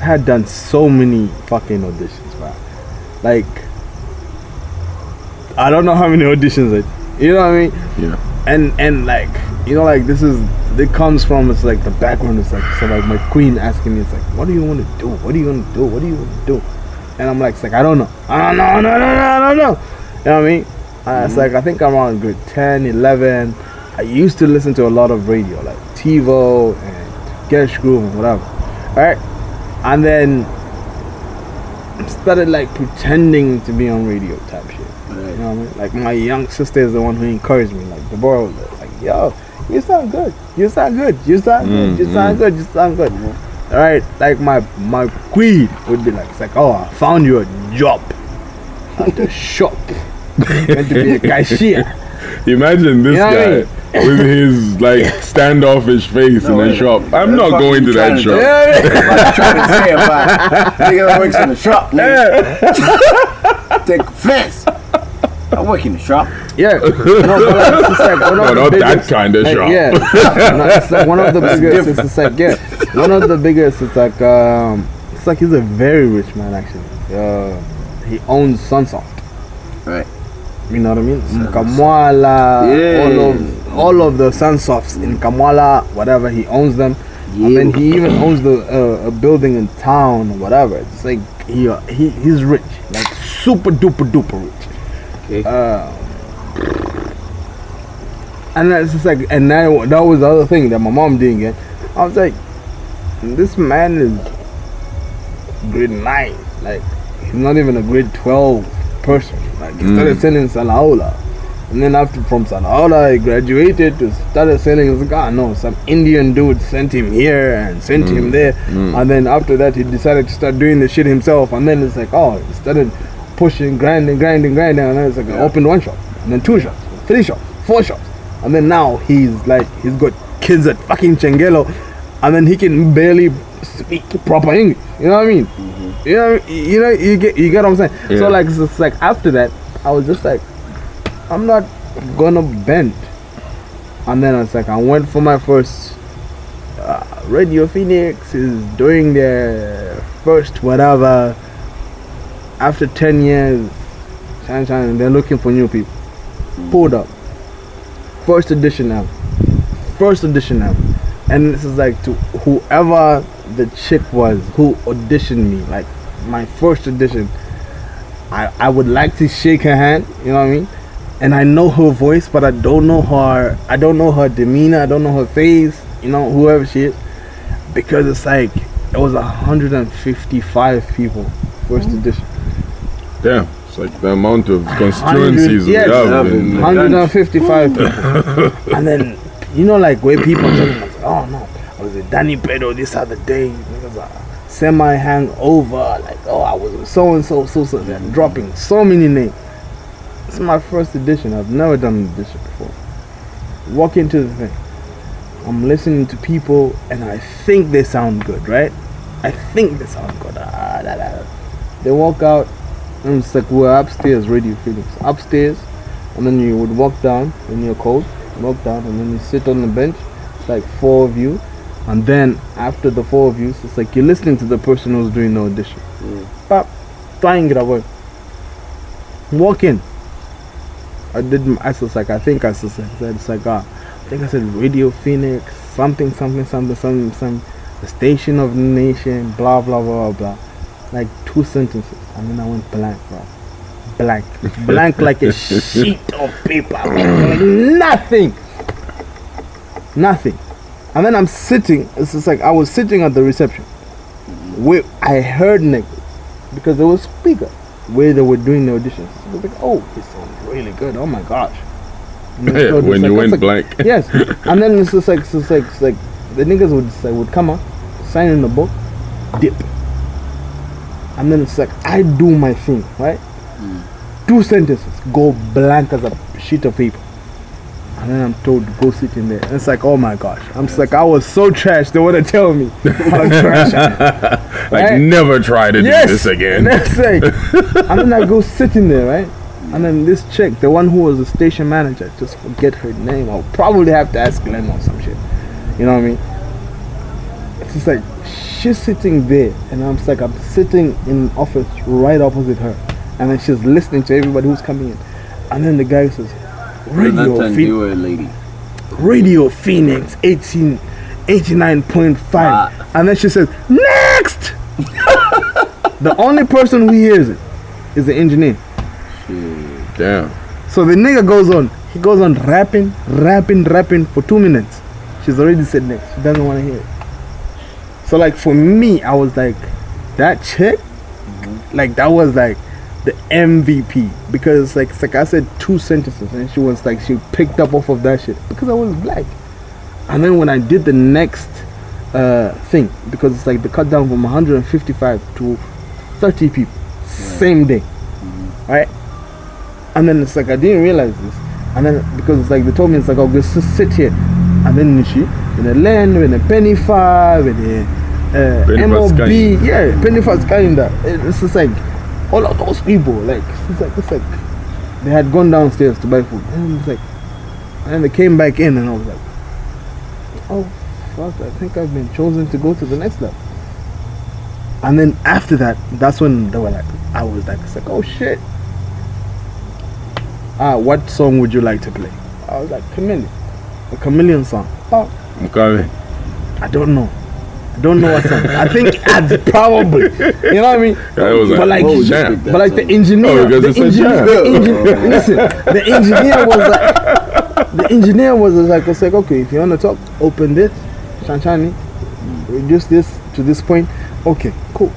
[SPEAKER 2] I had done so many fucking auditions, man. Like I don't know how many auditions. I, you know what I mean?
[SPEAKER 1] yeah.
[SPEAKER 2] and and like you know like this is it comes from it's like the background is like so like my queen asking me it's like what do you want to do what do you want to do what do you want to do and I'm like it's like I don't know I don't know I don't know I don't know, I don't know. you know what I mean uh, it's like I think I'm around grade 10 11 I used to listen to a lot of radio like TiVo and Gesh Groove and whatever alright and then started like pretending to be on radio type shit you
[SPEAKER 3] Right.
[SPEAKER 2] know what I mean? Like my young sister is the one who encouraged me. Like the boy was like, "Yo, you sound good. You sound good. You sound good.
[SPEAKER 1] Mm-hmm.
[SPEAKER 2] You sound good. You sound good." All right. Like my my queen would be like, "It's like, oh, I found you a job at the shop. Meant to be a cashier."
[SPEAKER 1] Imagine this
[SPEAKER 2] You know what I
[SPEAKER 1] guy
[SPEAKER 2] mean?
[SPEAKER 1] with his like standoffish face
[SPEAKER 3] No,
[SPEAKER 1] in
[SPEAKER 3] wait.
[SPEAKER 1] that shop. I'm
[SPEAKER 3] That's
[SPEAKER 1] not
[SPEAKER 3] what
[SPEAKER 1] going
[SPEAKER 3] you
[SPEAKER 1] to that
[SPEAKER 3] trying to
[SPEAKER 1] shop.
[SPEAKER 3] do.
[SPEAKER 2] Yeah, yeah.
[SPEAKER 3] I'm trying to say about nigga that works in the shop, nigga. Take offense. I work in the shop.
[SPEAKER 2] Yeah. No, but like, it's like one of
[SPEAKER 1] No,
[SPEAKER 2] the
[SPEAKER 1] not
[SPEAKER 2] biggest,
[SPEAKER 1] that kind of
[SPEAKER 2] Like,
[SPEAKER 1] shop.
[SPEAKER 2] yeah, No, it's like one of the biggest. It's just like yeah, one of the biggest. It's like um, it's like he's a very rich man actually. Uh, he owns Sunsoft.
[SPEAKER 3] Right.
[SPEAKER 2] You know what I mean? Kamwala,
[SPEAKER 3] Yeah.
[SPEAKER 2] all of all of the Sunsofts in Kamwala, whatever he owns them. And then he even owns the uh, a building in town, or whatever. It's like he uh, he he's rich, like super duper duper rich.
[SPEAKER 3] Uh,
[SPEAKER 2] And that's just like, and that, that was the other thing that my mom didn't get. I was like, this man is grade nine. Like, he's not even a grade 12 person. Like, he started selling Salaola. And then after from Salaola, he graduated to started selling. It's like, ah, no, some Indian dude sent him here and sent him there. And then after that, he decided to start doing the shit himself. And then it's like, oh, he started pushing, grinding, grinding, grinding. And then it's like, I opened one shop, and then two shops, three shops, four shops. And then now he's like, he's got kids at fucking Chengelo. And then he can barely speak proper English. You know what I mean? You know, you know, you get, you get what I'm saying.
[SPEAKER 1] Yeah.
[SPEAKER 2] So like, it's just like after that, I was just like, I'm not gonna bend. And then it's like I went for my first uh, Radio Phoenix is doing their first whatever. After ten years, shine shine, and they're looking for new people. Pulled up, first edition now, first edition now, and this is like to whoever the chick was who auditioned me, like my first audition. I, I would like to shake her hand, you know what I mean? And I know her voice, but I don't know her. I don't know her demeanor. I don't know her face. You know, whoever she is. because it's like it was 155 people first edition.
[SPEAKER 1] Damn. It's like the amount of constituencies we
[SPEAKER 2] yes,
[SPEAKER 1] have.
[SPEAKER 3] seven.
[SPEAKER 1] in-
[SPEAKER 3] Hundred-
[SPEAKER 2] 155 people. and then, you know, like where people are talking about, oh no, I was with Danny Pedro this other day. Niggas are semi hangover. Like, oh, I was with so and so, so so. They're dropping so many names. It's my first edition. I've never done an edition before. Walk into the thing. I'm listening to people and I think they sound good, right? I think they sound good. Ah, da, da, da. They walk out and it's like we're upstairs, Radio Phoenix. Upstairs, and then you would walk down when you're cold, walk down, and then you sit on the bench. It's like four of you, and then after the four of you, it's like you're listening to the person who's doing the audition. Pop, flying it away. Walk in. I did my I was like I think I was like, said it's like ah, I think I said Radio Phoenix, something, something, something, something, some the station of the nation, blah blah blah blah. blah. Like two sentences, and then I went blank, bro blank, blank like a sheet of paper, like nothing, nothing. And then I'm sitting. It's just like I was sitting at the reception. Where I heard niggas because there was speaker where they were doing the auditions. I was like, oh, this sounds really good. Oh my gosh. And they showed
[SPEAKER 1] when
[SPEAKER 2] us,
[SPEAKER 1] you went
[SPEAKER 2] like, that's
[SPEAKER 1] blank.
[SPEAKER 2] like- yes. And then it's just like, it's just like, it's like the niggas would just like, would come up, sign in the book, dip. And then it's like I do my thing, right? Two sentences go blank as a sheet of paper. And then I'm told to go sit in there. And it's like, oh my gosh. I'm just like, I was so trash. They want to tell me how trash I am.
[SPEAKER 1] Like
[SPEAKER 2] Right.
[SPEAKER 1] never try to
[SPEAKER 2] Yes.
[SPEAKER 1] do this again.
[SPEAKER 2] Next thing. and then I go sit in there, right? And then this chick, the one who was the station manager, just forget her name. I'll probably have to ask Glenn or some shit. You know what I mean? It's just like she's sitting there, and I'm just like I'm sitting in an office right opposite her, and then she's listening to everybody who's coming in, and then the guy says,
[SPEAKER 3] that
[SPEAKER 2] "Radio,
[SPEAKER 3] time
[SPEAKER 2] Phoenix,
[SPEAKER 3] you were a lady.
[SPEAKER 2] Radio Phoenix 18, 89.5. And then she says, Next! the only person who hears it is the engineer.
[SPEAKER 3] Shit.
[SPEAKER 1] Damn.
[SPEAKER 2] So the nigga goes on. He goes on rapping, rapping, rapping for two minutes. She's already said next. She doesn't want to hear it. So like for me, I was like, that chick, like that was like the MVP because like it's like I said two sentences and she was like she picked up off of that shit because I was black. And then when I did the next uh, thing, because it's like the cut down from 155 to 30 people, same day, right? And then it's like I didn't realize this, and then because it's like they told me it's like I'll just sit here, and then she, when I land, when a penny five, when a uh,
[SPEAKER 1] Penny Far's
[SPEAKER 2] MOB,
[SPEAKER 1] kind.
[SPEAKER 2] yeah, penny five's calendar. It's just like all of those people, like it's like it's like they had gone downstairs to buy food, and it's like, and they came back in, and I was like. Oh, fuck, I think I've been chosen to go to the next level. And then after that, that's when they were like, I was like, it's like, oh shit. Ah, what song would you like to play? I was like, Chameleon. A chameleon song. Oh,
[SPEAKER 1] I'm coming.
[SPEAKER 2] I don't know. I don't know what song. I think I'd probably. You know what I mean?
[SPEAKER 1] Yeah, it was
[SPEAKER 2] but
[SPEAKER 1] like,
[SPEAKER 2] like,
[SPEAKER 1] oh,
[SPEAKER 3] shit.
[SPEAKER 1] damn.
[SPEAKER 3] That
[SPEAKER 2] but like the
[SPEAKER 3] song.
[SPEAKER 2] engineer,
[SPEAKER 1] Oh, because
[SPEAKER 2] the
[SPEAKER 1] it's a
[SPEAKER 2] engineer,
[SPEAKER 1] jam.
[SPEAKER 2] the engineer listen, the engineer was like, the engineer was like, was like, okay, if you want to talk, open this, shanshani, reduce this to this point. Okay, cool.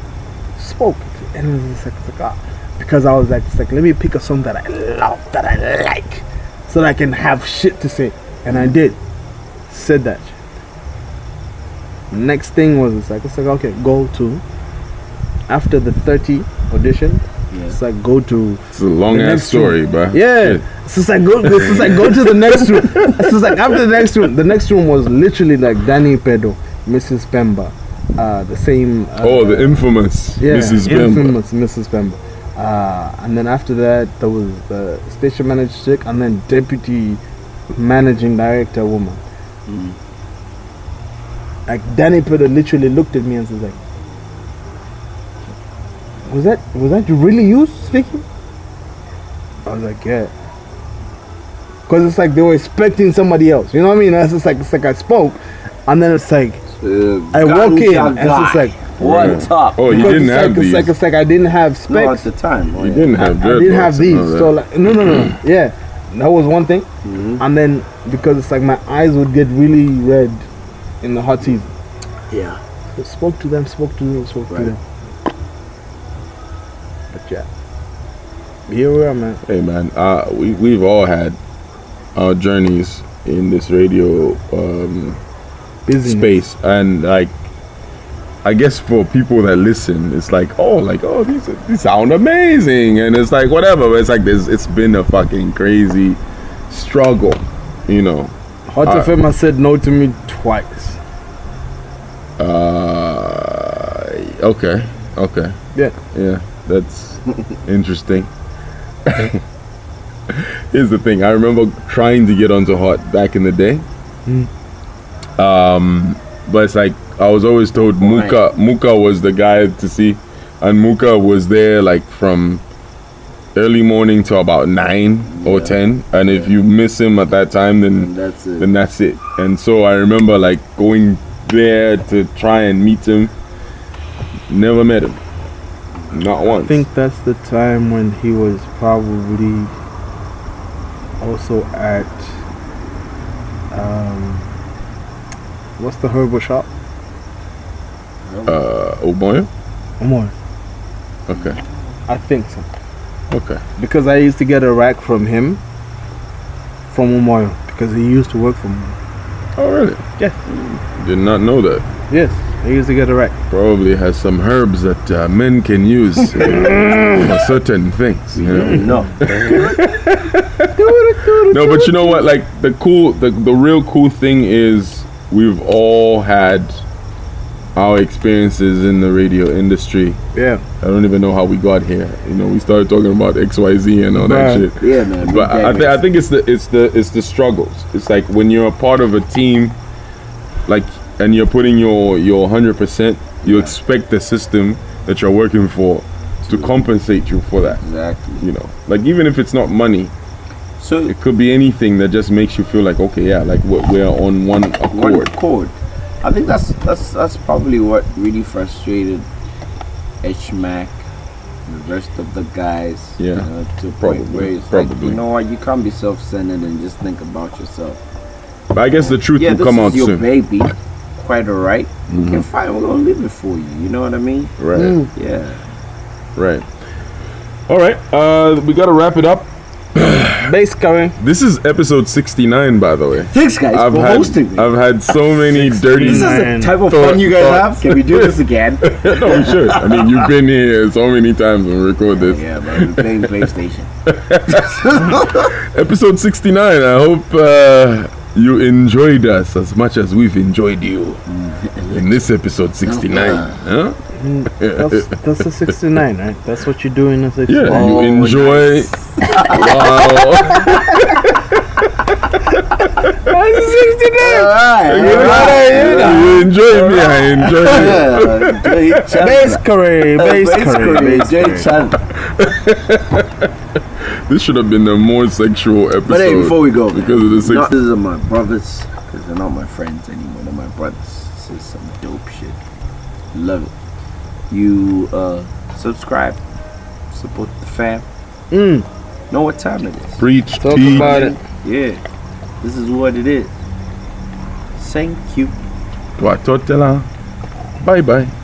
[SPEAKER 2] Spoke, and it was just like, it's like, ah, because I was like, it's like, let me pick a song that I love, that I like, so that I can have shit to say, and I did, said that. shit. Next thing was it's like, it's like, okay, go to. After the 30 audition,
[SPEAKER 3] Yeah.
[SPEAKER 2] it's like go to
[SPEAKER 1] It's a long
[SPEAKER 2] The
[SPEAKER 1] ass
[SPEAKER 2] next
[SPEAKER 1] story, bro.
[SPEAKER 2] yeah. So it's like go. It's just like go to the next room. So it's like after the next room. The next room was literally like Danny Pedro, Mrs. Pemba, uh, the same. Uh,
[SPEAKER 1] Oh, the infamous
[SPEAKER 2] yeah,
[SPEAKER 1] Mrs. Bimba.
[SPEAKER 2] infamous Mrs. Pemba. Uh, and then after that, there was the station manager chick, and then deputy managing director woman.
[SPEAKER 1] Mm.
[SPEAKER 2] Like Danny Pedro literally looked at me and was like, "Was that was that really you speaking?" I was like, "Yeah." Cause it's like they were expecting somebody else. You know what I mean? That's just like it's like I spoke, and then it's like
[SPEAKER 3] Uh,
[SPEAKER 2] I walk in
[SPEAKER 3] Garuda
[SPEAKER 2] and it's just
[SPEAKER 3] guy.
[SPEAKER 2] like
[SPEAKER 3] What's up?
[SPEAKER 1] Oh, you
[SPEAKER 2] because
[SPEAKER 1] didn't
[SPEAKER 2] it's
[SPEAKER 1] have
[SPEAKER 2] like,
[SPEAKER 1] these.
[SPEAKER 2] It's like, it's like I didn't have
[SPEAKER 3] no, at
[SPEAKER 2] specs.
[SPEAKER 3] the time. Oh,
[SPEAKER 1] you
[SPEAKER 3] yeah.
[SPEAKER 1] didn't have
[SPEAKER 2] I didn't have
[SPEAKER 1] dreadlocks and
[SPEAKER 2] these.
[SPEAKER 1] all that. Mm.
[SPEAKER 2] So like, no, no, no, no. yeah, that was one thing.
[SPEAKER 3] Mm-hmm.
[SPEAKER 2] And then because it's like my eyes would get really red in the hot season.
[SPEAKER 3] Yeah.
[SPEAKER 2] I spoke to them, spoke to them, spoke
[SPEAKER 3] Right.
[SPEAKER 2] to them. But yeah. Be aware, man.
[SPEAKER 1] Hey man, uh, we we've all had our journeys in this radio um,
[SPEAKER 2] Busy.
[SPEAKER 1] space, and like, I guess for people that listen, it's like, oh, like, oh, these are- these sound amazing, and it's like whatever. But it's like there's it's been a fucking crazy struggle, you know.
[SPEAKER 2] Hot
[SPEAKER 1] Uh,
[SPEAKER 2] FM has said no to me twice.
[SPEAKER 1] Uh, okay, okay,
[SPEAKER 2] Yeah.
[SPEAKER 1] yeah, that's interesting. Here's the thing: I remember trying to get onto Hot back in the day,
[SPEAKER 2] Mm.
[SPEAKER 1] um, but it's like I was always told Muka Muka was the guy to see, and Muka was there like from early morning to about nine or
[SPEAKER 3] Yeah.
[SPEAKER 1] ten, and if you miss him at that time, then
[SPEAKER 3] And that's it.
[SPEAKER 1] then that's it. And so I remember like going there to try and meet him. Never met him. Not
[SPEAKER 2] I
[SPEAKER 1] once.
[SPEAKER 2] think that's the time when he was probably also at um, what's the herbal shop?
[SPEAKER 1] uh Oboyo?
[SPEAKER 2] Omar.
[SPEAKER 1] Okay.
[SPEAKER 2] I think so.
[SPEAKER 1] Okay.
[SPEAKER 2] Because I used to get a rack from him from Omoyo because he used to work for me.
[SPEAKER 1] Oh really?
[SPEAKER 2] Yeah.
[SPEAKER 1] Did not know that.
[SPEAKER 2] Yes, he used to get a rack.
[SPEAKER 1] Probably has some herbs that uh, men can use for certain things. You know?
[SPEAKER 3] No.
[SPEAKER 1] no, but you know what? Like the cool, the the real cool thing is we've all had our experiences in the radio industry.
[SPEAKER 2] Yeah.
[SPEAKER 1] I don't even know how we got here. You know, we started talking about X, Y, Z, and all that
[SPEAKER 2] Right.
[SPEAKER 1] shit.
[SPEAKER 3] Yeah, man.
[SPEAKER 1] But I, I, thi- I think it's the it's the it's the struggles. It's like when you're a part of a team, like and you're putting your your hundred percent. You expect the system that you're working for to compensate you for that.
[SPEAKER 3] exactly.
[SPEAKER 1] You know, like even if it's not money,
[SPEAKER 3] So
[SPEAKER 1] it could be anything that just makes you feel like okay, yeah, like we're, we're on one
[SPEAKER 3] one
[SPEAKER 1] accord.
[SPEAKER 3] chord. I think that's that's that's probably what really frustrated H Mac, the rest of the guys.
[SPEAKER 1] Yeah,
[SPEAKER 3] know, to a point
[SPEAKER 1] probably,
[SPEAKER 3] where it's Like,
[SPEAKER 1] probably.
[SPEAKER 3] you know what? You can't be self-centered and just think about yourself.
[SPEAKER 1] But I guess the truth
[SPEAKER 3] yeah,
[SPEAKER 1] will
[SPEAKER 3] this
[SPEAKER 1] come
[SPEAKER 3] is
[SPEAKER 1] out
[SPEAKER 3] your
[SPEAKER 1] soon. Mm-hmm.
[SPEAKER 3] baby. Quite alright. Okay, fine. We're gonna leave it for you. You know what I mean?
[SPEAKER 1] Right.
[SPEAKER 3] Mm. Yeah.
[SPEAKER 1] Right. All right. Uh, we got to wrap it up.
[SPEAKER 2] Base current.
[SPEAKER 1] This is episode 69, by the way.
[SPEAKER 3] Thanks, guys,
[SPEAKER 1] I've
[SPEAKER 3] for
[SPEAKER 1] had,
[SPEAKER 3] hosting me.
[SPEAKER 1] I've had so many dirty.
[SPEAKER 3] this is the
[SPEAKER 2] Man.
[SPEAKER 3] type of
[SPEAKER 1] Thought-
[SPEAKER 3] fun you guys
[SPEAKER 1] thought-
[SPEAKER 3] have. Can we do this again?
[SPEAKER 1] no, we should. I mean, you've been here so many times and record this.
[SPEAKER 3] yeah, man. We're playing PlayStation.
[SPEAKER 1] Episode 69. I hope uh, you enjoyed us as much as we've enjoyed you in this episode 69. Huh?
[SPEAKER 2] Mm, That's that's a 69, right? That's what you do in a 69.
[SPEAKER 1] Yeah, you
[SPEAKER 2] Oh,
[SPEAKER 1] enjoy. Wow.
[SPEAKER 2] Oh.
[SPEAKER 3] All right.
[SPEAKER 1] you enjoy me. I enjoy you.
[SPEAKER 3] Yeah, Jay Chandler.
[SPEAKER 2] Base curry, base curry.
[SPEAKER 3] Basically, Jay Chandler.
[SPEAKER 1] This should have been a more sexual episode.
[SPEAKER 3] But hey, before we go, man,
[SPEAKER 1] because of the
[SPEAKER 3] no,
[SPEAKER 1] sex-
[SPEAKER 3] these are my brothers. Because they're not my friends anymore. They're my brothers. This is some dope shit. Love it. You uh, subscribe, support the fam.
[SPEAKER 2] Mm.
[SPEAKER 3] Know what time it is.
[SPEAKER 1] preach,
[SPEAKER 2] Talk
[SPEAKER 1] teach,
[SPEAKER 2] about it.
[SPEAKER 3] Yeah, this is what it is. Thank you.
[SPEAKER 1] Twatotela. Bye bye.